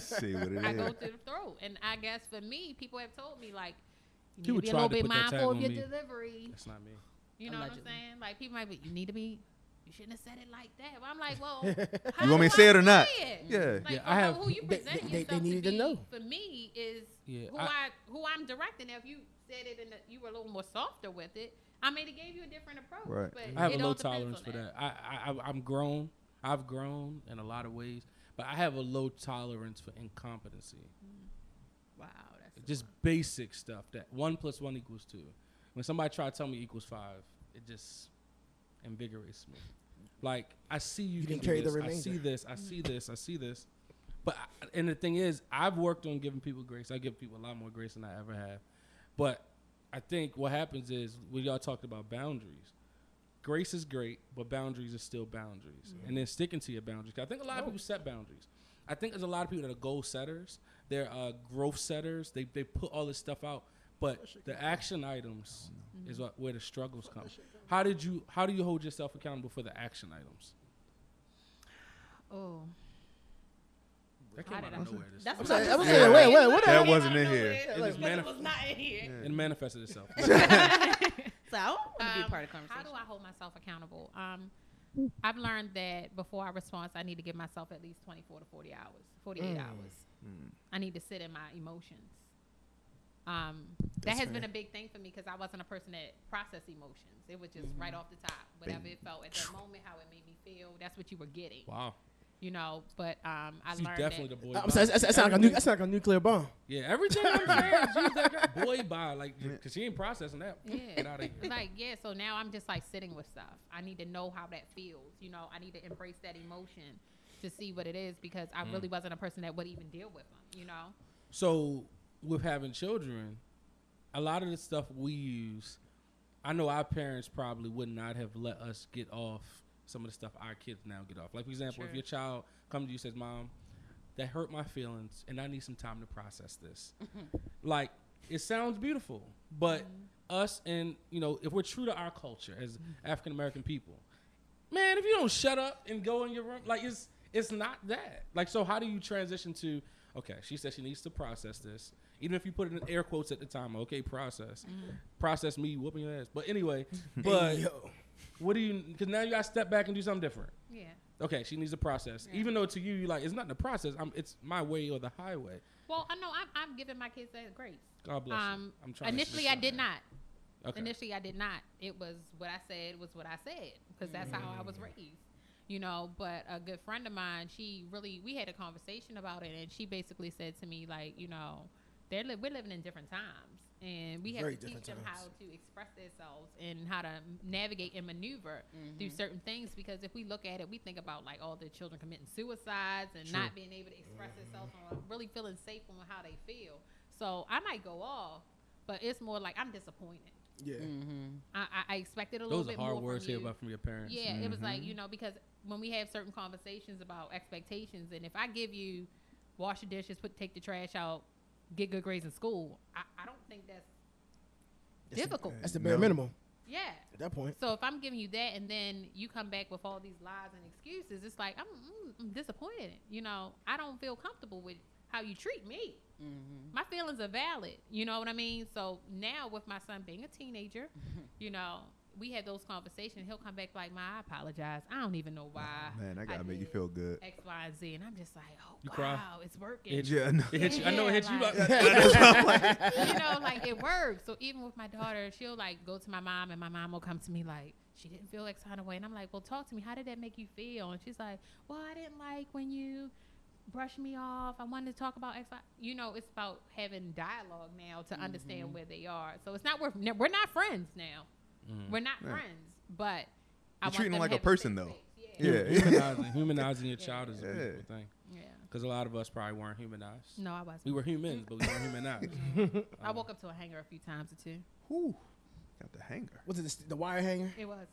Speaker 5: See what it
Speaker 3: I go
Speaker 5: is.
Speaker 3: through the throat. And I guess for me, people have told me like
Speaker 2: People
Speaker 3: you need to be a
Speaker 2: tried
Speaker 3: little
Speaker 2: to
Speaker 3: bit
Speaker 2: put that tag
Speaker 3: mindful of
Speaker 2: on
Speaker 3: your
Speaker 2: me.
Speaker 3: delivery.
Speaker 2: That's not me.
Speaker 3: You know what
Speaker 6: Allegedly.
Speaker 3: I'm saying? Like people might be, you need to be you shouldn't have said it like that. Well, I'm like, well, how
Speaker 5: You want me
Speaker 3: do
Speaker 5: to say
Speaker 3: I
Speaker 5: it or not?
Speaker 3: it?
Speaker 5: Yeah.
Speaker 3: Like,
Speaker 2: Yeah,
Speaker 3: I
Speaker 2: I
Speaker 3: have,
Speaker 2: have-
Speaker 3: who you
Speaker 7: they-
Speaker 3: present
Speaker 7: they- they
Speaker 3: yourself
Speaker 7: needed
Speaker 3: to,
Speaker 7: to
Speaker 3: be,
Speaker 7: know.
Speaker 3: For me, is
Speaker 2: Yeah,
Speaker 3: who I,
Speaker 2: I-
Speaker 3: who I'm directing. If you said it and you were a little more softer with it, I mean, it gave you a different approach.
Speaker 5: Right.
Speaker 3: But
Speaker 2: I have
Speaker 3: it
Speaker 2: a
Speaker 3: all
Speaker 2: low
Speaker 3: depends
Speaker 2: tolerance
Speaker 3: on
Speaker 2: for that. I, I, I I'm grown. I've grown in a lot of ways, but I have a low tolerance for incompetency.
Speaker 3: Wow, that's
Speaker 2: Just basic stuff that one plus one equals two. When somebody try to tell me equals five, it just invigorates me. Like I see you, can
Speaker 4: didn't
Speaker 2: do
Speaker 4: carry the
Speaker 2: this, I see
Speaker 4: remainder.
Speaker 2: this. I see this. I see this. But I, and the thing is, I've worked on giving people grace. I give people a lot more grace than I ever have. But I think what happens is we y'all talked about boundaries. Grace is great, but boundaries are still boundaries. And then sticking to your boundaries. 'Cause I think a lot of people set boundaries. I think there's a lot of people that are goal setters. They're uh, growth setters. They they put all this stuff out, but the action items is what, where the struggles come. How did you? How do you hold yourself accountable for the action items?
Speaker 3: oh.
Speaker 2: That
Speaker 3: How
Speaker 2: came out
Speaker 3: did
Speaker 2: of
Speaker 3: I-
Speaker 2: nowhere. This
Speaker 6: That's
Speaker 2: time.
Speaker 6: what I'm
Speaker 4: saying-
Speaker 6: just
Speaker 4: I'm
Speaker 5: saying, wait,
Speaker 4: wait, what
Speaker 6: It
Speaker 5: the-
Speaker 6: came out
Speaker 5: wasn't
Speaker 6: of
Speaker 5: in here.
Speaker 6: nowhere,
Speaker 2: It
Speaker 6: like,
Speaker 2: just
Speaker 6: but
Speaker 2: manif-
Speaker 6: was not in here.
Speaker 2: it manifested itself.
Speaker 6: So I don't want to be a
Speaker 3: Um,
Speaker 6: part of the conversation.
Speaker 3: How do I hold myself accountable? Um, I've learned that before I respond, I need to give myself at least 24 to 40 hours, 48
Speaker 2: Mm.
Speaker 3: hours. I need to sit in my emotions. Um, that
Speaker 4: That's
Speaker 3: has been
Speaker 4: fair.
Speaker 3: a big thing for me because I wasn't a person that processed emotions. It was just
Speaker 2: Mm-hmm.
Speaker 3: right off the top, whatever it felt at that moment, how it made me feel. That's what you were getting,
Speaker 2: Wow.
Speaker 3: you know. But um, I
Speaker 2: You
Speaker 3: learned
Speaker 2: definitely the
Speaker 3: that.
Speaker 2: boy.
Speaker 4: I'm
Speaker 2: bye.
Speaker 4: sorry, that sound like a nu- that sound like a nuclear bomb.
Speaker 2: yeah, everything I'm saying is you that guy, boy by like because she ain't processing that. Get out of
Speaker 3: Yeah,
Speaker 2: here.
Speaker 3: like yeah. So now I'm just like sitting with stuff. I need to know how that feels. You know, I need to embrace that emotion to see what it is because
Speaker 2: Mm.
Speaker 3: I really wasn't a person that would even deal with them. You know,
Speaker 2: So with having children, a lot of the stuff we use, I know our parents probably would not have let us get off some of the stuff our kids now get off. Like for example, if
Speaker 3: Sure.
Speaker 2: your child comes to you and says, "Mom, that hurt my feelings, and I need some time to process this," like it sounds beautiful, but us and you know, if we're true to our culture as African American people, man, if you don't shut up and go in your room, like it's it's not that. Like, so how do you transition to? Okay, she said she needs to process this. Even if you put it in air quotes at the time, okay, process,
Speaker 3: Mm-hmm.
Speaker 2: process me whooping your ass. But anyway, but
Speaker 4: Yo.
Speaker 2: what do you? Because now you got to step back and do something different.
Speaker 3: yeah.
Speaker 2: Okay, she needs a process. Even though to you, you like it's not the process. I'm, it's my way or the highway.
Speaker 3: Well, I know I'm, I'm giving my kids that grace.
Speaker 2: God bless
Speaker 3: Um,
Speaker 2: you. I'm trying. to
Speaker 3: initially,
Speaker 2: fix
Speaker 3: I
Speaker 2: that.
Speaker 3: did not.
Speaker 2: Okay.
Speaker 3: Initially, I did not. It was what I said was what I said because that's how I was
Speaker 4: Mm.
Speaker 3: raised, you know. But a good friend of mine, she really, we had a conversation about it, and she basically said to me, like, you know, they're li- we're living in different times, and we have
Speaker 4: Very
Speaker 3: to teach
Speaker 4: different
Speaker 3: them
Speaker 4: times.
Speaker 3: how to express themselves and how to navigate and maneuver through certain things. Because if we look at it, we think about like all the children committing suicides and not being able to express
Speaker 4: Mm-hmm.
Speaker 3: themselves or really feeling safe on how they feel. So I might go off, but it's more like I'm disappointed.
Speaker 4: Yeah.
Speaker 3: Mm-hmm. I, I I expected a little
Speaker 2: Those are
Speaker 3: bit
Speaker 2: hard
Speaker 3: more
Speaker 2: words
Speaker 3: from
Speaker 2: here
Speaker 3: you.
Speaker 2: about from your parents.
Speaker 3: Yeah, it was
Speaker 2: Mm-hmm.
Speaker 3: like you know because when we have certain conversations about expectations, and if I give you wash the dishes, put take the trash out, get good grades in school, I, I don't think that's, difficult.
Speaker 4: That's the bare
Speaker 5: No.
Speaker 4: minimum
Speaker 3: yeah.
Speaker 4: at that point.
Speaker 3: So if I'm giving you that, and then you come back with all these lies and excuses, it's like I'm, mm, I'm disappointed. You know, I don't feel comfortable with how you treat me.
Speaker 5: Mm-hmm.
Speaker 3: My feelings are valid. You know what I mean? So now with my son being a teenager, you know, we had those conversations. He'll come back like, "My, I apologize. I don't even know why."
Speaker 5: Oh, Man, I gotta make you
Speaker 3: did
Speaker 5: feel good.
Speaker 3: X, Y, and Z, and I'm just like, "Oh,
Speaker 2: You
Speaker 3: wow,
Speaker 2: cry?
Speaker 3: it's working."
Speaker 2: It-
Speaker 5: Yeah, I know.
Speaker 2: It hit you. I know it hit you.
Speaker 3: Yeah,
Speaker 2: Like,
Speaker 3: you know, like it works. So even with my daughter, she'll like go to my mom, and my mom will come to me like, she didn't feel X kind of way, and I'm like, well, talk to me. How did that make you feel? And she's like, well, I didn't like when you brushed me off. I wanted to talk about X. Y-" You know, it's about having dialogue now to understand where they are. So it's not worth. no, We're not friends now. We're not
Speaker 5: Yeah.
Speaker 3: friends, but
Speaker 5: You're
Speaker 3: I want them
Speaker 5: treating them like
Speaker 3: to
Speaker 5: a
Speaker 3: have safe
Speaker 5: person, though.
Speaker 3: space. Yeah.
Speaker 5: Yeah.
Speaker 2: humanizing, humanizing your child is a
Speaker 5: Yeah.
Speaker 2: beautiful thing
Speaker 3: yeah.
Speaker 2: because a lot of us probably weren't humanized.
Speaker 3: No, I wasn't.
Speaker 2: We were humans, but we weren't humanized.
Speaker 5: uh,
Speaker 3: I woke up to a hanger a few times or two.
Speaker 5: Whew. Got the hanger.
Speaker 4: Was it the, st- the wire hanger?
Speaker 3: It was.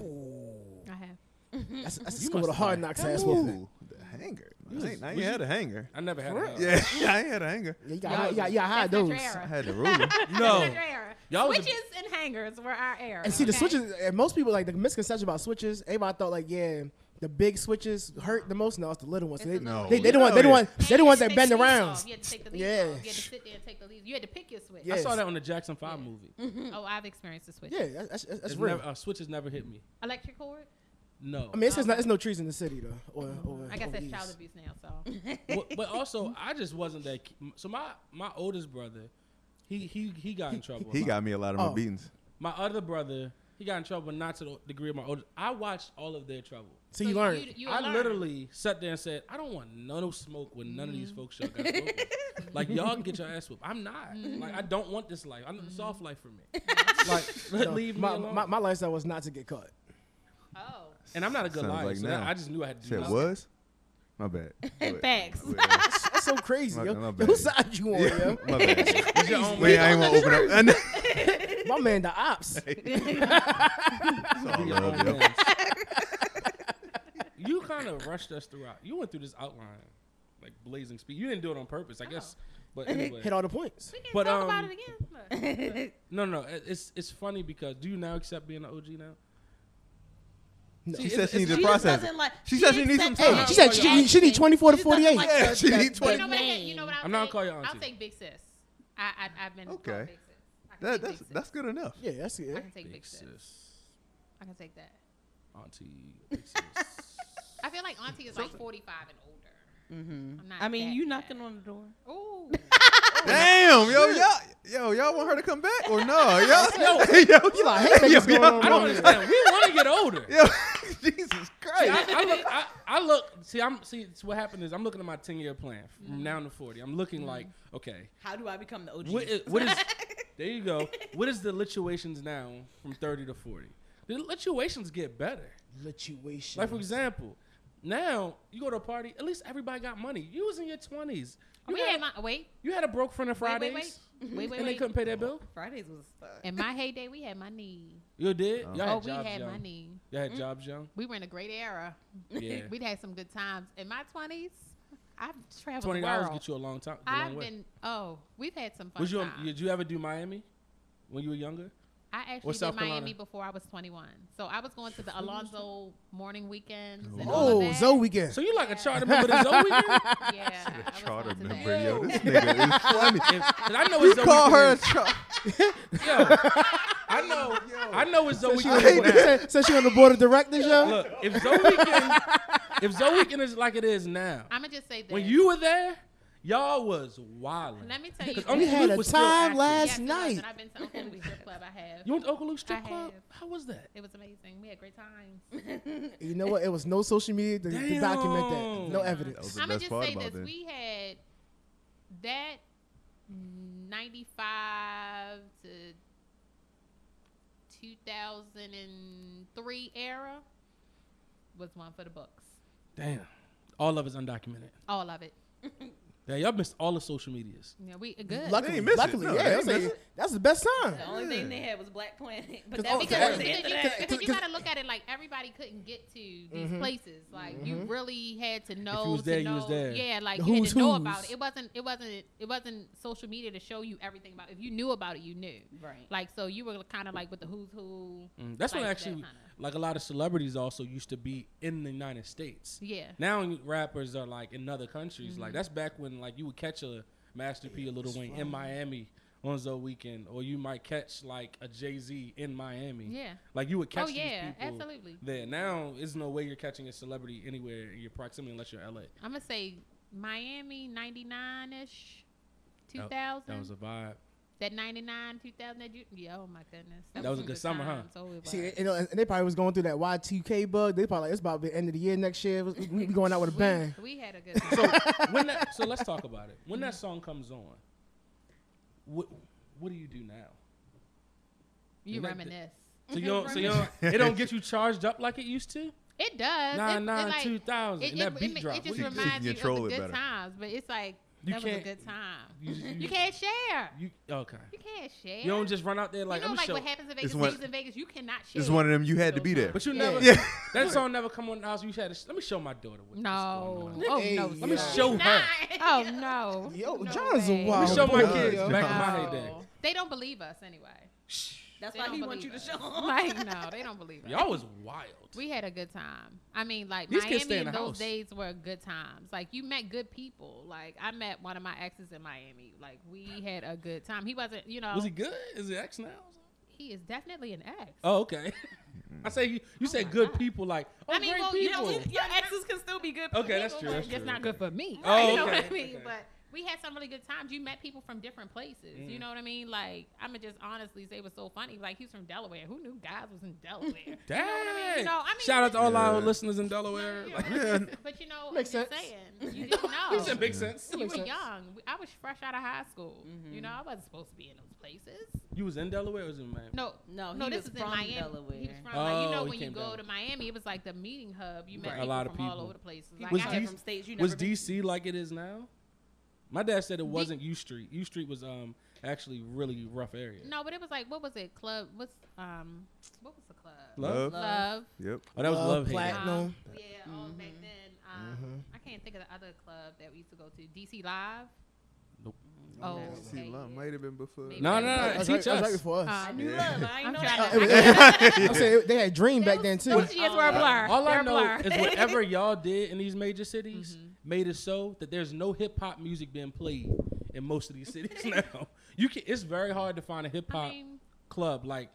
Speaker 4: Ooh.
Speaker 3: I have. Mm.
Speaker 4: That's, that's a
Speaker 2: You
Speaker 4: school with a
Speaker 2: must
Speaker 4: hard
Speaker 2: like-
Speaker 4: knocks ass whooping.
Speaker 5: Ooh, the hanger.
Speaker 2: You
Speaker 5: I ain't,
Speaker 2: was-
Speaker 5: I ain't
Speaker 2: was you-
Speaker 5: had a hanger.
Speaker 2: I never had. a hug.
Speaker 5: Yeah, I ain't had a hanger.
Speaker 4: Yeah, you
Speaker 3: Yeah,
Speaker 4: got you got you got hide
Speaker 3: That's not your
Speaker 4: those.
Speaker 3: era.
Speaker 5: I had the ruler.
Speaker 2: No.
Speaker 3: That's your era.
Speaker 2: Y'all was a-
Speaker 3: switches and hangers were our era.
Speaker 4: And see the
Speaker 3: okay?
Speaker 4: switches. And most people like the misconception about switches. Everybody thought like, yeah, the big switches hurt the most. No, it's the little ones.
Speaker 3: It's
Speaker 4: they,
Speaker 3: the little
Speaker 4: they,
Speaker 5: ones.
Speaker 4: they don't want they don't
Speaker 5: Yeah.
Speaker 4: want they don't want that bend
Speaker 3: bend
Speaker 4: around.
Speaker 3: You had to take the leaves
Speaker 4: Yeah.
Speaker 3: off. You had to sit there and take the leaves. You had to pick your switch.
Speaker 2: I
Speaker 4: Yes.
Speaker 2: saw that on the Jackson Five movie.
Speaker 3: Oh, I've experienced the switch.
Speaker 4: Yeah, that's that's, that's
Speaker 2: It's
Speaker 4: real.
Speaker 2: never- uh, switches never hit me.
Speaker 3: Electric cord.
Speaker 2: No.
Speaker 4: I mean, it's, just not, it's no trees in the city though. Or, or
Speaker 3: I guess
Speaker 4: or
Speaker 3: that's
Speaker 4: leaves.
Speaker 3: child abuse now. So
Speaker 2: Well, but also, I just wasn't that. ki- So my my oldest brother, he he he got in trouble. a
Speaker 5: He
Speaker 2: lot.
Speaker 5: got me a lot of my
Speaker 4: Oh.
Speaker 5: beatings.
Speaker 2: my other brother. He got in trouble, not to the degree of my oldest. I watched all of their trouble.
Speaker 4: So you learn.
Speaker 3: You, you
Speaker 2: I
Speaker 3: learn.
Speaker 2: literally sat there and said, I don't want no, no smoke with none of
Speaker 4: Mm.
Speaker 2: these folks y'all got smoke with. Like y'all can get your ass whooped. I'm not.
Speaker 4: Mm.
Speaker 2: Like I don't want this life. I'm soft life for me. like let-
Speaker 4: No,
Speaker 2: leave
Speaker 4: my,
Speaker 2: me alone.
Speaker 4: my my lifestyle was not to get caught.
Speaker 3: Oh,
Speaker 2: and I'm not a good
Speaker 5: Sounds
Speaker 2: liar.
Speaker 5: like
Speaker 2: so that-
Speaker 5: now.
Speaker 2: I just knew I had to do
Speaker 5: Said
Speaker 2: that.
Speaker 5: was? My bad.
Speaker 3: Facts.
Speaker 4: That's so crazy.
Speaker 5: My-
Speaker 4: yo.
Speaker 5: my
Speaker 4: Yo,
Speaker 5: bad.
Speaker 4: Whose side you on, yo?
Speaker 5: my bad.
Speaker 2: It's your own
Speaker 5: Wait,
Speaker 2: way.
Speaker 5: I ain't gonna open up.
Speaker 4: My man, the ops.
Speaker 5: It's all
Speaker 2: Do your
Speaker 5: love,
Speaker 2: own
Speaker 5: yo.
Speaker 2: things. you kind of rushed us throughout. You went through this outline like blazing speed. You didn't do it on purpose, I guess. But anyway,
Speaker 4: Oh. Hit all the points.
Speaker 3: we can
Speaker 2: But,
Speaker 3: talk about
Speaker 2: um,
Speaker 3: it again. Look.
Speaker 2: no, no, no. it- It's it's funny because do you now accept being an OG now?
Speaker 4: No.
Speaker 5: She said she needs
Speaker 6: She
Speaker 5: to
Speaker 6: just
Speaker 5: process.
Speaker 6: doesn't
Speaker 5: it.
Speaker 6: like.
Speaker 5: She said she needs some
Speaker 6: accepted
Speaker 5: time.
Speaker 4: She said she, she need 24 to
Speaker 6: She doesn't
Speaker 4: 48.
Speaker 6: like
Speaker 5: Yeah,
Speaker 6: the-
Speaker 5: she
Speaker 6: the-
Speaker 5: need
Speaker 6: the
Speaker 5: 20.
Speaker 3: You know what I hate? You know what I'll
Speaker 2: I'm not
Speaker 3: take?
Speaker 2: gonna call you
Speaker 3: I'll
Speaker 2: auntie.
Speaker 3: take big sis. I, I I've been
Speaker 5: Okay.
Speaker 3: called big sis. I can
Speaker 5: That,
Speaker 3: take
Speaker 5: that's
Speaker 3: big sis.
Speaker 5: that's good enough.
Speaker 4: Yeah, that's
Speaker 3: I
Speaker 4: it.
Speaker 3: can take big, sis. I can take that.
Speaker 2: auntie, big sis.
Speaker 3: I feel like auntie is like 45 and older.
Speaker 4: Mm-hmm.
Speaker 6: Mhm.
Speaker 3: I'm not
Speaker 6: I mean,
Speaker 3: that
Speaker 6: you
Speaker 3: bad.
Speaker 6: knocking on the door.
Speaker 3: Ooh.
Speaker 5: Damn, yo, y'all, yo, y'all want her to come back or no? Yo, yo, yo,
Speaker 4: You like, hey, what's
Speaker 5: yo,
Speaker 4: going on?
Speaker 2: I don't understand. We want to get older.
Speaker 5: yo, Jesus
Speaker 2: See,
Speaker 5: Christ.
Speaker 2: I, I look. I, I look. See, I'm. See, it's what happened is I'm looking at my ten year plan from
Speaker 3: Mm-hmm.
Speaker 2: now to forty. I'm looking like, okay,
Speaker 6: How do I become the OG?
Speaker 2: what is, what is? there you go. What is the lituations now from thirty to forty? The lituations get better.
Speaker 4: Lituation.
Speaker 2: Like for example, now you go to a party. At least everybody got money. You was in your twenties. You,
Speaker 3: Oh, we
Speaker 2: had-
Speaker 3: had my wait.
Speaker 2: you had a broke friend on
Speaker 3: Wait,
Speaker 2: Fridays,
Speaker 3: wait, wait. Wait, wait,
Speaker 2: and they
Speaker 3: wait.
Speaker 2: couldn't pay their bill.
Speaker 6: Fridays was fun.
Speaker 3: In my heyday, we had money.
Speaker 2: You did. Y'all had
Speaker 3: oh, we
Speaker 2: jobs
Speaker 3: had
Speaker 2: young.
Speaker 3: money. Mm.
Speaker 2: Y'all had jobs young.
Speaker 3: We were in a great era.
Speaker 2: Yeah.
Speaker 3: We'd had some good times. In my 20s, I've traveled
Speaker 2: Twenty
Speaker 3: the
Speaker 2: dollars
Speaker 3: world.
Speaker 2: get you a long time. a long
Speaker 3: I've
Speaker 2: way.
Speaker 3: been, oh, we've had some fun
Speaker 2: Was you
Speaker 3: times.
Speaker 2: did you ever do Miami when you were younger?
Speaker 3: I
Speaker 2: Or
Speaker 3: actually did
Speaker 2: South
Speaker 3: Miami
Speaker 2: Carolina.
Speaker 3: before I was 21. So I was going to the Alonzo morning weekends. and all
Speaker 4: oh,
Speaker 3: of that.
Speaker 4: Zoe weekend.
Speaker 2: So you like a charter member to Zoe weekend?
Speaker 3: Yeah. I was
Speaker 5: Charter
Speaker 3: going to that.
Speaker 5: member, yo, this nigga is funny.
Speaker 2: Cause I know
Speaker 5: You
Speaker 2: it's Zoe
Speaker 5: call her a
Speaker 2: weekend.
Speaker 5: charter?
Speaker 2: Yo, I know, I know it's Zoe
Speaker 4: she on the
Speaker 2: weekend.
Speaker 4: board, said, said she on the board of directors, yo.
Speaker 2: Look, if Zoe weekend, if Zoe weekend is like it is now,
Speaker 3: I'm going to just say this.
Speaker 2: when you were there, y'all was wild.
Speaker 3: Let me tell you.
Speaker 2: 'Cause
Speaker 3: this.
Speaker 2: Uncle
Speaker 4: we had
Speaker 2: Luke
Speaker 4: a
Speaker 2: was still
Speaker 4: time
Speaker 2: active.
Speaker 4: last
Speaker 3: Yes, it was,
Speaker 4: night.
Speaker 3: And I've been to Uncle Luke's strip club. I have.
Speaker 2: You went to Oklahoma Strip
Speaker 3: I
Speaker 2: Club?
Speaker 3: have.
Speaker 2: How was that?
Speaker 3: It was amazing. We had great times.
Speaker 4: You know what? It was no social media to, to document that. No
Speaker 2: Damn.
Speaker 5: That was
Speaker 4: evidence.
Speaker 5: the
Speaker 3: I'm gonna
Speaker 5: best
Speaker 3: just
Speaker 5: part
Speaker 3: say
Speaker 5: about
Speaker 3: this:
Speaker 5: that.
Speaker 3: we had that 95 to 2003 era was one for the books.
Speaker 2: Damn, all of it's undocumented.
Speaker 3: All of it.
Speaker 2: Damn, y'all missed all the social medias.
Speaker 3: Yeah, we uh, good.
Speaker 4: Luckily,
Speaker 5: ain't miss it.
Speaker 4: luckily,
Speaker 5: No, they
Speaker 4: yeah,
Speaker 5: ain't
Speaker 4: that's, a-
Speaker 5: miss it.
Speaker 4: that's the best time.
Speaker 6: The only thing they had was Black Planet, but
Speaker 4: 'Cause
Speaker 6: that
Speaker 2: Oh,
Speaker 4: all-
Speaker 3: because,
Speaker 6: because
Speaker 4: Cause-
Speaker 6: the
Speaker 3: because you,
Speaker 6: internet.
Speaker 4: cause-
Speaker 3: because you
Speaker 4: cause-
Speaker 3: gotta look at it like everybody couldn't get to these places. Like you really had to know.
Speaker 2: was
Speaker 3: to
Speaker 2: there, Mm-hmm. you
Speaker 3: know,
Speaker 2: was there.
Speaker 3: Yeah, like
Speaker 4: The
Speaker 3: you had
Speaker 4: who's
Speaker 3: to know
Speaker 4: who's.
Speaker 3: about it. It wasn't. It wasn't. It wasn't social media to show you everything about. It. If you knew about it, you knew.
Speaker 6: Right.
Speaker 3: Like so, you were kind of like with the who's who.
Speaker 2: Mm, That's when
Speaker 3: Like
Speaker 2: actually,
Speaker 3: that kinda.
Speaker 2: like a lot of celebrities also used to be in the United States.
Speaker 3: Yeah.
Speaker 2: Now rappers are like in other countries. Like
Speaker 3: Mm-hmm.
Speaker 2: that's back when like you would catch a Master P, a Little Wayne in Miami on Zoe weekend, or you might catch like a Jay Z in Miami.
Speaker 3: Yeah.
Speaker 2: Like you would catch
Speaker 3: Oh, yeah,
Speaker 2: these people
Speaker 3: absolutely.
Speaker 2: there. Now there's no way you're catching a celebrity anywhere in your proximity unless you're LA.
Speaker 3: I'm gonna say Miami '99 ish,
Speaker 2: That-
Speaker 3: 2000.
Speaker 2: That was a vibe.
Speaker 3: that '99, 2000. That you, yeah. Oh my goodness.
Speaker 2: That was a good summer, huh?
Speaker 3: times. Oh, it
Speaker 4: See,
Speaker 3: was.
Speaker 4: you know, and they probably was going through that Y2K bug. They probably like, it's about the end of the year next year. We we going out with a bang.
Speaker 3: We, we had a good. Time.
Speaker 2: So when that, so let's talk about it. When
Speaker 3: Mm-hmm.
Speaker 2: that song comes on, what what do you do now?
Speaker 3: you
Speaker 2: and that-
Speaker 3: reminisce.
Speaker 2: So you don't, so you don't, it don't get you charged up like it used to.
Speaker 3: It does.
Speaker 2: Nine
Speaker 3: It- it
Speaker 2: nine
Speaker 3: like-
Speaker 2: two thousand.
Speaker 3: It,
Speaker 2: and
Speaker 3: it,
Speaker 2: that beat
Speaker 3: it, ma-
Speaker 2: drop.
Speaker 3: it just
Speaker 2: What you-
Speaker 5: remind-
Speaker 3: reminds
Speaker 5: you
Speaker 3: you
Speaker 5: control
Speaker 3: of
Speaker 5: it
Speaker 3: the good
Speaker 5: better.
Speaker 3: times, but it's like
Speaker 2: You
Speaker 3: that
Speaker 2: can't-
Speaker 3: was a good time.
Speaker 2: you-
Speaker 3: You,
Speaker 2: you-
Speaker 3: can't share. You,
Speaker 2: you, okay.
Speaker 3: can't share.
Speaker 2: don't just run out there like
Speaker 3: you know,
Speaker 2: I'm
Speaker 3: like
Speaker 2: sure.
Speaker 3: what happens in Vegas
Speaker 5: one-
Speaker 3: stays in Vegas. You cannot share.
Speaker 5: It's one of them. You had to be there.
Speaker 2: But you
Speaker 4: Yeah.
Speaker 2: never.
Speaker 5: Yeah.
Speaker 2: That song never come on the house. You had to. sh- Let me show my daughter. What
Speaker 3: No.
Speaker 2: This
Speaker 3: Oh
Speaker 4: Hey,
Speaker 3: no.
Speaker 4: Let
Speaker 2: Let me
Speaker 4: Yeah.
Speaker 2: show her.
Speaker 3: Oh no.
Speaker 4: Yo,
Speaker 3: no
Speaker 4: John's a
Speaker 3: way.
Speaker 4: wild
Speaker 2: Let me show my
Speaker 4: boy,
Speaker 2: kids
Speaker 4: yo.
Speaker 2: back in my heyday.
Speaker 3: No. They don't believe us anyway.
Speaker 6: That's
Speaker 3: They
Speaker 6: why
Speaker 3: don't
Speaker 6: he wants you
Speaker 3: believe
Speaker 6: to
Speaker 3: us.
Speaker 6: show him.
Speaker 3: Like no, they don't believe us.
Speaker 2: Y'all was wild.
Speaker 3: We had a good time. I mean, like
Speaker 2: These kids stay
Speaker 3: Miami
Speaker 2: in
Speaker 3: in
Speaker 2: the
Speaker 3: those
Speaker 2: house.
Speaker 3: days were good times. Like you met good people. Like I met one of my exes in Miami. Like we had a good time. He wasn't, you know,
Speaker 2: Was he
Speaker 3: he,
Speaker 2: good? Is he ex now?
Speaker 3: is definitely an ex.
Speaker 2: Oh, okay. I say you, you say
Speaker 3: my
Speaker 2: good
Speaker 3: God.
Speaker 2: people like oh
Speaker 3: I mean,
Speaker 2: great
Speaker 3: well, you know,
Speaker 2: people.
Speaker 3: we-
Speaker 6: Your exes can still be good.
Speaker 2: okay, that's true. That's
Speaker 3: It's
Speaker 2: true.
Speaker 3: just not good for me.
Speaker 2: Oh,
Speaker 3: you know
Speaker 2: okay,
Speaker 3: what I mean?
Speaker 2: okay.
Speaker 3: But we had some really good times. You met people from different places.
Speaker 2: Mm.
Speaker 3: You know what I mean? Like, I'm going to just honestly say it was so funny. Like, he's from Delaware. Who knew guys was in Delaware?
Speaker 2: Dang.
Speaker 3: You know what I mean? You know, I mean,
Speaker 2: Shout out to all our
Speaker 5: Yeah.
Speaker 2: listeners in Delaware.
Speaker 3: Yeah.
Speaker 2: Like,
Speaker 3: But you know,
Speaker 4: Makes
Speaker 3: I'm just
Speaker 4: sense.
Speaker 3: saying, you didn't know.
Speaker 2: that makes sense.
Speaker 3: you
Speaker 4: makes
Speaker 3: were
Speaker 4: sense.
Speaker 3: young. We- I was fresh out of high school. You
Speaker 2: Mm-hmm.
Speaker 6: Mhm.
Speaker 3: know, I wasn't supposed to be in those places.
Speaker 2: You was in Delaware or was in Miami?
Speaker 3: No,
Speaker 6: No,
Speaker 3: no,
Speaker 6: Oh, he
Speaker 3: this
Speaker 6: was
Speaker 3: is in
Speaker 6: from
Speaker 3: Miami.
Speaker 6: Delaware.
Speaker 3: He was from, like,
Speaker 2: Oh,
Speaker 3: you know,
Speaker 2: he
Speaker 3: when you
Speaker 2: came
Speaker 3: go
Speaker 2: down.
Speaker 3: to Miami, it was like the meeting hub. You met
Speaker 2: Right. A
Speaker 3: people
Speaker 2: lot of
Speaker 3: from all
Speaker 2: people.
Speaker 3: over the places.
Speaker 6: Like,
Speaker 3: Like,
Speaker 2: Was
Speaker 6: I
Speaker 3: I
Speaker 6: had
Speaker 2: D-
Speaker 6: from states you never
Speaker 2: Was
Speaker 6: been to.
Speaker 2: DC like it is now? My dad said it wasn't U Street. U Street was um actually really rough area.
Speaker 3: had, no, but it was like, what was it? Club? What's um, what was the club?
Speaker 2: Love?
Speaker 5: Love.
Speaker 3: Love.
Speaker 5: Yep.
Speaker 2: Oh, that was
Speaker 4: Love,
Speaker 2: love.
Speaker 4: Plat-
Speaker 2: Hate.
Speaker 4: Platinum.
Speaker 3: Um, yeah, all back
Speaker 6: Mm-hmm.
Speaker 3: then. Um,
Speaker 2: Mm-hmm.
Speaker 4: Mhm.
Speaker 3: I can't think of the other club that we used to go to. DC Live.
Speaker 2: Nope.
Speaker 3: Oh,
Speaker 6: Never
Speaker 5: See,
Speaker 3: okay,
Speaker 5: love
Speaker 3: yeah.
Speaker 5: might have been before.
Speaker 3: Maybe.
Speaker 2: No, no,
Speaker 4: That
Speaker 2: no.
Speaker 4: was
Speaker 2: Teach
Speaker 4: right, that was right
Speaker 2: us.
Speaker 4: before us.
Speaker 3: Uh,
Speaker 6: I knew
Speaker 5: Yeah.
Speaker 6: love. I ain't
Speaker 3: I'm
Speaker 6: know
Speaker 3: trying
Speaker 6: that.
Speaker 3: to-
Speaker 4: It was- I'm saying they had Dream back then
Speaker 3: Those-
Speaker 4: too.
Speaker 3: Those years were a
Speaker 6: Uh,
Speaker 3: blur.
Speaker 2: All
Speaker 3: They're
Speaker 2: I
Speaker 3: a
Speaker 2: know
Speaker 3: blur.
Speaker 2: is whatever y'all did in these major cities
Speaker 3: Mm-hmm.
Speaker 2: made it so that there's no hip hop music being played in most of these cities now. You can. It's very hard to find a hip
Speaker 3: I
Speaker 2: hop
Speaker 3: mean,
Speaker 2: club. Like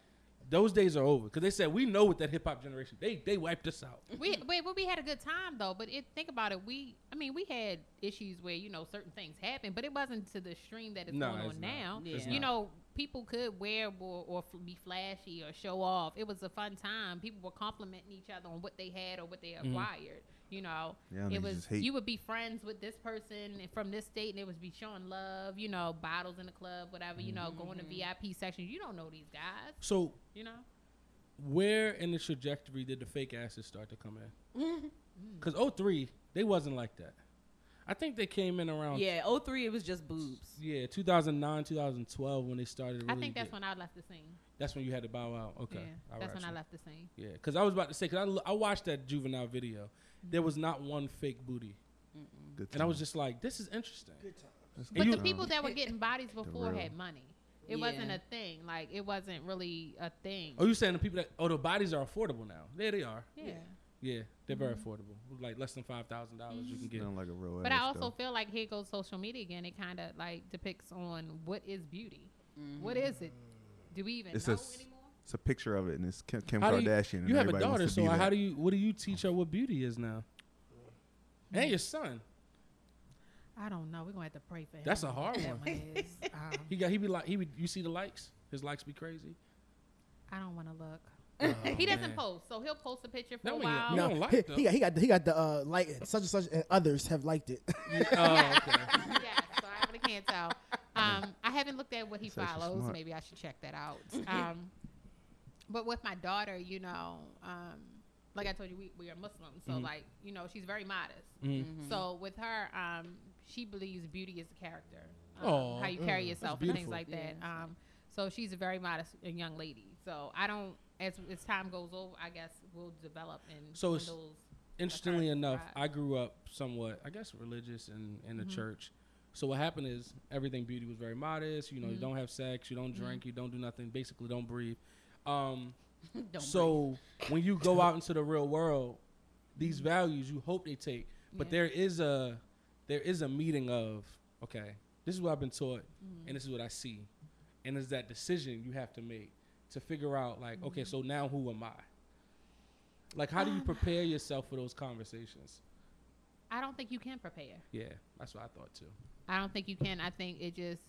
Speaker 2: those days are over because they said we know what that hip hop generation. They they wiped us out.
Speaker 3: we, we, we had a good time though, but it, think about it. We, I mean, we had issues where you know certain things happened, but it wasn't to the extreme that it's
Speaker 2: No,
Speaker 3: going
Speaker 2: it's
Speaker 3: on
Speaker 2: not.
Speaker 3: now.
Speaker 6: It's
Speaker 3: You
Speaker 2: not.
Speaker 3: know, people could wear or, or f- be flashy or show off. It was a fun time. People were complimenting each other on what they had or what they
Speaker 2: Mm-hmm.
Speaker 3: acquired. You know,
Speaker 5: Yeah,
Speaker 3: it
Speaker 5: niggas
Speaker 3: was
Speaker 5: just hate.
Speaker 3: you would be friends with this person and from this state, and it would be showing love. You know, bottles in the club, whatever. You know, going
Speaker 2: Mm-hmm.
Speaker 3: to VIP section. You don't know these guys.
Speaker 2: So
Speaker 3: You know.
Speaker 2: where in the trajectory did the fake asses start to come in?
Speaker 3: Mm-hmm.
Speaker 2: Because 03, they wasn't like that. I think they came in around
Speaker 6: Yeah, 03, it was just boobs.
Speaker 2: yeah 2009, 2012 when they started. Really
Speaker 3: I think that's
Speaker 2: get-
Speaker 3: when I left the scene.
Speaker 2: that's when you had to bow out. Okay,
Speaker 3: Yeah,
Speaker 2: All
Speaker 3: that's
Speaker 2: right,
Speaker 3: when I
Speaker 2: so-
Speaker 3: left the scene.
Speaker 2: Yeah, because I was about to say because I, l- I watched that juvenile video. There was not one fake booty,
Speaker 5: Good
Speaker 2: and I was
Speaker 5: times.
Speaker 2: just like, this is interesting.
Speaker 5: That's
Speaker 3: But
Speaker 5: good
Speaker 2: you-
Speaker 3: the people
Speaker 5: times.
Speaker 3: that were getting bodies before
Speaker 5: real-
Speaker 3: had money. It
Speaker 6: Yeah.
Speaker 3: wasn't a thing. Like it wasn't really a thing.
Speaker 2: Oh, you saying the people that oh the bodies are affordable now? There they are.
Speaker 3: yeah.
Speaker 2: Yeah, they're very
Speaker 3: Mm-hmm.
Speaker 2: affordable. Like less than five thousand dollars you can get.
Speaker 5: Sound like a real
Speaker 3: But I
Speaker 5: ass,
Speaker 3: also
Speaker 5: though.
Speaker 3: feel like here goes social media again. It kind of like depicts on what is beauty. What
Speaker 2: Mm-hmm.
Speaker 3: is it? Do we even
Speaker 5: It's a
Speaker 3: know
Speaker 5: s-
Speaker 3: anymore?
Speaker 5: It's a picture of it, and it's Kim, Kim
Speaker 2: How do you-
Speaker 5: Kardashian. and
Speaker 2: You have a
Speaker 5: everybody wants
Speaker 2: daughter,
Speaker 5: to
Speaker 2: so
Speaker 5: be
Speaker 2: how
Speaker 5: that.
Speaker 2: do you? What do you teach her what beauty is now? And your son,
Speaker 3: I don't know. We're gonna have to pray for him.
Speaker 2: That's a hard
Speaker 3: That
Speaker 2: one.
Speaker 3: is, um,
Speaker 2: he got he be like he be. You see the likes? His likes be crazy.
Speaker 3: I don't want to look.
Speaker 2: Oh,
Speaker 3: he doesn't
Speaker 2: man.
Speaker 3: post, so he'll post a picture for
Speaker 2: That
Speaker 3: a
Speaker 2: one you- no.
Speaker 3: while.
Speaker 4: No,
Speaker 2: don't like
Speaker 4: he,
Speaker 2: them.
Speaker 4: he got he got the, he got the uh, like such and such and others have liked it.
Speaker 2: oh, okay.
Speaker 3: yeah, so I really can't tell. Um, I haven't looked at what he
Speaker 5: Says she's
Speaker 3: follows.
Speaker 5: smart.
Speaker 3: Maybe I should check that out. Um, but with my daughter, you know, um, like I told you, we, we are Muslim, so
Speaker 2: Mhm.
Speaker 3: like you know, she's very modest.
Speaker 2: Mm.
Speaker 3: So with her, um, she believes beauty is a character, um,
Speaker 2: Aw,
Speaker 3: how you carry
Speaker 2: mm,
Speaker 3: yourself
Speaker 2: that's
Speaker 3: and things
Speaker 2: beautiful.
Speaker 3: like that.
Speaker 6: Yeah.
Speaker 3: Um, so she's a very modest uh, young lady. So I don't. As, as time goes over, I guess we'll develop and
Speaker 2: So it's-
Speaker 3: those.
Speaker 2: interestingly
Speaker 3: That's
Speaker 2: enough,
Speaker 3: right. Mm-hmm.
Speaker 2: I grew up somewhat, I guess, religious and in the church. So what happened is everything beauty was very modest. You know,
Speaker 3: Mm-hmm.
Speaker 2: you don't have sex, you don't drink, you don't do nothing. Basically, don't breathe. Um,
Speaker 6: Don't
Speaker 2: so when you go out into the real world, these values you hope they take, but
Speaker 3: Mm-hmm. Yeah.
Speaker 2: there is a there is a meeting of okay, this is what I've been taught,
Speaker 3: Mm-hmm.
Speaker 2: and this is what I see, and it's that decision you have to make to figure out like okay,
Speaker 3: Mm-hmm.
Speaker 2: so now who am I? Like, how do
Speaker 3: Um,
Speaker 2: you prepare yourself for those conversations?
Speaker 3: I don't think you can prepare.
Speaker 2: Yeah, that's what I thought too.
Speaker 3: I don't think you can. I think it just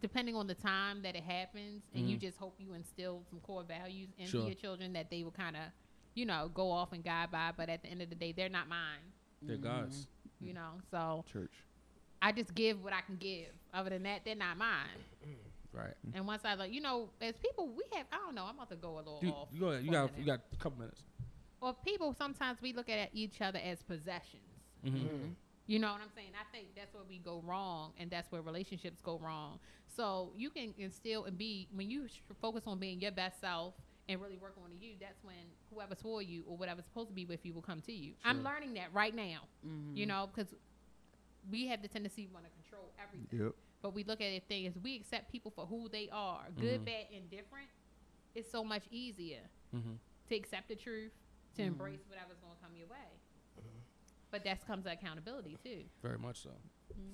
Speaker 3: depending on the time that it happens, and you
Speaker 2: Mhm.
Speaker 3: just hope you instill some core values into
Speaker 2: Sure.
Speaker 3: your children that they will kind of, you know, go off and guide by. But at the end of the day, they're not mine,
Speaker 2: They're
Speaker 3: Mm-hmm.
Speaker 2: gods.
Speaker 3: you know. So
Speaker 5: church?
Speaker 3: I just give what I can give. Other than that, they're not mine.
Speaker 2: Right.
Speaker 3: And once I, like, you know, as people, we have. I don't know. I'm about to go a little
Speaker 2: You,
Speaker 3: off.
Speaker 2: you go ahead. You
Speaker 3: for a
Speaker 2: got you
Speaker 3: minute.
Speaker 2: got a couple minutes.
Speaker 3: Well, people sometimes we look at each other as possessions.
Speaker 2: Mhm.
Speaker 3: You know what I'm saying? I think that's where we go wrong, and that's where relationships go wrong. So you can instill and be when you sh- focus on being your best self and really work on you. That's when whoever's for you or whatever's supposed to be with you will come to you. I'm
Speaker 2: Sure.
Speaker 3: learning that right now. You know, because we have the tendency to want to control everything,
Speaker 5: Yep.
Speaker 3: but we look at it thing as we accept people for who they are, good, bad, and different. It's so much easier
Speaker 2: Mhm.
Speaker 3: to accept the truth, to embrace whatever's going to come your way. But that comes with accountability too.
Speaker 2: Very much so.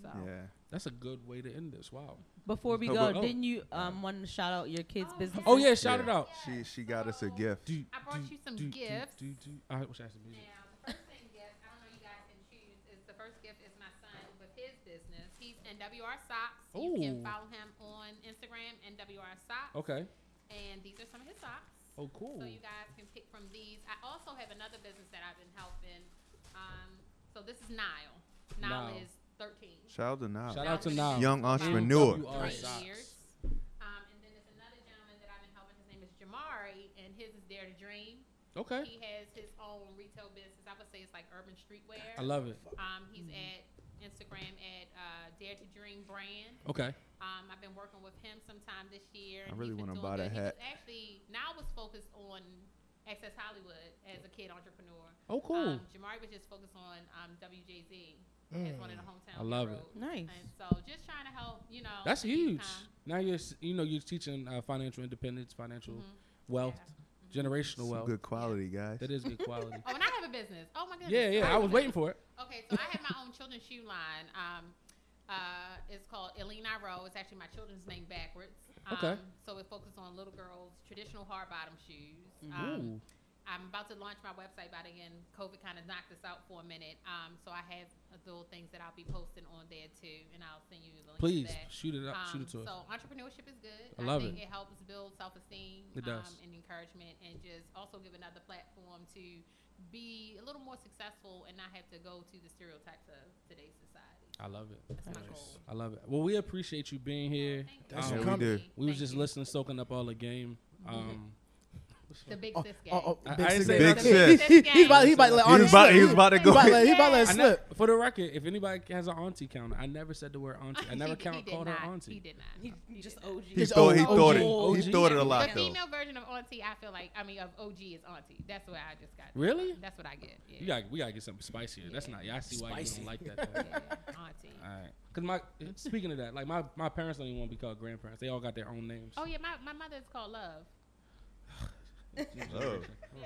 Speaker 3: So
Speaker 5: Yeah.
Speaker 2: That's a good way to end this. Wow.
Speaker 6: Before we
Speaker 5: Oh,
Speaker 6: go,
Speaker 5: but- oh.
Speaker 6: didn't you um want to shout out your kids'
Speaker 3: Oh,
Speaker 6: business?
Speaker 2: Oh yeah, shout
Speaker 5: Yeah.
Speaker 2: it out.
Speaker 5: She she got us a gift.
Speaker 2: Do,
Speaker 3: I brought you some gifts.
Speaker 2: Do, do, do. I wish I had some music.
Speaker 3: Now, the first thing gift, I don't know you guys can choose, is the first gift is my son with his business. He's NWR Socks. You
Speaker 2: Ooh.
Speaker 3: can follow him on Instagram, NWR Socks.
Speaker 2: Okay.
Speaker 3: And these are some of his socks.
Speaker 2: Oh, cool.
Speaker 3: So you guys can pick from these. I also have another business that I've been helping. Um, so this is Nile. Nile
Speaker 2: Nile.
Speaker 3: is 13.
Speaker 5: Shout out to Nile.
Speaker 2: Shout out to
Speaker 3: Nile.
Speaker 2: Nile.
Speaker 5: Young
Speaker 3: Nile.
Speaker 5: entrepreneur.
Speaker 2: You are
Speaker 3: Three
Speaker 2: socks.
Speaker 3: years. Um, and then there's another gentleman that I've been helping. His name is Jamari, and his is Dare to Dream.
Speaker 2: Okay.
Speaker 3: He has his own retail business. I would say it's like urban streetwear.
Speaker 2: I love it.
Speaker 3: Um, he's at Instagram at uh, Dare to Dream Brand.
Speaker 2: Okay.
Speaker 3: Um, I've been working with him sometime this year.
Speaker 5: I
Speaker 3: and
Speaker 5: really
Speaker 3: he's been
Speaker 5: wanna
Speaker 3: doing
Speaker 5: buy
Speaker 3: good.
Speaker 5: that
Speaker 3: He was
Speaker 5: hat.
Speaker 3: Actually, now I was focused on Access Hollywood as a kid entrepreneur.
Speaker 2: Oh, cool.
Speaker 3: Um, Jamari was just focused on um, WJZ as one of the hometown.
Speaker 2: Mm. I love it.
Speaker 3: heroes.
Speaker 6: Nice.
Speaker 3: And so just trying to help, you know.
Speaker 2: That's
Speaker 3: in the
Speaker 2: huge.
Speaker 3: meantime.
Speaker 2: Now you're, s- you know, you're teaching uh, financial independence, financial
Speaker 3: Mhm.
Speaker 2: wealth, generational
Speaker 5: Some
Speaker 2: wealth.
Speaker 5: good quality, guys.
Speaker 2: That is good quality.
Speaker 3: Mm-hmm. Oh, and I have a business. Oh my goodness.
Speaker 2: yeah, yeah. I
Speaker 3: have
Speaker 2: was
Speaker 3: a
Speaker 2: waiting
Speaker 3: business.
Speaker 2: for it.
Speaker 3: Okay, so I have my own children's shoe line. Um, uh, it's called Elena Rowe. It's actually my children's name backwards. Um,
Speaker 2: Okay.
Speaker 3: So it focuses on little girls' traditional hard bottom shoes. Um,
Speaker 2: Ooh.
Speaker 3: I'm about to launch my website, but again, COVID kind of knocked us out for a minute. Um, so I have little things that I'll be posting on there too, and I'll send you the link.
Speaker 2: Please
Speaker 3: To that.
Speaker 2: shoot it up. shoot
Speaker 3: Um,
Speaker 2: it to us.
Speaker 3: so entrepreneurship is good.
Speaker 2: I love
Speaker 3: think
Speaker 2: it.
Speaker 3: it. helps build self esteem
Speaker 2: It does.
Speaker 3: Um, and encouragement, and just also give another platform to be a little more successful and not have to go to the stereotypes of today's society.
Speaker 2: I love it.
Speaker 3: That's my goal.
Speaker 2: I love it. Well, we appreciate you being here.
Speaker 3: Thank you.
Speaker 5: That's
Speaker 2: Um,
Speaker 5: what we do.
Speaker 2: we was
Speaker 3: Thank
Speaker 2: just
Speaker 3: you.
Speaker 2: listening, soaking up all the game. Um,
Speaker 3: The big
Speaker 4: Oh,
Speaker 3: sis game.
Speaker 4: oh,
Speaker 2: I-
Speaker 4: oh,
Speaker 2: I
Speaker 4: big
Speaker 2: ain't
Speaker 4: sis.
Speaker 2: say
Speaker 4: game.
Speaker 5: Big sis.
Speaker 3: Sis
Speaker 4: He about, he
Speaker 3: game.
Speaker 4: about to let
Speaker 5: he,
Speaker 4: Arnie
Speaker 5: was about,
Speaker 4: slip.
Speaker 5: he was about to
Speaker 4: He
Speaker 5: go.
Speaker 4: about to
Speaker 5: in.
Speaker 4: let, he about to let
Speaker 2: I
Speaker 4: slip.
Speaker 2: ne- for the record, if anybody has an auntie counter, I never said the word auntie. I
Speaker 3: He
Speaker 2: never
Speaker 3: did-
Speaker 2: count
Speaker 3: he did
Speaker 2: called
Speaker 3: not.
Speaker 2: her
Speaker 3: He
Speaker 2: auntie.
Speaker 3: did not.
Speaker 6: He, he just OG.
Speaker 5: He
Speaker 4: It's
Speaker 5: thought he
Speaker 4: OG.
Speaker 5: thought
Speaker 2: OG.
Speaker 5: it. He thought it a lot
Speaker 3: the
Speaker 5: though.
Speaker 3: female version of auntie, I feel like, I mean, of OG is auntie. That's what I just got.
Speaker 2: Really?
Speaker 3: That's what I get. Yeah.
Speaker 2: You gotta, we gotta get something spicier. That's
Speaker 3: Yeah.
Speaker 2: not. I see why
Speaker 4: Spicy.
Speaker 2: you don't like that. Though.
Speaker 3: Yeah, auntie.
Speaker 2: All right. Cause my speaking of that, like my, my parents don't even want to be called grandparents. They all got their own names.
Speaker 3: Oh, yeah, my, my mother is called Love.
Speaker 5: Oh.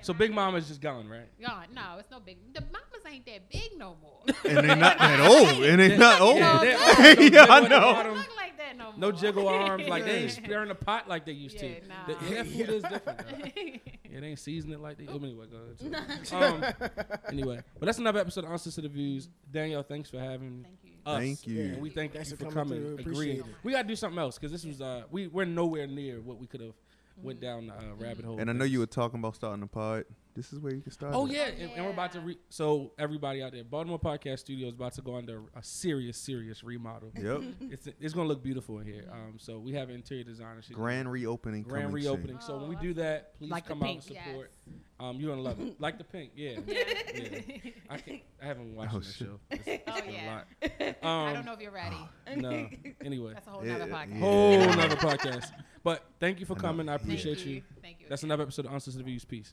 Speaker 2: So Big Mom is just gone, right?
Speaker 3: God, no, it's no big. The mamas ain't that big no more.
Speaker 5: And they not that old. And they not old.
Speaker 3: Yeah,
Speaker 2: they- they-
Speaker 5: Yeah, I
Speaker 2: they-
Speaker 3: They
Speaker 5: know.
Speaker 2: Bottom.
Speaker 3: don't look like that no more.
Speaker 2: No jiggle arms, like they ain't
Speaker 5: Yeah.
Speaker 2: stirring the pot like they used
Speaker 3: Oh. Yeah,
Speaker 2: to.
Speaker 3: nah.
Speaker 2: The, their food is different. though. It ain't seasoning like they. Oh, anyway, go ahead. um, anyway, but that's another episode of Answers to the Views. Danielle, thanks for having me.
Speaker 3: Thank you.
Speaker 2: us.
Speaker 5: Thank you.
Speaker 2: And we thank
Speaker 4: Thanks
Speaker 2: you
Speaker 4: for
Speaker 2: for
Speaker 4: coming
Speaker 2: coming.
Speaker 4: through. Appreciate
Speaker 2: Agreed.
Speaker 4: it.
Speaker 2: We gotta do something else because this was uh we we're nowhere near what we could have went down the uh, rabbit hole.
Speaker 5: And I know
Speaker 2: with
Speaker 5: you were
Speaker 2: this.
Speaker 5: talking about starting a pod. This is where you can start.
Speaker 2: Oh
Speaker 5: it.
Speaker 2: yeah, and, and we're about to
Speaker 3: yeah.
Speaker 2: re- so everybody out there, Baltimore Podcast Studio is about to go under a serious, serious remodel.
Speaker 5: Yep.
Speaker 2: it's it's gonna look beautiful in here. Um, so we have interior designer. She's
Speaker 5: Grand reopening.
Speaker 2: grand
Speaker 5: coming soon.
Speaker 2: reopening. So when we
Speaker 3: Oh,
Speaker 2: do that, please
Speaker 6: Like the
Speaker 2: come out and
Speaker 6: pink.
Speaker 3: Yes.
Speaker 2: support. Um, you're gonna love it. Like the pink, yeah. yeah. I can't, I haven't watched
Speaker 5: Oh,
Speaker 2: that
Speaker 5: shit.
Speaker 2: show. It's, it's
Speaker 3: Oh,
Speaker 2: been a
Speaker 3: yeah.
Speaker 2: lot. Um,
Speaker 3: I don't know if you're ready.
Speaker 2: No. Anyway,
Speaker 3: That's a whole
Speaker 5: Yeah,
Speaker 3: nother podcast.
Speaker 5: yeah.
Speaker 2: whole another podcast. But thank you for coming. I
Speaker 5: Thank
Speaker 2: appreciate you.
Speaker 3: Thank you.
Speaker 2: That's another episode of Answers to the Views. Peace.